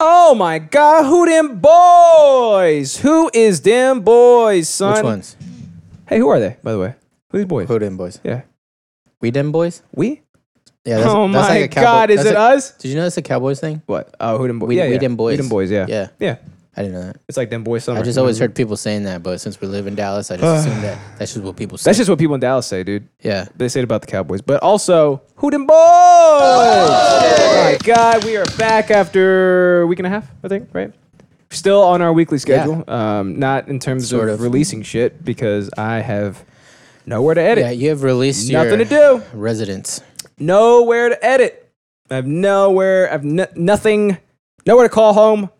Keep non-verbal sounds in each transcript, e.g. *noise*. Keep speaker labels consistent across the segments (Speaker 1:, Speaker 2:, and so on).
Speaker 1: Oh my God, who them boys? Who is them boys, son?
Speaker 2: Which ones?
Speaker 1: Hey, who are they, by the way? Who these boys?
Speaker 2: Who them boys?
Speaker 1: Yeah.
Speaker 2: We them boys?
Speaker 1: We?
Speaker 2: Yeah.
Speaker 1: oh my
Speaker 2: like a cowboy-
Speaker 1: God, is
Speaker 2: that's
Speaker 1: it
Speaker 2: a-
Speaker 1: us?
Speaker 2: Did you know that's a Cowboys thing?
Speaker 1: What? Oh, who them boys?
Speaker 2: We-
Speaker 1: yeah,
Speaker 2: we
Speaker 1: yeah.
Speaker 2: them boys.
Speaker 1: We them boys, yeah.
Speaker 2: Yeah.
Speaker 1: Yeah.
Speaker 2: I didn't know that.
Speaker 1: It's like them boys summer.
Speaker 2: I just always heard people saying that, but since we live in Dallas, I
Speaker 1: *sighs*
Speaker 2: just assume that that's just what people say.
Speaker 1: That's just what people in Dallas say, dude.
Speaker 2: yeah.
Speaker 1: They say it about the Cowboys. But also, who them boys? Oh my God, we are back after a week and a half, I think, right? Still on our weekly schedule. Um, not in terms
Speaker 2: Sort
Speaker 1: of,
Speaker 2: of.
Speaker 1: releasing shit because I have nowhere to edit.
Speaker 2: Yeah, you have released
Speaker 1: Nothing
Speaker 2: your
Speaker 1: to do.
Speaker 2: residence.
Speaker 1: nowhere to edit. I have nowhere. I've n- nothing. Nowhere to call home.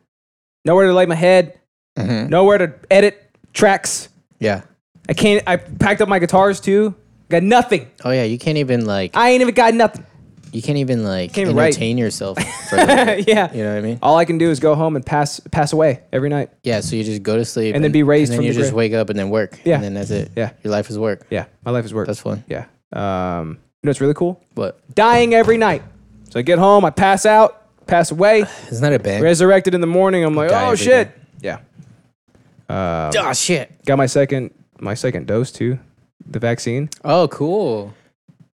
Speaker 1: Nowhere to lay my head.
Speaker 2: Mm-hmm.
Speaker 1: Nowhere to edit tracks.
Speaker 2: Yeah.
Speaker 1: I can't. I packed up my guitars too. Got nothing.
Speaker 2: Oh yeah, you can't even like
Speaker 1: I ain't even got nothing. *laughs*
Speaker 2: you can't even like
Speaker 1: Can't even write. *laughs*
Speaker 2: entertain yourself. For a little bit.
Speaker 1: Yeah.
Speaker 2: You know what I mean?
Speaker 1: All I can do is go home and pass pass away every night.
Speaker 2: Yeah. So you just go to sleep
Speaker 1: And then be raised
Speaker 2: and
Speaker 1: from
Speaker 2: then you
Speaker 1: the
Speaker 2: just
Speaker 1: grave.
Speaker 2: wake up and then work.
Speaker 1: Yeah.
Speaker 2: And then that's it.
Speaker 1: Yeah.
Speaker 2: Your life is work.
Speaker 1: Yeah, my life is work.
Speaker 2: That's fun.
Speaker 1: yeah. Um, you know what's really cool?
Speaker 2: But
Speaker 1: Dying every night. So I get home, I pass out, pass
Speaker 2: *sighs*
Speaker 1: away,
Speaker 2: isn't that a bang?
Speaker 1: resurrected in the morning. I'm like,
Speaker 2: Die
Speaker 1: oh
Speaker 2: every
Speaker 1: shit.
Speaker 2: night.
Speaker 1: Yeah.
Speaker 2: oh shit.
Speaker 1: Got my second my second dose too, the vaccine.
Speaker 2: Oh cool.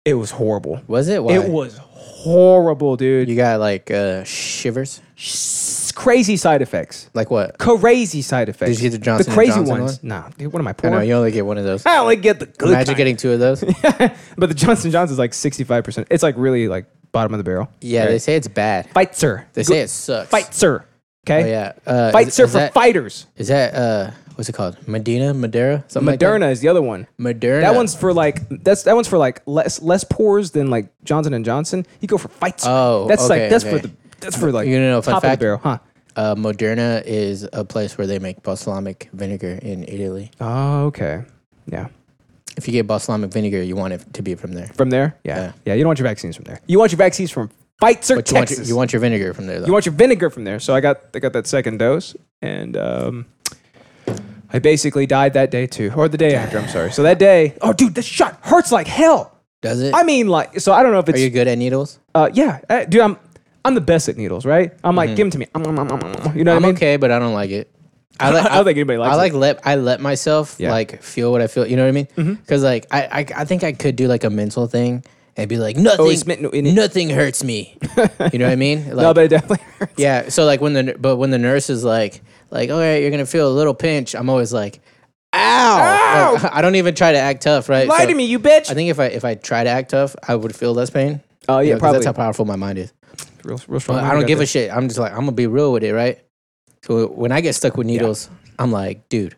Speaker 1: It was horrible.
Speaker 2: Was it? Why?
Speaker 1: It was horrible, dude.
Speaker 2: You got like uh, shivers.
Speaker 1: S- Crazy side effects.
Speaker 2: Like what?
Speaker 1: Crazy side effects.
Speaker 2: Did you get the Johnson
Speaker 1: The
Speaker 2: and
Speaker 1: crazy
Speaker 2: Johnson
Speaker 1: ones. Nah, dude, what am I
Speaker 2: I
Speaker 1: poor?
Speaker 2: know you only get one of
Speaker 1: *laughs*
Speaker 2: those.
Speaker 1: I only get the good.
Speaker 2: Imagine
Speaker 1: kind.
Speaker 2: getting two of those.
Speaker 1: *laughs* but the Johnson Johnson's like sixty five percent. It's like really like bottom of the barrel.
Speaker 2: Yeah, they say it's bad.
Speaker 1: Fight sir.
Speaker 2: They say it sucks.
Speaker 1: Fight sir. Okay.
Speaker 2: Oh yeah. Uh,
Speaker 1: Fight
Speaker 2: is-
Speaker 1: sir
Speaker 2: is
Speaker 1: for
Speaker 2: that-
Speaker 1: fighters.
Speaker 2: Is that uh what's it called? Medina, Madeira, something
Speaker 1: Moderna is the other one.
Speaker 2: like that. Moderna.
Speaker 1: That one's for like that's that one's for like less less pores than like Johnson and Johnson. You go for fights.
Speaker 2: Oh,
Speaker 1: that's like
Speaker 2: okay,
Speaker 1: that's
Speaker 2: okay.
Speaker 1: for the that's for like
Speaker 2: You wanna know a fun
Speaker 1: top of
Speaker 2: fact?
Speaker 1: the barrel, huh?
Speaker 2: uh, Moderna is a place where they make balsamic vinegar in Italy.
Speaker 1: Oh, okay. Yeah.
Speaker 2: If you get balsamic vinegar, you want it to be from there.
Speaker 1: From there? Yeah. yeah.
Speaker 2: Yeah.
Speaker 1: you don't want your vaccines from there. You want your vaccines from Pfizer,
Speaker 2: But you want,
Speaker 1: Texas.
Speaker 2: your, you want your vinegar from there though.
Speaker 1: You want your vinegar from there. So I got I got that second dose and um I basically died that day too, or the day after. I'm sorry. So that day, oh dude, the shot hurts like hell.
Speaker 2: Does it?
Speaker 1: I mean, like, so I don't know if
Speaker 2: Are you
Speaker 1: it's,
Speaker 2: good at needles?
Speaker 1: uh, yeah, uh, dude, I'm, I'm the best at needles, right? I'm like, give them to me. Um, um, um, um, um, You know what
Speaker 2: Mm-hmm. I'm
Speaker 1: I mean?
Speaker 2: okay, but I don't
Speaker 1: *laughs*
Speaker 2: like it. I,
Speaker 1: I don't think anybody likes
Speaker 2: I
Speaker 1: it.
Speaker 2: like let I let myself
Speaker 1: Yeah. Mm-hmm.
Speaker 2: like feel what I feel. You know what I mean? Because like I, I I think I could do like a mental thing and be like nothing
Speaker 1: Oh, it's meant- in it-
Speaker 2: nothing hurts me. you know what I mean?
Speaker 1: *laughs*
Speaker 2: Like,
Speaker 1: No, but it definitely hurts.
Speaker 2: Yeah. So like when the but when the nurse is like like all right, you're gonna feel a little pinch. I'm always like, ow! Like, *laughs* I don't even try to act tough, right?
Speaker 1: Ah, Lie
Speaker 2: So
Speaker 1: to me, you bitch.
Speaker 2: I think if I if I try to act tough, I would feel less pain.
Speaker 1: Oh, yeah,
Speaker 2: 'cause
Speaker 1: probably.
Speaker 2: That's how powerful my mind is.
Speaker 1: real, real strong.
Speaker 2: But I
Speaker 1: mind,
Speaker 2: don't
Speaker 1: got
Speaker 2: give a
Speaker 1: this.
Speaker 2: shit. I'm just like I'm gonna be real with it, right? So when I get stuck with needles, I'm like, dude,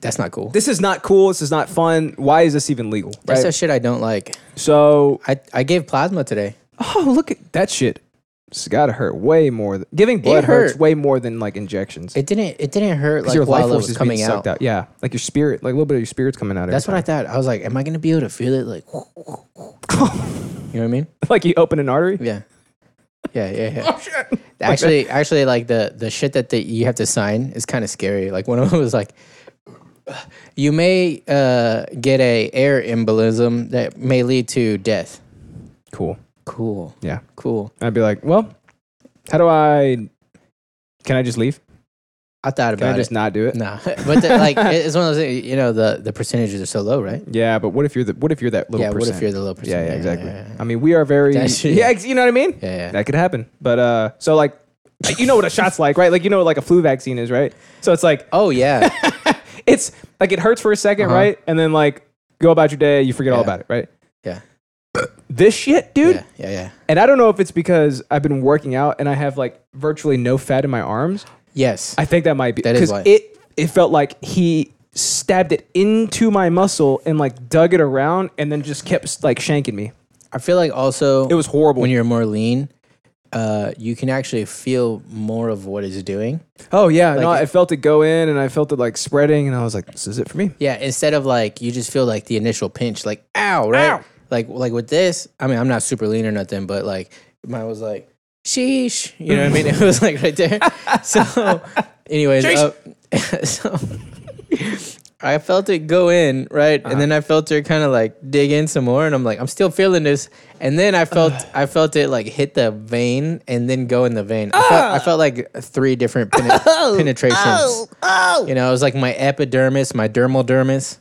Speaker 2: that's not cool.
Speaker 1: This is not cool. This is not fun. Why is this even legal?
Speaker 2: That's
Speaker 1: Right.
Speaker 2: the shit I don't like.
Speaker 1: so,
Speaker 2: I, I gave plasma today.
Speaker 1: oh, look at that shit. It's got to hurt way more. Than, giving blood hurts
Speaker 2: hurt.
Speaker 1: way more than like injections.
Speaker 2: It didn't it didn't hurt
Speaker 1: 'Cause
Speaker 2: like
Speaker 1: your life
Speaker 2: while it
Speaker 1: force
Speaker 2: was
Speaker 1: is coming
Speaker 2: coming
Speaker 1: being
Speaker 2: out.
Speaker 1: sucked out. Yeah. Like your spirit, like a little bit of your spirit's coming out.
Speaker 2: That's what I thought. I was like, am I gonna be able to feel it? Like, *laughs* you know what I mean?
Speaker 1: I *laughs* like. You open an artery.
Speaker 2: Yeah. Yeah, yeah, yeah. Actually, actually, like the the shit that the, you have to sign is kind of scary. Like one of them *laughs* was like, you may uh, get a air embolism that may lead to death.
Speaker 1: Cool.
Speaker 2: Cool,
Speaker 1: Yeah.
Speaker 2: cool.
Speaker 1: I'd be like, well, how do I? Can I just leave?
Speaker 2: I thought
Speaker 1: Can
Speaker 2: about
Speaker 1: I just
Speaker 2: it.
Speaker 1: not do it?
Speaker 2: Nah, *laughs* but the, like it- it's one of those things, you know the the percentages are so low, right?
Speaker 1: Yeah, but what if you're the what if you're that little
Speaker 2: yeah.
Speaker 1: percent?
Speaker 2: What if you're the low percent?
Speaker 1: yeah, yeah, exactly.
Speaker 2: Yeah, yeah.
Speaker 1: I mean, we are very *laughs*
Speaker 2: That's true.
Speaker 1: yeah, ex- you know what I mean?
Speaker 2: yeah, yeah.
Speaker 1: That could happen. But uh so like you know what a shot's like, right? Like you know what like a flu vaccine is, right? So it's like *laughs*
Speaker 2: Oh yeah.
Speaker 1: it's like it hurts for a 2nd
Speaker 2: Uh-huh.
Speaker 1: right? And then like go about your day, you forget all
Speaker 2: Yeah.
Speaker 1: about it, right?
Speaker 2: Yeah.
Speaker 1: This shit, dude.
Speaker 2: yeah, yeah, yeah.
Speaker 1: And I don't know if it's because I've been working out and I have like virtually no fat in my arms.
Speaker 2: Yes.
Speaker 1: I think that might be
Speaker 2: That is
Speaker 1: because
Speaker 2: why.
Speaker 1: it it felt like he stabbed it into my muscle and like dug it around and then just kept like shanking me.
Speaker 2: I feel like also
Speaker 1: It was horrible.
Speaker 2: when you're more lean, uh, you can actually feel more of what it's doing.
Speaker 1: Oh yeah, no,
Speaker 2: Like-
Speaker 1: I felt it go in and I felt it like spreading and I was like, this is it for me.
Speaker 2: Yeah, instead of like you just feel like the initial pinch, like ow, right?
Speaker 1: Ow.
Speaker 2: Like like with this, I mean, I'm not super lean or nothing, but like mine was like sheesh, you know what I mean? *laughs* It was like right there. *laughs* So, anyways, uh, so I felt it go in, right? And then I felt her kind of like dig in some more and I'm like, I'm still feeling this. And then I felt I felt it like hit the vein and then go in the vein. I, felt, I felt like three different pene- penetrations.
Speaker 1: Oh.
Speaker 2: You know, it was like my epidermis, my dermal dermis,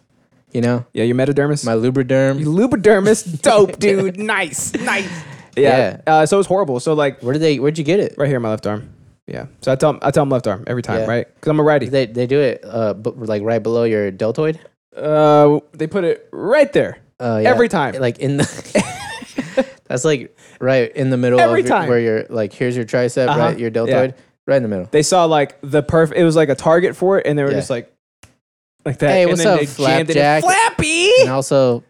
Speaker 2: you know,
Speaker 1: Yeah, your metadermis.
Speaker 2: my lubriderm. *laughs*
Speaker 1: Lubidermis, dope, dude. nice, nice. Yeah. Uh, so it was horrible. So like
Speaker 2: Where did they where'd you get it?
Speaker 1: right here in my left arm. Yeah. So I tell him, I tell him left arm every time,
Speaker 2: Yeah.
Speaker 1: right? Because I'm a righty.
Speaker 2: They they do it uh b- like right below your deltoid.
Speaker 1: Uh, they put it right there
Speaker 2: Uh, yeah.
Speaker 1: every time.
Speaker 2: Like in the. *laughs* that's like right in the middle
Speaker 1: Every
Speaker 2: of your,
Speaker 1: time.
Speaker 2: where you're like here's your tricep,
Speaker 1: Uh-huh.
Speaker 2: right? Your
Speaker 1: Yeah.
Speaker 2: deltoid, right in the
Speaker 1: *laughs*
Speaker 2: middle.
Speaker 1: they saw like the perfect. It was like a target for it, and they were
Speaker 2: Yeah.
Speaker 1: just like, like that.
Speaker 2: Hey,
Speaker 1: and
Speaker 2: what's
Speaker 1: then
Speaker 2: up,
Speaker 1: they jammed it in.
Speaker 2: Flapjack?
Speaker 1: Flappy.
Speaker 2: And also,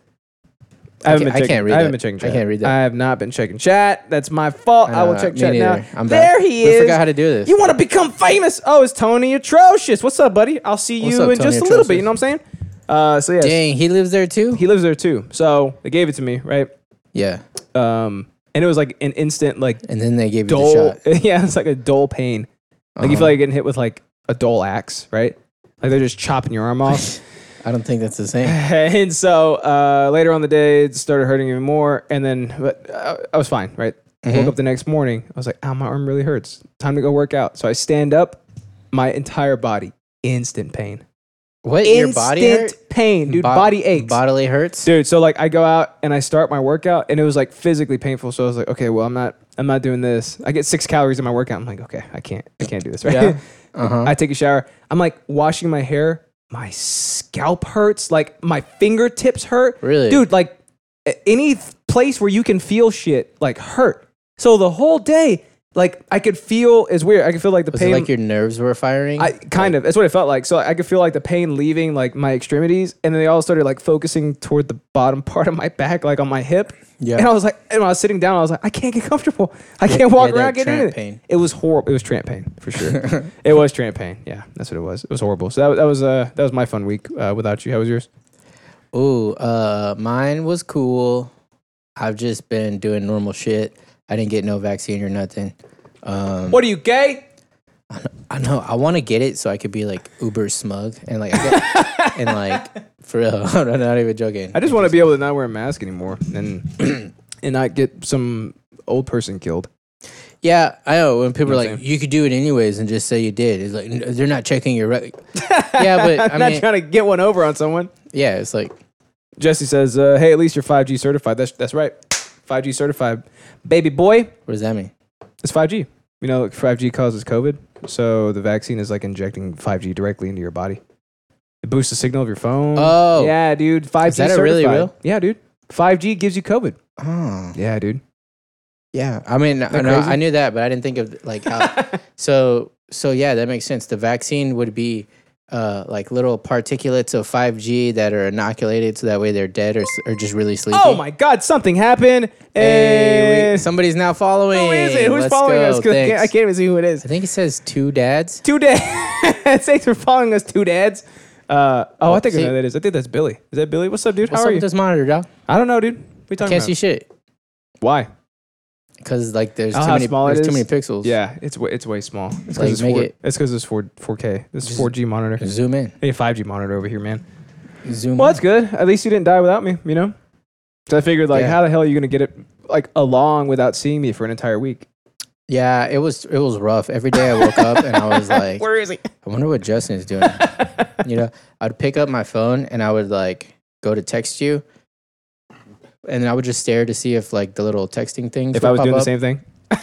Speaker 1: I haven't
Speaker 2: can't-
Speaker 1: been
Speaker 2: I
Speaker 1: checking.
Speaker 2: can't read
Speaker 1: I haven't
Speaker 2: that.
Speaker 1: been checking.
Speaker 2: I
Speaker 1: Chat.
Speaker 2: can't read that.
Speaker 1: I have not been checking chat. That's my fault. I, will
Speaker 2: know,
Speaker 1: check
Speaker 2: uh, me
Speaker 1: chat now.
Speaker 2: neither. I'm
Speaker 1: there
Speaker 2: back.
Speaker 1: he
Speaker 2: We
Speaker 1: is.
Speaker 2: forgot how to do this.
Speaker 1: You want to become famous? Oh, it's Tony Atrocious. What's up, buddy? I'll see
Speaker 2: What's
Speaker 1: you
Speaker 2: up,
Speaker 1: in
Speaker 2: Tony
Speaker 1: just a little bit.
Speaker 2: Atrocious?
Speaker 1: You know what I'm saying? Uh, so yeah,
Speaker 2: dang, he lives there too.
Speaker 1: he lives there too. So they gave it to me, right?
Speaker 2: yeah,
Speaker 1: Um, and it was like an instant, like
Speaker 2: and then they gave you
Speaker 1: dull.
Speaker 2: the shot.
Speaker 1: *laughs*
Speaker 2: Uh-huh.
Speaker 1: Yeah, it's like a dull pain. Like you feel like you're getting hit with like a dull axe, right? Like they're just chopping your arm off.
Speaker 2: I don't think that's the same.
Speaker 1: and so uh, later on the day, it started hurting even more. And then but, uh, I was fine, right?
Speaker 2: Mm-hmm.
Speaker 1: Woke up the next morning. I was like, ow, my arm really hurts. Time to go work out. So I stand up, my entire body, instant pain.
Speaker 2: What your
Speaker 1: instant
Speaker 2: body hurt?
Speaker 1: pain, dude.
Speaker 2: Bo-
Speaker 1: body aches.
Speaker 2: Bodily hurts.
Speaker 1: Dude, so like I go out and I start my workout and it was like physically painful. So I was like, okay, well I'm not I'm not doing this. I get six calories in my workout. I'm like, okay, I can't I can't do this, right? *laughs*
Speaker 2: Yeah. Uh-huh.
Speaker 1: I take a shower. I'm like washing my hair. My scalp hurts. Like my fingertips hurt.
Speaker 2: Really?
Speaker 1: dude. Like a- any th- place where you can feel shit like hurt. So the whole day, like I could feel is weird. I could feel like the
Speaker 2: Was
Speaker 1: pain.
Speaker 2: it like your nerves were firing?
Speaker 1: I kind of. That's what it felt like. So I could feel like the pain leaving like my extremities, and then they all started like focusing toward the bottom *laughs* part of my back, like on my hip.
Speaker 2: Yeah.
Speaker 1: And I was like, and when I was sitting down, I was like, I can't get comfortable. I can't walk
Speaker 2: yeah, that
Speaker 1: around getting
Speaker 2: tramp
Speaker 1: in it.
Speaker 2: pain.
Speaker 1: It was horrible. It was tramp pain for
Speaker 2: *laughs*
Speaker 1: sure. it was tramp pain. Yeah, that's what it was. It was horrible. So that, wa- that was uh that was my fun week uh, without you. How was yours?
Speaker 2: Ooh, uh, mine was cool. I've just been doing normal shit. I didn't get no vaccine or nothing. Um,
Speaker 1: What are you gay?
Speaker 2: I know I want to get it so I could be like uber smug and like I *laughs* get- and like for real. *laughs* I'm not even joking.
Speaker 1: I just want to be able to not wear a mask anymore and *clears throat* and not get some old person killed.
Speaker 2: Yeah, I know when people are
Speaker 1: what I'm
Speaker 2: like, you could do it anyways and just say you did. It's like "N- they're not checking your *laughs* record. yeah, but
Speaker 1: I'm
Speaker 2: I
Speaker 1: not
Speaker 2: mean,
Speaker 1: trying to get one over on someone.
Speaker 2: yeah, it's like
Speaker 1: Jesse says, uh, "Hey, at least you're 5G certified. That's that's right, 5G certified, baby boy.
Speaker 2: what does that mean?
Speaker 1: It's 5G. You know, like, 5G causes COVID, so the vaccine is like injecting 5G directly into your body. It boosts the signal of your phone.
Speaker 2: Oh.
Speaker 1: yeah, dude. 5G
Speaker 2: that
Speaker 1: certified.
Speaker 2: really real?
Speaker 1: Yeah, dude. 5G gives you COVID.
Speaker 2: Oh,
Speaker 1: Yeah, dude.
Speaker 2: yeah. I mean, I,
Speaker 1: that
Speaker 2: know,
Speaker 1: crazy?
Speaker 2: I knew that, but I didn't think of like
Speaker 1: *laughs*
Speaker 2: how. so so yeah, that makes sense. The vaccine would be. Uh, like little particulates of 5G that are inoculated, so that way they're dead or, s- or just really sleepy.
Speaker 1: Oh my Eh. God, something happened.
Speaker 2: Hey, we,
Speaker 1: And-
Speaker 2: somebody's now following.
Speaker 1: who is it? Who's
Speaker 2: Let's
Speaker 1: following
Speaker 2: go.
Speaker 1: us? 'Cause I can't,
Speaker 2: Thanks.
Speaker 1: I can't even see who it is.
Speaker 2: I think it says two dads.
Speaker 1: Two dads. *laughs* Thanks for following us, two dads. Uh, oh, I think I
Speaker 2: See-
Speaker 1: know who that is. I think that's Billy. Is that Billy? What's up, dude?
Speaker 2: What's
Speaker 1: How
Speaker 2: up
Speaker 1: are you?
Speaker 2: with this monitor, dog?
Speaker 1: I don't know, dude. What are you talking
Speaker 2: Can't
Speaker 1: about?
Speaker 2: see shit
Speaker 1: Why?
Speaker 2: because like there's
Speaker 1: Oh,
Speaker 2: too
Speaker 1: how
Speaker 2: many
Speaker 1: small it
Speaker 2: there's too
Speaker 1: is?
Speaker 2: many pixels.
Speaker 1: Yeah, it's wa- it's way small. It's because
Speaker 2: Like,
Speaker 1: it's,
Speaker 2: make
Speaker 1: four,
Speaker 2: it-
Speaker 1: it's 'cause it's four 4K. This is 4G monitor. I
Speaker 2: Zoom in.
Speaker 1: need a 5G monitor over here, man.
Speaker 2: Zoom.
Speaker 1: Well,
Speaker 2: in.
Speaker 1: that's good. At least you didn't die without me, you know. So I figured, like,
Speaker 2: Yeah.
Speaker 1: how the hell are you gonna get it like along without seeing me for an entire week?
Speaker 2: Yeah, it was it was rough. Every day I woke up
Speaker 1: *laughs*
Speaker 2: and I was like,
Speaker 1: Where is he?
Speaker 2: I wonder what Justin is doing. you know, I'd pick up my phone and I would like go to text you, and then I would just stare to see if like the little texting things.
Speaker 1: If
Speaker 2: would
Speaker 1: I was
Speaker 2: pop
Speaker 1: doing the
Speaker 2: up.
Speaker 1: same thing,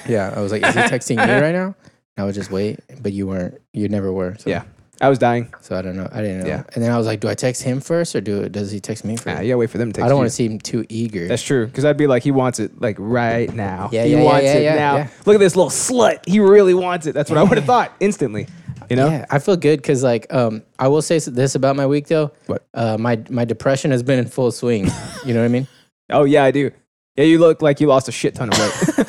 Speaker 2: yeah, I was like, is
Speaker 1: *laughs*
Speaker 2: he texting me right now? And I would just wait, but you weren't. You never were. So.
Speaker 1: yeah, I was dying.
Speaker 2: So I don't know. I didn't know.
Speaker 1: Yeah.
Speaker 2: And then I was like, do I text him first or do does he text me first?
Speaker 1: Nah, you gotta wait for them to text
Speaker 2: I don't
Speaker 1: you.
Speaker 2: want to seem too eager.
Speaker 1: That's true, because I'd be like, he wants it like right now.
Speaker 2: Yeah,
Speaker 1: he
Speaker 2: yeah, yeah,
Speaker 1: wants
Speaker 2: yeah,
Speaker 1: it
Speaker 2: yeah,
Speaker 1: now.
Speaker 2: yeah.
Speaker 1: Look at this little slut. He really wants it. That's what I
Speaker 2: *laughs*
Speaker 1: would have thought instantly. You know?
Speaker 2: yeah, I feel good because like um, I will say s- this about my week though.
Speaker 1: What?
Speaker 2: Uh, my my depression has been in full swing.
Speaker 1: *laughs*
Speaker 2: you know what I mean?
Speaker 1: Oh yeah, I do. Yeah, you look like you lost a shit ton of weight.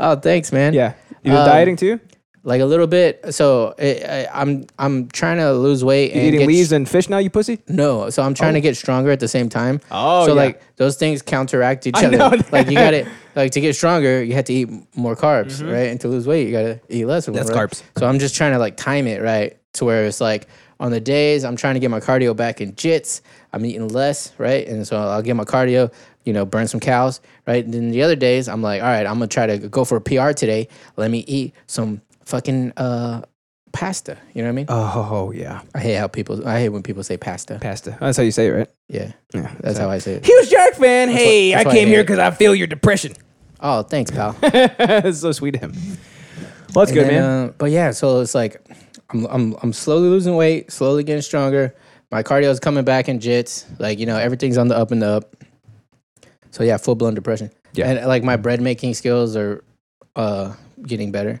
Speaker 2: Oh, thanks, man.
Speaker 1: yeah, you
Speaker 2: Um,
Speaker 1: been dieting too?
Speaker 2: like a little bit. So it, I, I'm I'm trying to lose weight and
Speaker 1: Eating
Speaker 2: get
Speaker 1: leaves and fish now, you pussy.
Speaker 2: No, so I'm trying to get stronger at the same time.
Speaker 1: Oh,
Speaker 2: so
Speaker 1: yeah.
Speaker 2: like those things counteract each
Speaker 1: I
Speaker 2: other.
Speaker 1: know
Speaker 2: Like you
Speaker 1: *laughs*
Speaker 2: got to like to get stronger, you have to eat more carbs,
Speaker 1: Mm-hmm.
Speaker 2: right? And to lose weight, you got to eat less. or
Speaker 1: That's
Speaker 2: whatever.
Speaker 1: carbs.
Speaker 2: So I'm just trying to like time it right to where it's like, on the days I'm trying to get my cardio back in jits, I'm eating less, right? And so I'll get my cardio, you know, burn some cows, right? And then the other days I'm like, all right, I'm gonna try to go for a PR today. Let me eat some fucking uh pasta. You know what I mean?
Speaker 1: Oh yeah,
Speaker 2: I hate how people I hate when people say pasta.
Speaker 1: pasta. That's how you say it, right?
Speaker 2: Yeah.
Speaker 1: Yeah,
Speaker 2: That's how I say it.
Speaker 1: Huge Jack fan. hey,
Speaker 2: that's
Speaker 1: I
Speaker 2: why I
Speaker 1: came
Speaker 2: hate
Speaker 1: here
Speaker 2: it.
Speaker 1: because I feel your depression. *laughs*
Speaker 2: Oh, thanks, pal.
Speaker 1: That's so sweet of him. Well, that's good,
Speaker 2: And then,
Speaker 1: man.
Speaker 2: uh, but yeah, so it's like I'm, I'm I'm slowly losing weight, slowly getting stronger. My cardio is coming back in jits. Like you know, everything's on the up and the up. So yeah, full blown depression.
Speaker 1: Yeah.
Speaker 2: and like my bread making skills are uh, getting better.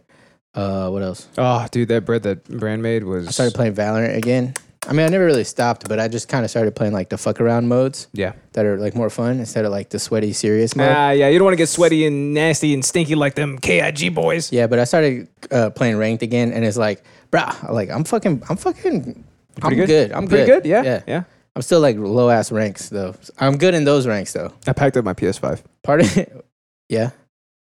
Speaker 2: Uh, what else?
Speaker 1: oh, dude, that bread that Brand made was.
Speaker 2: I started playing Valorant again. I mean, I never really stopped, but I just kind of started playing like the fuck around modes
Speaker 1: yeah.
Speaker 2: that are like more fun instead of like the sweaty serious mode.
Speaker 1: Ah, yeah. You don't want to get sweaty and nasty and stinky like them KIG boys.
Speaker 2: Yeah, but I started uh, playing ranked again, and it's like, bruh, like I'm fucking, I'm fucking, I'm good. I'm
Speaker 1: Pretty good. Yeah.
Speaker 2: yeah,
Speaker 1: yeah.
Speaker 2: I'm still like low ass ranks though. I'm good in those ranks though.
Speaker 1: I packed up my PS5.
Speaker 2: Part of it, *laughs* yeah.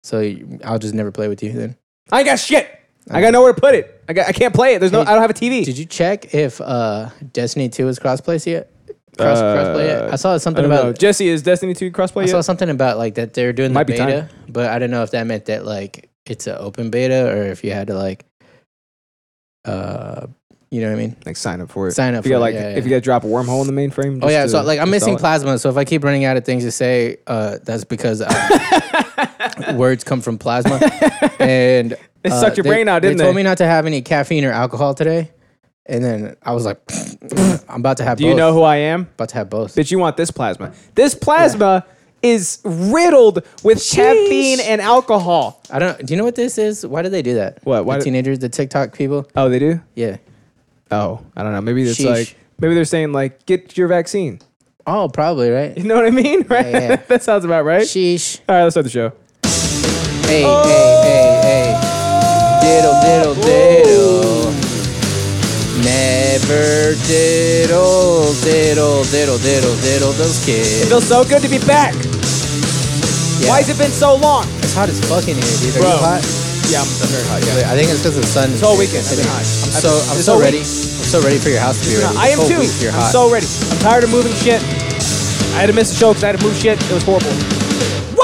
Speaker 2: So you- I'll just never play with you then.
Speaker 1: I ain't got shit. I got nowhere to put it. I got. I can't play it. There's no.
Speaker 2: Hey,
Speaker 1: I don't have a TV.
Speaker 2: Did you check if uh Destiny Two is crossplay yet? Cross,
Speaker 1: Uh,
Speaker 2: crossplay yet? I saw
Speaker 1: I
Speaker 2: something
Speaker 1: don't know.
Speaker 2: about.
Speaker 1: Jesse is Destiny 2 crossplay.
Speaker 2: I saw
Speaker 1: Yet?
Speaker 2: something about like that they're doing
Speaker 1: Might
Speaker 2: the
Speaker 1: be time.
Speaker 2: beta, but I don't know if that meant that like it's an open beta or if you had to like, uh, you know what I mean?
Speaker 1: Like sign up for it.
Speaker 2: Sign up
Speaker 1: If you
Speaker 2: for
Speaker 1: got like,
Speaker 2: it, yeah,
Speaker 1: if you
Speaker 2: yeah.
Speaker 1: got to drop a wormhole in the mainframe.
Speaker 2: Oh
Speaker 1: just
Speaker 2: yeah,
Speaker 1: to
Speaker 2: so like I'm missing
Speaker 1: install
Speaker 2: plasma. So if I keep running out of things to say, uh, that's because
Speaker 1: *laughs*
Speaker 2: I- words come from plasma. And
Speaker 1: It
Speaker 2: uh,
Speaker 1: sucked your
Speaker 2: they-
Speaker 1: brain out, didn't
Speaker 2: They told
Speaker 1: they?
Speaker 2: me not to have any caffeine or alcohol today, and then I was like, *sniffs* I'm about to have.
Speaker 1: it. Do you
Speaker 2: both.
Speaker 1: know who I am?
Speaker 2: About to have both.
Speaker 1: Bitch, you want this plasma? This plasma is riddled with caffeine and alcohol.
Speaker 2: I don't. Do you know what this is? Why do they do that?
Speaker 1: What, why
Speaker 2: the
Speaker 1: do-
Speaker 2: teenagers, the TikTok people?
Speaker 1: Oh, they do.
Speaker 2: Yeah.
Speaker 1: Oh, I don't know. Maybe it's
Speaker 2: Sheesh.
Speaker 1: like maybe they're saying like get your vaccine. *laughs*
Speaker 2: Oh, probably right.
Speaker 1: You know what I mean? Right?
Speaker 2: yeah.
Speaker 1: *laughs* that sounds about right.
Speaker 2: Sheesh.
Speaker 1: All right, let's start the show.
Speaker 2: Hey, hey, hey, hey. Diddle, diddle, diddle. Never diddle, diddle, diddle, diddle, diddle those
Speaker 1: It
Speaker 2: kids.
Speaker 1: feels so good to be back.
Speaker 2: Yeah.
Speaker 1: Why has it been so long?
Speaker 2: It's hot as fuck in here, dude. Are
Speaker 1: Bro.
Speaker 2: you hot?
Speaker 1: Yeah, I'm very hot. Yeah.
Speaker 2: I think it's because the sun. This
Speaker 1: whole weekend, I've been hot. I've-
Speaker 2: I'm so I'm
Speaker 1: this
Speaker 2: so
Speaker 1: whole
Speaker 2: ready.
Speaker 1: week.
Speaker 2: I'm so ready for your house to be ready.
Speaker 1: I am
Speaker 2: This whole
Speaker 1: too.
Speaker 2: week You're
Speaker 1: I'm
Speaker 2: hot.
Speaker 1: so ready. I'm tired of moving shit. I had to miss the show because I had to move shit. It was horrible.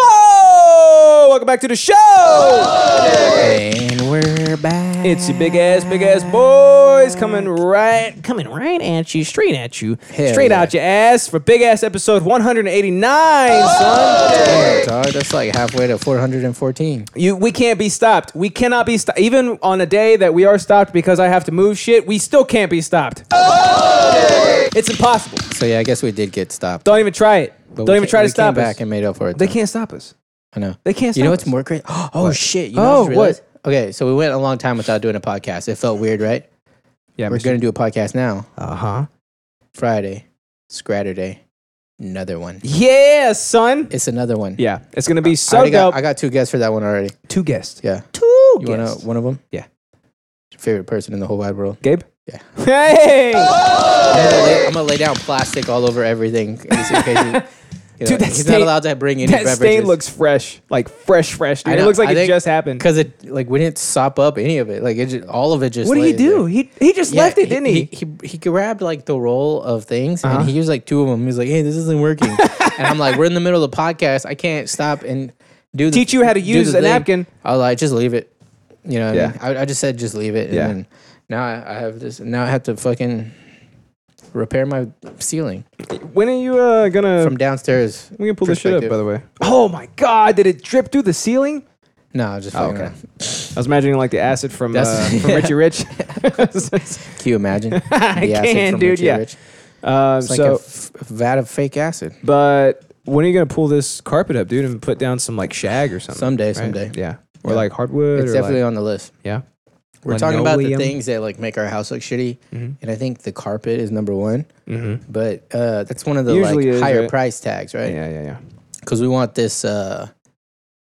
Speaker 1: Whoa! Welcome back to the show.
Speaker 2: and we're back.
Speaker 1: It's your big ass, big ass boys coming right, coming right at you, straight at you,
Speaker 2: Hell
Speaker 1: straight
Speaker 2: yeah.
Speaker 1: out your ass for big ass episode 189,
Speaker 2: Oh.
Speaker 1: son.
Speaker 2: Damn, dog. That's like halfway to 414.
Speaker 1: You, we can't be stopped. We cannot be stopped. Even on a day that we are stopped because I have to move shit, we still can't be stopped.
Speaker 2: Oh.
Speaker 1: It's impossible.
Speaker 2: So yeah, I guess we did get stopped.
Speaker 1: Don't even try it.
Speaker 2: But we
Speaker 1: Don't even
Speaker 2: ca-
Speaker 1: try
Speaker 2: we
Speaker 1: to stop
Speaker 2: came
Speaker 1: us.
Speaker 2: back and made up for it.
Speaker 1: they
Speaker 2: though.
Speaker 1: can't stop us.
Speaker 2: I know.
Speaker 1: They can't
Speaker 2: You know
Speaker 1: stop
Speaker 2: what's
Speaker 1: us.
Speaker 2: more crazy? *gasps* Oh shit! You know
Speaker 1: Oh,
Speaker 2: what? I just realized? Okay, so we went a long time without doing a podcast. It felt weird, right?
Speaker 1: Yeah,
Speaker 2: We're gonna do a podcast now.
Speaker 1: Uh huh.
Speaker 2: Friday, Scratterday, another one.
Speaker 1: Yeah, son.
Speaker 2: It's another one.
Speaker 1: Yeah, it's gonna be
Speaker 2: I,
Speaker 1: so
Speaker 2: already got,
Speaker 1: dope.
Speaker 2: I got two guests for that one already.
Speaker 1: two guests.
Speaker 2: Yeah.
Speaker 1: Two
Speaker 2: You want
Speaker 1: guests.
Speaker 2: to one of them?
Speaker 1: Yeah.
Speaker 2: Favorite person in the whole wide world.
Speaker 1: Gabe.
Speaker 2: Yeah.
Speaker 1: *laughs* Hey,
Speaker 2: I'm gonna lay, I'm gonna lay down plastic all over everything. In case, in
Speaker 1: *laughs*
Speaker 2: case he- you know,
Speaker 1: Dude, that
Speaker 2: he's
Speaker 1: stain-
Speaker 2: not allowed to bring any
Speaker 1: that
Speaker 2: beverages.
Speaker 1: stain looks fresh, like fresh, fresh. Dude. It looks like it just happened.
Speaker 2: because it like we didn't sop up any of it. Like it just, all of it just.
Speaker 1: What did he
Speaker 2: lays there.
Speaker 1: do? He he just left it, didn't he? Uh-huh.
Speaker 2: He, he grabbed like the roll of things and he used like two of them. He's like, "Hey, this isn't working,"
Speaker 1: *laughs*
Speaker 2: and I'm like, "We're in the middle of the podcast. I can't stop and do the,
Speaker 1: Teach you how to
Speaker 2: do
Speaker 1: use
Speaker 2: the
Speaker 1: a
Speaker 2: thing."
Speaker 1: napkin.
Speaker 2: I was like, "Just leave it," you know. What
Speaker 1: Yeah.
Speaker 2: I, mean? I, I just said, "Just leave it." And
Speaker 1: Yeah.
Speaker 2: then now I, I have this. Now I have to fucking repair my ceiling
Speaker 1: When are you uh, gonna?
Speaker 2: from downstairs.
Speaker 1: we can pull this shit up,
Speaker 2: perspective.
Speaker 1: by the way. Oh my god! Did it drip through the ceiling?
Speaker 2: No, I'm just fucking.
Speaker 1: Oh, okay.
Speaker 2: around.
Speaker 1: I was imagining like the acid from uh, *laughs*
Speaker 2: That's-
Speaker 1: from Richie Rich.
Speaker 2: Can
Speaker 1: *laughs*
Speaker 2: you imagine? I
Speaker 1: can, dude, yeah. um,
Speaker 2: It's like
Speaker 1: so,
Speaker 2: a f- vat of fake acid.
Speaker 1: but when are you gonna pull this carpet up, dude, and put down some like shag or something?
Speaker 2: Someday,
Speaker 1: right?
Speaker 2: someday.
Speaker 1: Yeah, or like hardwood.
Speaker 2: It's
Speaker 1: or
Speaker 2: definitely
Speaker 1: like,
Speaker 2: on the list.
Speaker 1: yeah.
Speaker 2: We're talking about the
Speaker 1: Linoleum.
Speaker 2: things that like make our house look shitty,
Speaker 1: mm-hmm.
Speaker 2: and I think the carpet is number one. But uh, that's one of the
Speaker 1: Usually
Speaker 2: like
Speaker 1: is,
Speaker 2: higher
Speaker 1: right?
Speaker 2: price tags, right?
Speaker 1: Yeah, yeah, yeah.
Speaker 2: Because we want this uh,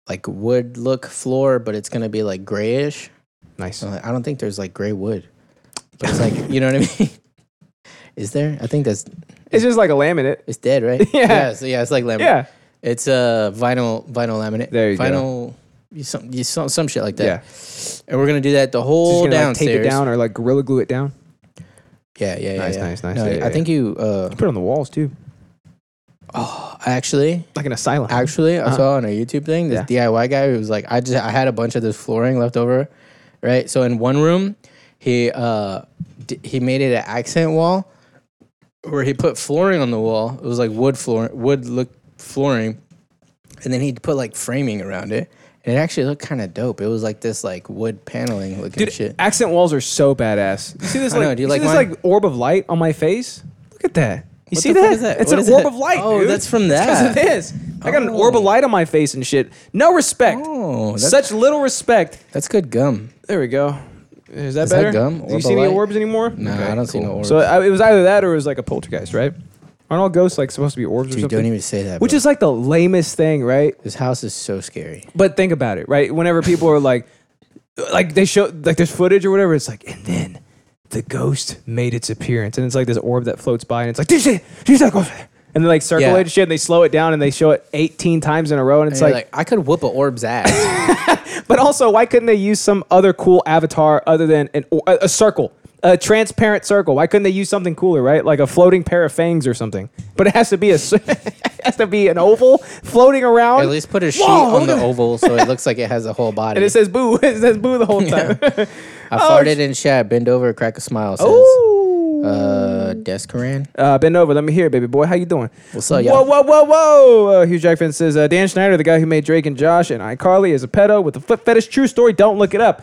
Speaker 2: like wood look floor, but it's gonna be like grayish.
Speaker 1: Nice.
Speaker 2: So, like, I don't think there's like gray wood, but it's like you know what I *laughs* mean. Is there? I think that's
Speaker 1: It's just like a laminate.
Speaker 2: it's dead, right?
Speaker 1: *laughs* Yeah.
Speaker 2: so yeah, it's like laminate.
Speaker 1: Yeah.
Speaker 2: It's uh, vinyl vinyl laminate.
Speaker 1: There you go.
Speaker 2: vinyl, go. You some, you some some shit like that.
Speaker 1: Yeah.
Speaker 2: And we're gonna do that the
Speaker 1: Just
Speaker 2: whole
Speaker 1: gonna, like,
Speaker 2: downstairs.
Speaker 1: tape it down or like gorilla glue it down.
Speaker 2: Yeah, yeah, yeah.
Speaker 1: Nice,
Speaker 2: yeah.
Speaker 1: nice, nice.
Speaker 2: No,
Speaker 1: Yeah, yeah,
Speaker 2: I think you. Uh,
Speaker 1: Put it on the walls too,
Speaker 2: oh, actually,
Speaker 1: like an asylum.
Speaker 2: actually, I
Speaker 1: Uh-huh.
Speaker 2: saw on a YouTube thing this DIY guy who was like, I just I had a bunch of this flooring left over, right? So in one room, he uh d- he made it an accent wall, where he put flooring on the wall. It was like wood floor, wood look flooring, and then he put like framing around it. And it actually looked kind of dope. It was like this like wood paneling looking
Speaker 1: Dude,
Speaker 2: shit.
Speaker 1: accent walls are so badass. You see this
Speaker 2: I
Speaker 1: like,
Speaker 2: know, do you
Speaker 1: you
Speaker 2: like
Speaker 1: see this
Speaker 2: mine?
Speaker 1: like orb of light on my face? Look at that. You
Speaker 2: What
Speaker 1: see
Speaker 2: the fuck
Speaker 1: that?
Speaker 2: is that?
Speaker 1: It's
Speaker 2: What
Speaker 1: an
Speaker 2: is
Speaker 1: orb
Speaker 2: that?
Speaker 1: of light.
Speaker 2: Oh,
Speaker 1: dude.
Speaker 2: that's from
Speaker 1: It's 'cause
Speaker 2: that.
Speaker 1: of this. I got an
Speaker 2: Oh.
Speaker 1: orb of light on my face and shit. No respect.
Speaker 2: Oh, that's-
Speaker 1: Such little respect.
Speaker 2: That's good gum.
Speaker 1: There we go. Is that
Speaker 2: Is that
Speaker 1: better?
Speaker 2: gum?
Speaker 1: Do
Speaker 2: Orb
Speaker 1: you
Speaker 2: of
Speaker 1: see the
Speaker 2: light?
Speaker 1: orbs anymore?
Speaker 2: No, I don't see no orbs.
Speaker 1: So I, it was either that or it was like a poltergeist, right? Aren't all ghosts like supposed to be orbs or
Speaker 2: Dude,
Speaker 1: something?
Speaker 2: don't even say that.
Speaker 1: Which
Speaker 2: bro.
Speaker 1: is like the lamest thing, right?
Speaker 2: this house is so scary.
Speaker 1: But think about it, right? Whenever people are like, like they show, like there's footage or whatever, it's like, and then the ghost made its appearance, and it's like this orb that floats by, and it's like, did you see? Did you see that ghost? And they like circle
Speaker 2: Yeah.
Speaker 1: it and shit, and they slow it down, and they show it 18 times in a row, and it's
Speaker 2: You're
Speaker 1: like,
Speaker 2: like, I could whoop a orb's ass.
Speaker 1: but also, why couldn't they use some other cool avatar other than an or- a, a circle? A transparent circle. Why couldn't they use something cooler, right? Like a floating pair of fangs or something. But it has to be a, *laughs* s- it has to be an oval floating around.
Speaker 2: At least put a sheet
Speaker 1: Whoa,
Speaker 2: on
Speaker 1: look
Speaker 2: the
Speaker 1: at-
Speaker 2: oval so it looks like it has
Speaker 1: *laughs*
Speaker 2: a whole body.
Speaker 1: and it says boo. It says boo the whole
Speaker 2: *laughs*
Speaker 1: time.
Speaker 2: I farted and shat. Bend over, crack a smile. Says,
Speaker 1: Ooh.
Speaker 2: uh, Descaran.
Speaker 1: Uh, bend over. Let me hear it, baby boy. How you doing?
Speaker 2: What's up, y'all?
Speaker 1: Whoa, whoa, whoa, whoa. Uh, Hugh Jackman says, uh, Dan Schneider, the guy who made Drake and Josh and iCarly, is a pedo with a foot fetish. True story. Don't look it up.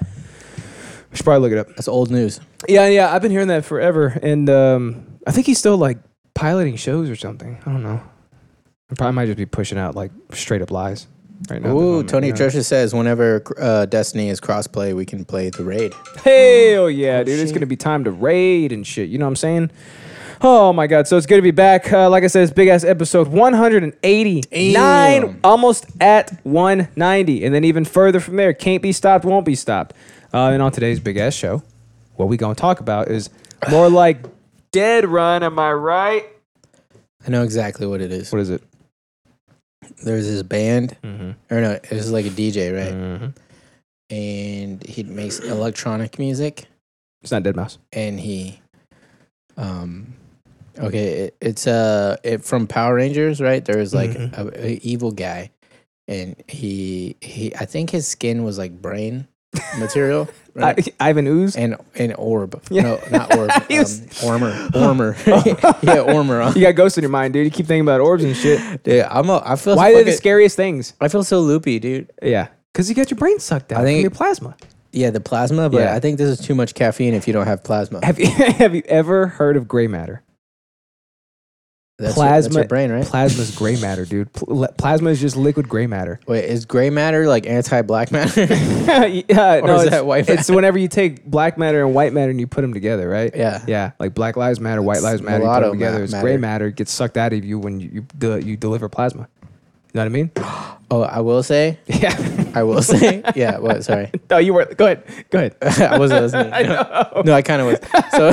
Speaker 1: We should probably look it up.
Speaker 2: That's old news.
Speaker 1: Yeah, yeah. I've been hearing that forever. And um, I think he's still like piloting shows or something. I don't know. I probably might just be pushing out like straight up lies right now. at the
Speaker 2: Ooh,
Speaker 1: moment,
Speaker 2: Tony
Speaker 1: you know?
Speaker 2: Tresha says whenever uh, Destiny is crossplay, we can play the raid. Oh,
Speaker 1: Hell yeah, dude. It's going to be time to raid and shit. You know what I'm saying? Oh my God. So it's good to be back. Uh, like I said, it's big ass episode 189,
Speaker 2: Damn.
Speaker 1: almost at 190. And then even further from there, can't be stopped, won't be stopped. Uh, and on today's big ass show, what we going to talk about is
Speaker 2: *sighs*
Speaker 1: more like Dead Run. Am I right?
Speaker 2: I know exactly what it is.
Speaker 1: What is it?
Speaker 2: There's this band,
Speaker 1: Mm-hmm.
Speaker 2: or no, it was like a DJ, right? And he makes electronic music.
Speaker 1: It's not Dead Mouse.
Speaker 2: and he um okay it, it's uh it from power rangers right there was like
Speaker 1: Mm-hmm.
Speaker 2: a, a evil guy and he he i think his skin was like
Speaker 1: *laughs*
Speaker 2: brain material right
Speaker 1: I, *laughs* Ivan Ooze.
Speaker 2: and and orb
Speaker 1: Yeah.
Speaker 2: no
Speaker 1: *laughs*
Speaker 2: not orb
Speaker 1: He
Speaker 2: um,
Speaker 1: was-
Speaker 2: ormer
Speaker 1: *laughs*
Speaker 2: ormer *laughs* yeah ormer
Speaker 1: You got ghosts in your mind, dude. You keep thinking about orbs and shit.
Speaker 2: dude i'm a, i feel
Speaker 1: Why are they the
Speaker 2: fucking-
Speaker 1: scariest things?
Speaker 2: i feel so loopy dude
Speaker 1: Yeah. Because you got your brain sucked out
Speaker 2: think-
Speaker 1: from your plasma.
Speaker 2: yeah the plasma but
Speaker 1: Yeah.
Speaker 2: i think this is too much caffeine if you don't have plasma
Speaker 1: Have you *laughs* have you ever heard of gray matter?
Speaker 2: that's your, that's
Speaker 1: plasma
Speaker 2: your brain right
Speaker 1: Plasma's gray matter, dude. Pl- plasma is just liquid gray
Speaker 2: *laughs*
Speaker 1: matter. *laughs*
Speaker 2: wait is gray matter like anti-black matter
Speaker 1: yeah,
Speaker 2: Or
Speaker 1: no,
Speaker 2: is
Speaker 1: it's,
Speaker 2: that white
Speaker 1: it's whenever you take black matter and white matter and you put them together, right?
Speaker 2: Yeah.
Speaker 1: yeah. Like black lives matter, white lives matter. You put
Speaker 2: mulatto
Speaker 1: 'em together,
Speaker 2: ma-
Speaker 1: it's gray
Speaker 2: matter.
Speaker 1: matter It gets sucked out of you when you you, de- you deliver plasma. You know what I mean? *laughs*
Speaker 2: oh i will say
Speaker 1: Yeah.
Speaker 2: I will
Speaker 1: *laughs*
Speaker 2: say, yeah. What? Sorry, *laughs*
Speaker 1: no, you were. Go ahead. Go *laughs* ahead.
Speaker 2: I wasn't listening. No, I kind of was.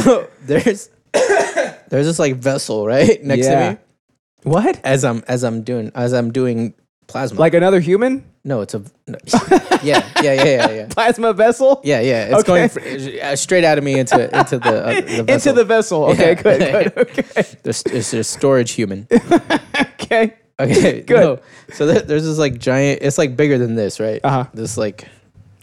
Speaker 2: So *laughs* there's *coughs* there's this like vessel right *laughs* next
Speaker 1: Yeah.
Speaker 2: to me
Speaker 1: What?
Speaker 2: as I'm as I'm doing as I'm doing plasma.
Speaker 1: Like another human
Speaker 2: no, it's a no,
Speaker 1: *laughs*
Speaker 2: yeah, yeah, yeah, yeah, yeah.
Speaker 1: plasma vessel?
Speaker 2: Yeah, yeah,
Speaker 1: Okay.
Speaker 2: it's going fr- uh, straight out of me into into the, uh,
Speaker 1: *laughs*
Speaker 2: the
Speaker 1: Into
Speaker 2: vessel.
Speaker 1: the vessel. Okay,
Speaker 2: Yeah.
Speaker 1: good, good.
Speaker 2: *laughs*
Speaker 1: Okay,
Speaker 2: There's, there's a storage
Speaker 1: *laughs*
Speaker 2: human.
Speaker 1: okay.
Speaker 2: Okay,
Speaker 1: Good.
Speaker 2: No. So there, there's this like giant. It's like bigger than this, right?
Speaker 1: Uh-huh.
Speaker 2: This like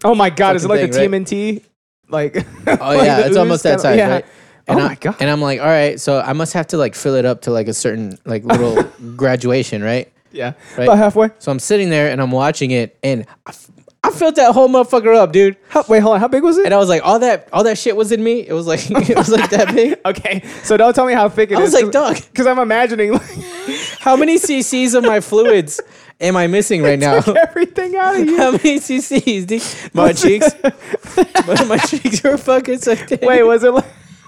Speaker 1: Oh my god, is it like
Speaker 2: Fucking
Speaker 1: the
Speaker 2: thing,
Speaker 1: TMNT? *laughs* Like
Speaker 2: Oh yeah, it's almost that size. Right? And
Speaker 1: oh
Speaker 2: I-
Speaker 1: my god.
Speaker 2: And I'm like, all right, so I must have to like fill it up to like a certain
Speaker 1: *laughs*
Speaker 2: like little graduation, right?
Speaker 1: yeah.
Speaker 2: Right?
Speaker 1: About halfway.
Speaker 2: So I'm sitting there and I'm watching it, and I, f- I filled that whole motherfucker up, dude.
Speaker 1: How, wait, hold on. How big was it?
Speaker 2: And I was like, all that all that shit was in me. It was like *laughs* it was like
Speaker 1: *laughs*
Speaker 2: that big.
Speaker 1: okay. So don't tell me how thick it is.
Speaker 2: I was like,
Speaker 1: *laughs*
Speaker 2: dog,
Speaker 1: because I'm imagining like,
Speaker 2: how many cc's of my fluids am I
Speaker 1: *laughs*
Speaker 2: missing right now?
Speaker 1: everything out of you.
Speaker 2: *laughs* How many cc's? dude?
Speaker 1: *laughs*
Speaker 2: My cheeks, *laughs* my, my cheeks were fucking sucked in.
Speaker 1: Wait, was it like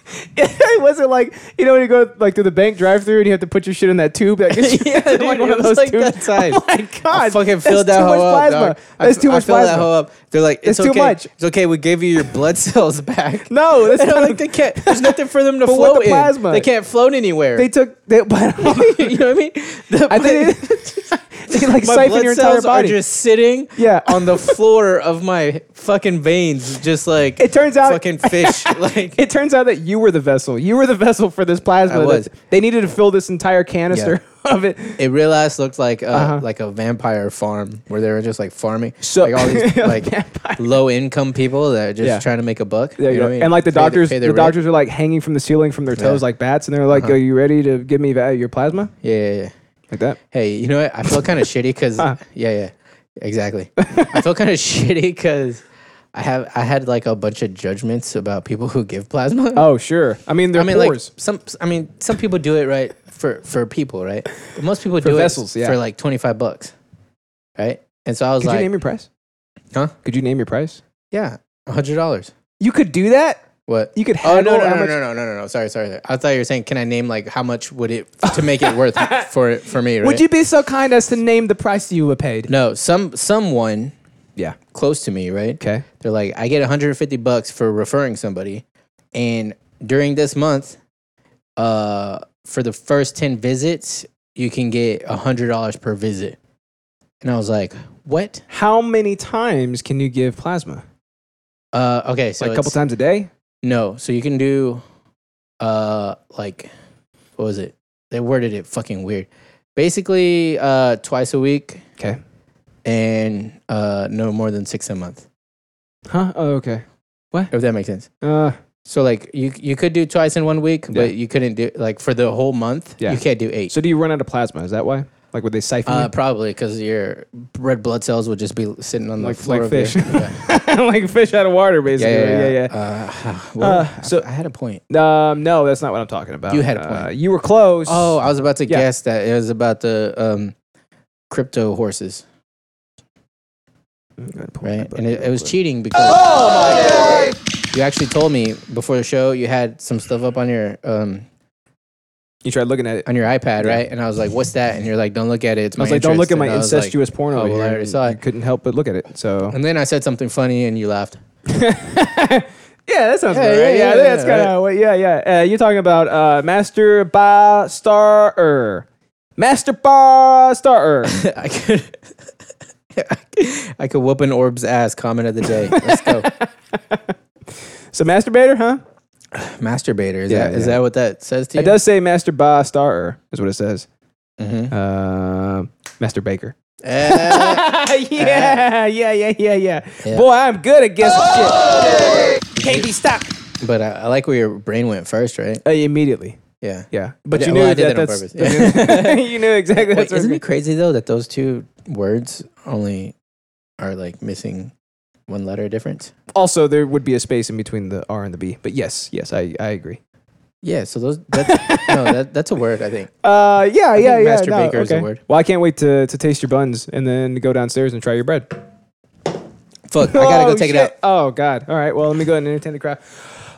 Speaker 1: *laughs* was it like you know when you go like through the bank drive through and you have to put your shit in that tube that *laughs*
Speaker 2: *laughs*
Speaker 1: gets you
Speaker 2: Yeah,
Speaker 1: into,
Speaker 2: dude, it was like *laughs* that size.
Speaker 1: Oh my god!
Speaker 2: I fucking
Speaker 1: that's
Speaker 2: filled that
Speaker 1: too
Speaker 2: whole
Speaker 1: much
Speaker 2: up.
Speaker 1: plasma.
Speaker 2: dog. I
Speaker 1: That's
Speaker 2: f-
Speaker 1: too much
Speaker 2: I filled
Speaker 1: plasma.
Speaker 2: that whole up. They're like,
Speaker 1: It's
Speaker 2: it's,
Speaker 1: too
Speaker 2: okay.
Speaker 1: much.
Speaker 2: It's okay. We gave you your blood *laughs* cells back.
Speaker 1: No,
Speaker 2: *laughs*
Speaker 1: that's
Speaker 2: And I'm
Speaker 1: not
Speaker 2: like
Speaker 1: *laughs*
Speaker 2: they can't. There's nothing for them to
Speaker 1: But with
Speaker 2: float
Speaker 1: the plasma- *laughs*
Speaker 2: *laughs* in. They can't float anywhere. *laughs*
Speaker 1: they took. They, but
Speaker 2: you know what I mean? The- *laughs*
Speaker 1: I think They like
Speaker 2: my
Speaker 1: siphon
Speaker 2: blood
Speaker 1: your entire
Speaker 2: cells
Speaker 1: body.
Speaker 2: are just sitting
Speaker 1: Yeah. *laughs*
Speaker 2: on the floor of my fucking veins, just like
Speaker 1: It turns out- *laughs*
Speaker 2: fucking fish. like
Speaker 1: it turns out that you were the vessel. You were the vessel for this plasma.
Speaker 2: I
Speaker 1: that's-
Speaker 2: was.
Speaker 1: They needed to fill this entire canister *laughs* of it.
Speaker 2: it realized looked like a,
Speaker 1: Uh-huh.
Speaker 2: like a vampire farm where they were just like farming,
Speaker 1: So-
Speaker 2: like all these
Speaker 1: Vampire.
Speaker 2: like low income people that are just
Speaker 1: Yeah.
Speaker 2: trying to make a buck.
Speaker 1: There you
Speaker 2: know
Speaker 1: go.
Speaker 2: what I mean?
Speaker 1: And like the
Speaker 2: Pay their-
Speaker 1: doctors,
Speaker 2: pay
Speaker 1: the
Speaker 2: their rent.
Speaker 1: doctors are like hanging from the ceiling from their toes
Speaker 2: Yeah. Uh-huh.
Speaker 1: like bats, and they're like, "Are you ready to give me that? Your plasma?"
Speaker 2: Yeah, yeah, yeah.
Speaker 1: Like that.
Speaker 2: Hey, you know what? I feel kind of shitty because yeah, yeah, exactly. I feel kind of *laughs* shitty because I have I had like a bunch of judgments about people who give plasma.
Speaker 1: Oh sure. I mean, they're
Speaker 2: I mean,
Speaker 1: pores.
Speaker 2: like some. I mean, some people do it right for for people, right? But most people do
Speaker 1: vessels,
Speaker 2: it
Speaker 1: yeah.
Speaker 2: for like twenty five bucks, right? And so I was
Speaker 1: Could
Speaker 2: like,
Speaker 1: you name your price?
Speaker 2: Huh?
Speaker 1: Could you name your price?
Speaker 2: yeah, hundred dollars.
Speaker 1: You could do that.
Speaker 2: What?
Speaker 1: You could
Speaker 2: Oh
Speaker 1: handle
Speaker 2: no no
Speaker 1: how
Speaker 2: no, no
Speaker 1: much-
Speaker 2: no no no no! Sorry sorry. sorry. I thought you were saying, can I name like how much would it to make it
Speaker 1: *laughs*
Speaker 2: worth it for for me? Right?
Speaker 1: Would you be so kind as to name the price you were paid?
Speaker 2: No, some someone
Speaker 1: Yeah.
Speaker 2: close to me, right?
Speaker 1: Okay.
Speaker 2: They're like, I get 150 bucks for referring somebody, and during this month, uh, for the first 10 visits, you can get hundred dollars per visit. And I was like, what?
Speaker 1: How many times can you give plasma?
Speaker 2: Uh, okay, so
Speaker 1: like a couple
Speaker 2: it's-
Speaker 1: times a day?
Speaker 2: No, so you can do, uh, like, what was it? They worded it fucking weird. Basically, uh, twice a week
Speaker 1: Okay.
Speaker 2: and uh, no more than six a month.
Speaker 1: Huh? Oh, okay.
Speaker 2: If that makes sense.
Speaker 1: Uh,
Speaker 2: So like you you could do twice in one week,
Speaker 1: Yeah.
Speaker 2: but you couldn't do like for the whole month.
Speaker 1: Yeah.
Speaker 2: You can't do eight.
Speaker 1: so do you run out of plasma? Is that why? Like would they siphon
Speaker 2: uh,
Speaker 1: you?
Speaker 2: probably because your red blood cells would just be sitting on
Speaker 1: Like-
Speaker 2: the floor
Speaker 1: like
Speaker 2: of your- *laughs*
Speaker 1: fish. *laughs* like fish out of water,
Speaker 2: Yeah,
Speaker 1: basically.
Speaker 2: yeah, yeah.
Speaker 1: yeah.
Speaker 2: Uh, *sighs* well,
Speaker 1: Uh, so-
Speaker 2: so I had a point.
Speaker 1: Um, no, that's not what I'm talking about.
Speaker 2: You had a
Speaker 1: Uh,
Speaker 2: point.
Speaker 1: you were close.
Speaker 2: Oh, I was about to
Speaker 1: Yeah.
Speaker 2: guess that it was about the um, crypto horses, right? And it, it was cheating because you actually told me before the show you had some stuff up on your um,
Speaker 1: You tried looking at it.
Speaker 2: on your iPad,
Speaker 1: Yeah.
Speaker 2: right? And I was like, "What's that?" And you're like, "Don't look at it." It's
Speaker 1: I was
Speaker 2: my
Speaker 1: like, don't look at my
Speaker 2: interest." And I was like-
Speaker 1: incestuous porno.
Speaker 2: oh,
Speaker 1: over
Speaker 2: well, I
Speaker 1: here.
Speaker 2: already saw
Speaker 1: You
Speaker 2: it.
Speaker 1: couldn't help but look at it.
Speaker 2: *laughs*
Speaker 1: So
Speaker 2: And then I said something funny, and you laughed. *laughs*
Speaker 1: Yeah, that sounds
Speaker 2: Yeah,
Speaker 1: about right.
Speaker 2: yeah,
Speaker 1: Yeah,
Speaker 2: yeah,
Speaker 1: I think that's
Speaker 2: yeah,
Speaker 1: kind of what. Yeah, yeah. Uh, you're talking about uh, Master Ba Starer, Master Ba
Speaker 2: *laughs*
Speaker 1: Starer.
Speaker 2: I could, I could whoop an orb's ass. Comment of the day.
Speaker 1: *laughs*
Speaker 2: Let's go.
Speaker 1: so masturbator, huh?
Speaker 2: Masturbator. Is,
Speaker 1: Yeah,
Speaker 2: that, is
Speaker 1: yeah.
Speaker 2: that what that says to you?
Speaker 1: It does say Master Ba Starer, is what it says.
Speaker 2: Mhm.
Speaker 1: Uh, Master Baker.
Speaker 2: Eh,
Speaker 1: *laughs* yeah, yeah, yeah, yeah, yeah,
Speaker 2: Yeah.
Speaker 1: Boy, I'm good at guessing shit. Can't be stopped.
Speaker 2: but I, I like where your brain went first, right?
Speaker 1: Uh, immediately.
Speaker 2: Yeah.
Speaker 1: Yeah, but
Speaker 2: Yeah,
Speaker 1: you knew
Speaker 2: well, I
Speaker 1: that.
Speaker 2: did
Speaker 1: That's,
Speaker 2: that on *laughs* purpose.
Speaker 1: *laughs* you knew exactly.
Speaker 2: Wait,
Speaker 1: that's what
Speaker 2: isn't
Speaker 1: it-
Speaker 2: it crazy though that those two words only are like missing one letter difference?
Speaker 1: also, there would be a space in between the R and the B. But yes, yes, I, I agree.
Speaker 2: Yeah. So those.
Speaker 1: *laughs*
Speaker 2: That's, no, that, that's a word. I think.
Speaker 1: Uh, yeah, yeah,
Speaker 2: think
Speaker 1: yeah.
Speaker 2: Master Baker is the word.
Speaker 1: Well, I can't wait to, to taste your buns and then go downstairs and try your bread.
Speaker 2: Fuck. I gotta go
Speaker 1: Oh,
Speaker 2: take it
Speaker 1: shit.
Speaker 2: out.
Speaker 1: Oh God! All right. Well, let me go ahead and entertain the crowd.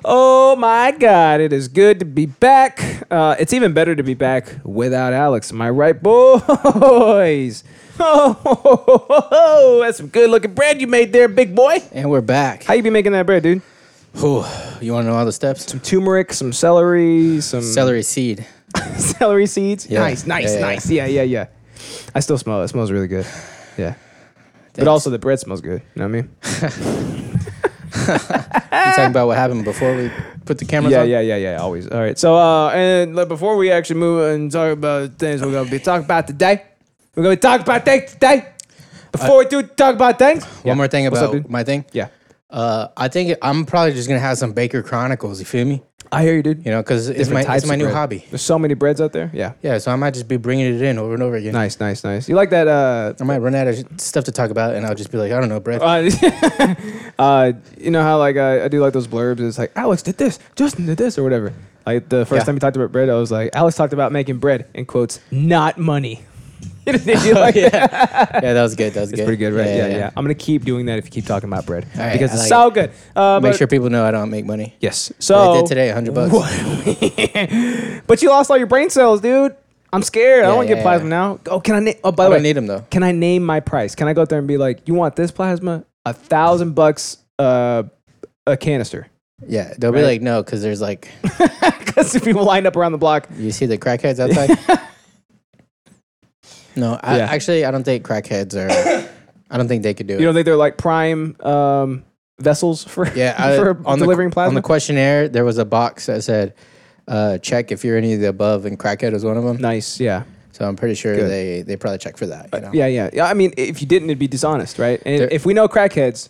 Speaker 1: Oh my God! It is good to be back. Uh, it's even better to be back without Alex. Am I right, boys? *laughs* Oh, *laughs* that's some good looking bread you made there, big boy.
Speaker 2: And we're back.
Speaker 1: How you be making that bread, dude?
Speaker 2: Whew. You want to know all the steps?
Speaker 1: Turmeric, some celery, some
Speaker 2: Celery seed.
Speaker 1: *laughs* celery seeds.
Speaker 2: Yeah.
Speaker 1: Nice, nice,
Speaker 2: Yeah, yeah,
Speaker 1: nice. Yeah, yeah, yeah. I still smell it. It smells really good. Yeah. But also the bread smells good. You know what I mean?
Speaker 2: You talking about what happened before we put the cameras
Speaker 1: Ah. Yeah,
Speaker 2: on?
Speaker 1: yeah, yeah, yeah. Always. All right. So, uh, and like, before we actually move and talk about things we're gonna be talking about today, we're gonna be talking about things today. Before we do talk about things, one
Speaker 2: Uh, One more thing
Speaker 1: What's up,
Speaker 2: about
Speaker 1: dude?
Speaker 2: my thing.
Speaker 1: Yeah,
Speaker 2: Uh, I think I'm probably just gonna have some Baker Chronicles. You feel me?
Speaker 1: I hear you, dude.
Speaker 2: You know, because it's
Speaker 1: Different
Speaker 2: my
Speaker 1: types
Speaker 2: it's my
Speaker 1: of
Speaker 2: new
Speaker 1: bread.
Speaker 2: hobby.
Speaker 1: There's so many breads out there. Yeah.
Speaker 2: Yeah, so I might just be bringing it in over and over again.
Speaker 1: Nice, nice, nice. You like that? Uh,
Speaker 2: I might run out of stuff to talk about, and I'll just be like, I don't know, bread.
Speaker 1: uh, *laughs* uh, you know how like I, I do like those blurbs. It's like Alex did this, Justin did this, or whatever. Like the first
Speaker 2: Yeah.
Speaker 1: time you talked about bread, I was like, Alex talked about making bread in quotes, not money. *laughs* you
Speaker 2: *laughs*
Speaker 1: like
Speaker 2: yeah,
Speaker 1: that?
Speaker 2: yeah, that was good.
Speaker 1: *laughs*
Speaker 2: That was good.
Speaker 1: Pretty good, right? Yeah yeah, I'm gonna keep doing that if you keep talking about bread
Speaker 2: All right,
Speaker 1: because
Speaker 2: I
Speaker 1: it's
Speaker 2: like
Speaker 1: so good. Uh,
Speaker 2: Make
Speaker 1: but-
Speaker 2: sure people know I don't make money.
Speaker 1: Yes.
Speaker 2: But
Speaker 1: So
Speaker 2: I did today, 100 bucks.
Speaker 1: What- *laughs* but you lost all your brain cells, dude. I'm scared. I
Speaker 2: Yeah,
Speaker 1: don't want to
Speaker 2: yeah,
Speaker 1: get plasma
Speaker 2: yeah.
Speaker 1: now. Oh, can I? Na- oh, by
Speaker 2: I
Speaker 1: the
Speaker 2: don't
Speaker 1: way,
Speaker 2: need them though.
Speaker 1: can I name my price? Can I go out there and be like, you want this plasma? A thousand bucks uh, a canister. *laughs*
Speaker 2: Yeah, they'll be
Speaker 1: Right.
Speaker 2: like, no, because there's like,
Speaker 1: *laughs* Because people lined up around the block.
Speaker 2: you see the crackheads outside. No, I,
Speaker 1: Yeah.
Speaker 2: actually, I don't think crackheads are. I don't think they could do it.
Speaker 1: You don't think they're like prime um, vessels for
Speaker 2: yeah, I,
Speaker 1: *laughs* for
Speaker 2: on
Speaker 1: delivering
Speaker 2: the, on
Speaker 1: plasma?
Speaker 2: the questionnaire, there was a box that said, uh, "Check if you're any of the above," and crackhead was one of them.
Speaker 1: nice, yeah,
Speaker 2: So I'm pretty sure
Speaker 1: Good.
Speaker 2: they they probably check for that. You know?
Speaker 1: yeah, yeah, yeah. I mean, if you didn't, it'd be dishonest, right? And
Speaker 2: There-
Speaker 1: if we know crackheads,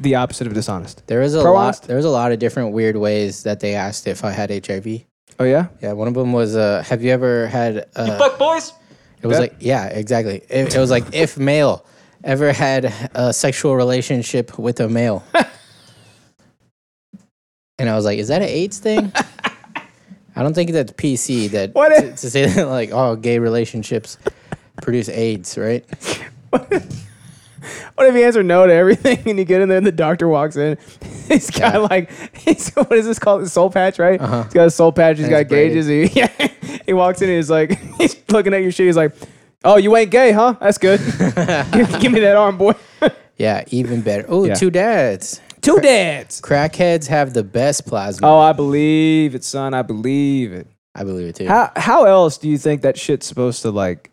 Speaker 1: the opposite of dishonest.
Speaker 2: There is a
Speaker 1: Pro
Speaker 2: lot.
Speaker 1: honest?
Speaker 2: There was a lot of different weird ways that they asked if I had HIV.
Speaker 1: Oh yeah,
Speaker 2: Yeah, one of them was, uh, "Have you ever had?" Uh,
Speaker 1: fuck boys.
Speaker 2: It was
Speaker 1: That-
Speaker 2: like, yeah, exactly. It, it was like if male ever had a sexual relationship with a male. *laughs* and I was like, is that an
Speaker 1: *laughs*
Speaker 2: AIDS thing? I don't think that's PC that
Speaker 1: What
Speaker 2: to,
Speaker 1: if-
Speaker 2: to say that like all gay relationships produce AIDS, right?
Speaker 1: What if you answer no to everything *laughs* and you get in there and the doctor walks in? *laughs* He's got
Speaker 2: Yeah.
Speaker 1: like, *laughs* he's, what is this called? A soul patch, right? He's got a soul patch. He's
Speaker 2: And
Speaker 1: got
Speaker 2: it's braided.
Speaker 1: gauges. He, *laughs* yeah, he walks in and he's like, *laughs* he's looking at your shit. He's like, oh, you ain't gay, huh? That's good. give, give me that arm, boy.
Speaker 2: Yeah, even better. Oh,
Speaker 1: Yeah.
Speaker 2: two dads.
Speaker 1: Two dads.
Speaker 2: Crackheads have the best plasma.
Speaker 1: Oh, I believe it, son. I believe it.
Speaker 2: I believe it too.
Speaker 1: How how else do you think that shit's supposed to like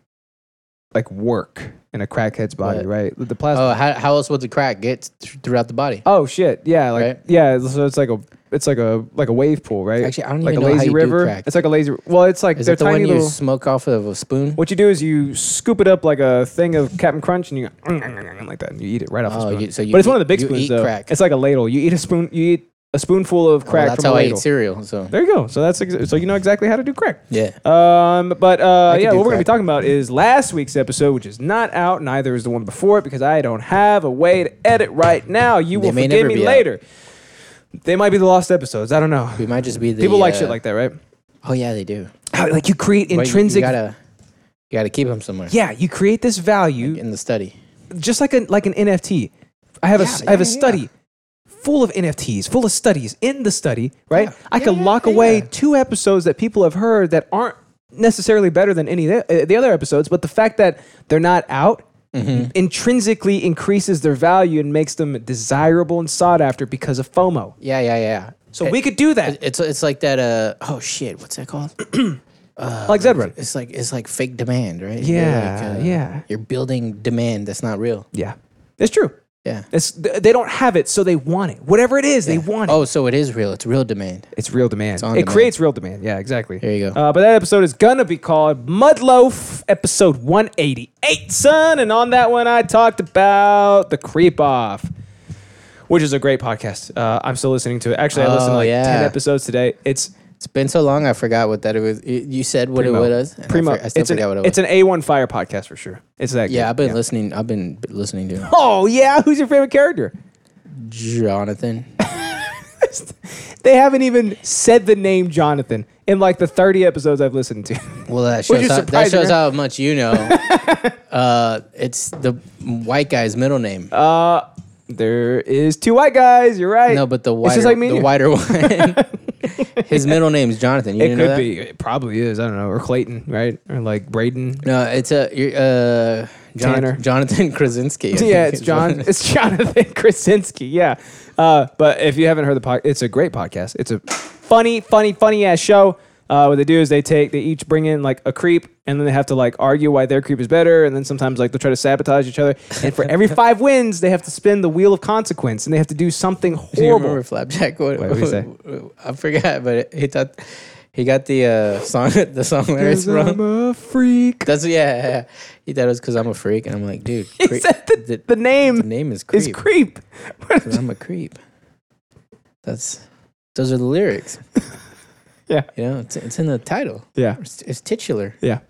Speaker 1: like work in a crackhead's body,
Speaker 2: What?
Speaker 1: right? The plasma.
Speaker 2: Oh, how, how else would the crack get th- throughout the body?
Speaker 1: Oh, shit, yeah, like
Speaker 2: Right.
Speaker 1: yeah. So it's like a it's like a like a wave pool, right?
Speaker 2: Actually, I don't
Speaker 1: like
Speaker 2: even
Speaker 1: a
Speaker 2: know how
Speaker 1: lazy
Speaker 2: you do
Speaker 1: river.
Speaker 2: crack.
Speaker 1: It's like a lazy. Well, it's like
Speaker 2: Is
Speaker 1: they're
Speaker 2: that the one
Speaker 1: tiny
Speaker 2: you
Speaker 1: little.
Speaker 2: smoke off of a spoon?
Speaker 1: what you do is you scoop it up like a thing of Captain Crunch, and you go, *laughs* like that, and you eat it right off
Speaker 2: Oh,
Speaker 1: the spoon.
Speaker 2: you- so you
Speaker 1: but it's one
Speaker 2: eat-
Speaker 1: of the big
Speaker 2: you
Speaker 1: spoons
Speaker 2: eat
Speaker 1: though.
Speaker 2: crack.
Speaker 1: It's like a ladle. You eat a spoon. You eat a spoonful of
Speaker 2: Well,
Speaker 1: crack
Speaker 2: that's
Speaker 1: from
Speaker 2: how
Speaker 1: a
Speaker 2: I
Speaker 1: ladle.
Speaker 2: eat cereal. So
Speaker 1: there you go. So that's ex- so you know exactly how to do crack.
Speaker 2: yeah.
Speaker 1: Um, but uh,
Speaker 2: could
Speaker 1: yeah,
Speaker 2: do
Speaker 1: what we're gonna be
Speaker 2: crack.
Speaker 1: talking about is last week's episode, which is not out. Neither is the one before it because I don't have a way to edit right now. You
Speaker 2: They
Speaker 1: will
Speaker 2: may
Speaker 1: forgive
Speaker 2: never
Speaker 1: me
Speaker 2: be out.
Speaker 1: later. They might be the lost episodes. I don't know.
Speaker 2: We might just be the
Speaker 1: People like
Speaker 2: uh,
Speaker 1: shit like that, right?
Speaker 2: Oh yeah, they do.
Speaker 1: How, like you create
Speaker 2: But you-
Speaker 1: intrinsic.
Speaker 2: You, gotta, you gotta keep them somewhere.
Speaker 1: yeah, you create this value
Speaker 2: In the study.
Speaker 1: just like a like an NFT. I have a
Speaker 2: Yeah,
Speaker 1: s- I have a
Speaker 2: yeah, yeah.
Speaker 1: study full of NFTs, full of studies in the study, right?
Speaker 2: Yeah.
Speaker 1: I
Speaker 2: Yeah,
Speaker 1: could
Speaker 2: yeah,
Speaker 1: lock
Speaker 2: yeah,
Speaker 1: away
Speaker 2: yeah.
Speaker 1: two episodes that people have heard that aren't necessarily better than any of the, uh, the other episodes, but the fact that they're not out intrinsically increases their value and makes them desirable and sought after because of FOMO.
Speaker 2: Yeah, yeah, yeah.
Speaker 1: So we could do that,
Speaker 2: It's it's like that. Uh oh shit, what's that called?
Speaker 1: like Zedrun.
Speaker 2: It's like it's like fake demand, right? You're
Speaker 1: Yeah,
Speaker 2: like, uh,
Speaker 1: yeah.
Speaker 2: You're building demand that's not real.
Speaker 1: Yeah, it's true.
Speaker 2: Yeah.
Speaker 1: It's th- they don't have it, so they want it. Whatever it is, they want it.
Speaker 2: Oh, so it is real. It's real demand.
Speaker 1: It's real demand.
Speaker 2: on
Speaker 1: it
Speaker 2: demand.
Speaker 1: creates real demand. Yeah, exactly.
Speaker 2: There you go.
Speaker 1: Uh, but that episode is gonna be called Mudloaf, episode 188, son. And on that one, I talked about the creep off, which is a great podcast. Uh, I'm still listening to it. Actually, I listened to
Speaker 2: Oh,
Speaker 1: like
Speaker 2: yeah.
Speaker 1: ten episodes today. It's
Speaker 2: It's been so long, I forgot what that it was. You you said what
Speaker 1: primo.
Speaker 2: it was. and I
Speaker 1: Primo.
Speaker 2: for- I, still
Speaker 1: it's, an,
Speaker 2: forgot what it was.
Speaker 1: it's an A1 Fire podcast for sure. It's that. good.
Speaker 2: yeah, I've been listening. I've been b- listening to
Speaker 1: Oh yeah, who's your favorite character?
Speaker 2: Jonathan.
Speaker 1: They haven't even said the name Jonathan in like the 30 episodes I've listened to. *laughs*
Speaker 2: Well, that
Speaker 1: Which
Speaker 2: shows,
Speaker 1: is
Speaker 2: how, that
Speaker 1: surprising,
Speaker 2: shows
Speaker 1: right?
Speaker 2: how much you
Speaker 1: *laughs*
Speaker 2: know. uh, it's the white guy's middle name.
Speaker 1: Uh, there is two white guys. You're right.
Speaker 2: no, but the
Speaker 1: it's
Speaker 2: whiter,
Speaker 1: just like me and
Speaker 2: the
Speaker 1: you.
Speaker 2: whiter one.
Speaker 1: *laughs*
Speaker 2: His middle name's Jonathan. You
Speaker 1: It
Speaker 2: didn't know
Speaker 1: could
Speaker 2: that?
Speaker 1: be. It probably is. I don't know. Or Clayton, right? Or like Braden.
Speaker 2: No, it's a you're, uh, Jon-
Speaker 1: Tanner.
Speaker 2: Jonathan *laughs*
Speaker 1: *laughs* *laughs*
Speaker 2: Krasinski. I
Speaker 1: Yeah,
Speaker 2: think
Speaker 1: it's
Speaker 2: is
Speaker 1: John.
Speaker 2: *laughs* what-
Speaker 1: It's Jonathan *laughs* Krasinski. Yeah. Uh, but if you haven't heard the podcast, it's a great podcast. It's a funny, funny, funny ass show. Uh, what they do is they take they each bring in like a creep, and then they have to like argue why their creep is better, and then sometimes like they'll try to sabotage each other. And for *laughs* every five wins, they have to spin the wheel of consequence, and they have to do something
Speaker 2: Do you
Speaker 1: horrible.
Speaker 2: remember Flapjack? What,
Speaker 1: what'd he say?
Speaker 2: I forgot, but he thought he got the uh, song *laughs* the song lyrics
Speaker 1: 'Cause I'm
Speaker 2: wrong.
Speaker 1: a freak.
Speaker 2: That's yeah, yeah, yeah. He thought it was because I'm a freak, and I'm like, dude,
Speaker 1: He
Speaker 2: creep-
Speaker 1: said the, the name
Speaker 2: the name is
Speaker 1: is creep.
Speaker 2: creep. Cause I'm a creep. That's those are the lyrics.
Speaker 1: *laughs* Yeah.
Speaker 2: You know, it's, it's in the title.
Speaker 1: yeah.
Speaker 2: It's, it's titular.
Speaker 1: Yeah.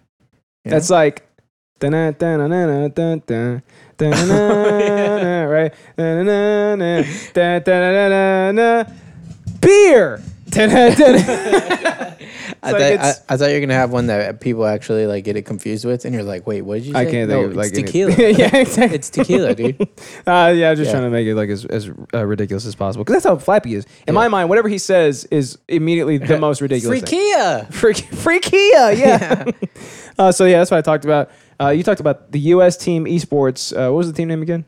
Speaker 2: you
Speaker 1: That's like dun-dun, dun-dun, dun-dun, dun-dun, dun-dun, *laughs* dun-dun, right? Dun-dun, dun-dun, dun-dun, dun-dun, dun-dun. Beer. Dun-dun, *laughs* dun-dun.
Speaker 2: know? I,
Speaker 1: like
Speaker 2: thought,
Speaker 1: it's-
Speaker 2: I, I thought you were gonna have one that people actually like get it confused with, and you're like, wait, what did you say?
Speaker 1: I can't
Speaker 2: no,
Speaker 1: think of like
Speaker 2: it's
Speaker 1: any-
Speaker 2: tequila.
Speaker 1: *laughs* yeah, exactly.
Speaker 2: it's
Speaker 1: *laughs*
Speaker 2: tequila, dude.
Speaker 1: Uh, yeah, I'm just
Speaker 2: Yeah.
Speaker 1: trying to make it like as, as uh, ridiculous as possible because that's how Flappy is. In my mind, whatever he says is immediately *laughs* the most ridiculous. thing.
Speaker 2: Freakia.
Speaker 1: Freak, Freakia, *laughs* yeah. uh, so yeah, that's what I talked about. Uh, you talked about the U.S. team esports. Uh, what was the team name again?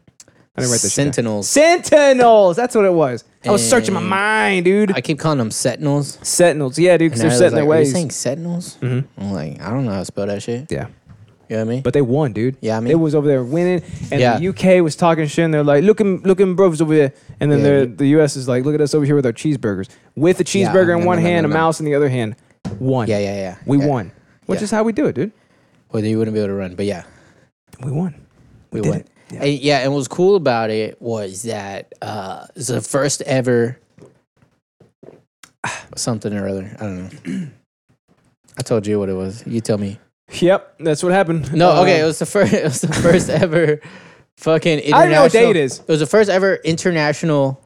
Speaker 1: I didn't write this. shit down.
Speaker 2: Sentinels.
Speaker 1: Sentinels. That's what it was. I was searching my
Speaker 2: And-
Speaker 1: mind, dude.
Speaker 2: I keep calling them sentinels.
Speaker 1: Sentinels. Yeah, dude. Because
Speaker 2: And I
Speaker 1: they're
Speaker 2: was
Speaker 1: setting
Speaker 2: like,
Speaker 1: their
Speaker 2: Are you
Speaker 1: ways.
Speaker 2: saying sentinels? Mm-hmm. I'm like, I don't know how to spell that shit.
Speaker 1: yeah.
Speaker 2: You know what I mean?
Speaker 1: But they won, dude.
Speaker 2: Yeah, I mean-
Speaker 1: they was over there winning, and
Speaker 2: Yeah.
Speaker 1: the UK was talking shit, and they're like, "Look at look at 'em bros over there," and then
Speaker 2: Yeah,
Speaker 1: they're-
Speaker 2: you-
Speaker 1: the US is like, "Look at us over here with our cheeseburgers, with a
Speaker 2: Yeah,
Speaker 1: cheeseburger in
Speaker 2: no,
Speaker 1: one
Speaker 2: no, no,
Speaker 1: hand,
Speaker 2: no,
Speaker 1: a
Speaker 2: no.
Speaker 1: mouse in the other hand." Won.
Speaker 2: Yeah, yeah, yeah.
Speaker 1: We
Speaker 2: yeah.
Speaker 1: won, which
Speaker 2: Yeah.
Speaker 1: is how we do it, dude.
Speaker 2: Well, then you wouldn't be able to run, but yeah,
Speaker 1: We won.
Speaker 2: we,
Speaker 1: did
Speaker 2: won.
Speaker 1: it.
Speaker 2: And- Yeah. And, what was cool about it was that uh, it's the first ever something or other. I don't know. *clears throat* I told you what it was. You tell me.
Speaker 1: Yep, that's what happened.
Speaker 2: No, okay. It
Speaker 1: Um,
Speaker 2: was the first. *laughs* It was the
Speaker 1: *laughs*
Speaker 2: first ever fucking. International,
Speaker 1: I don't know what day it is.
Speaker 2: It was the first ever international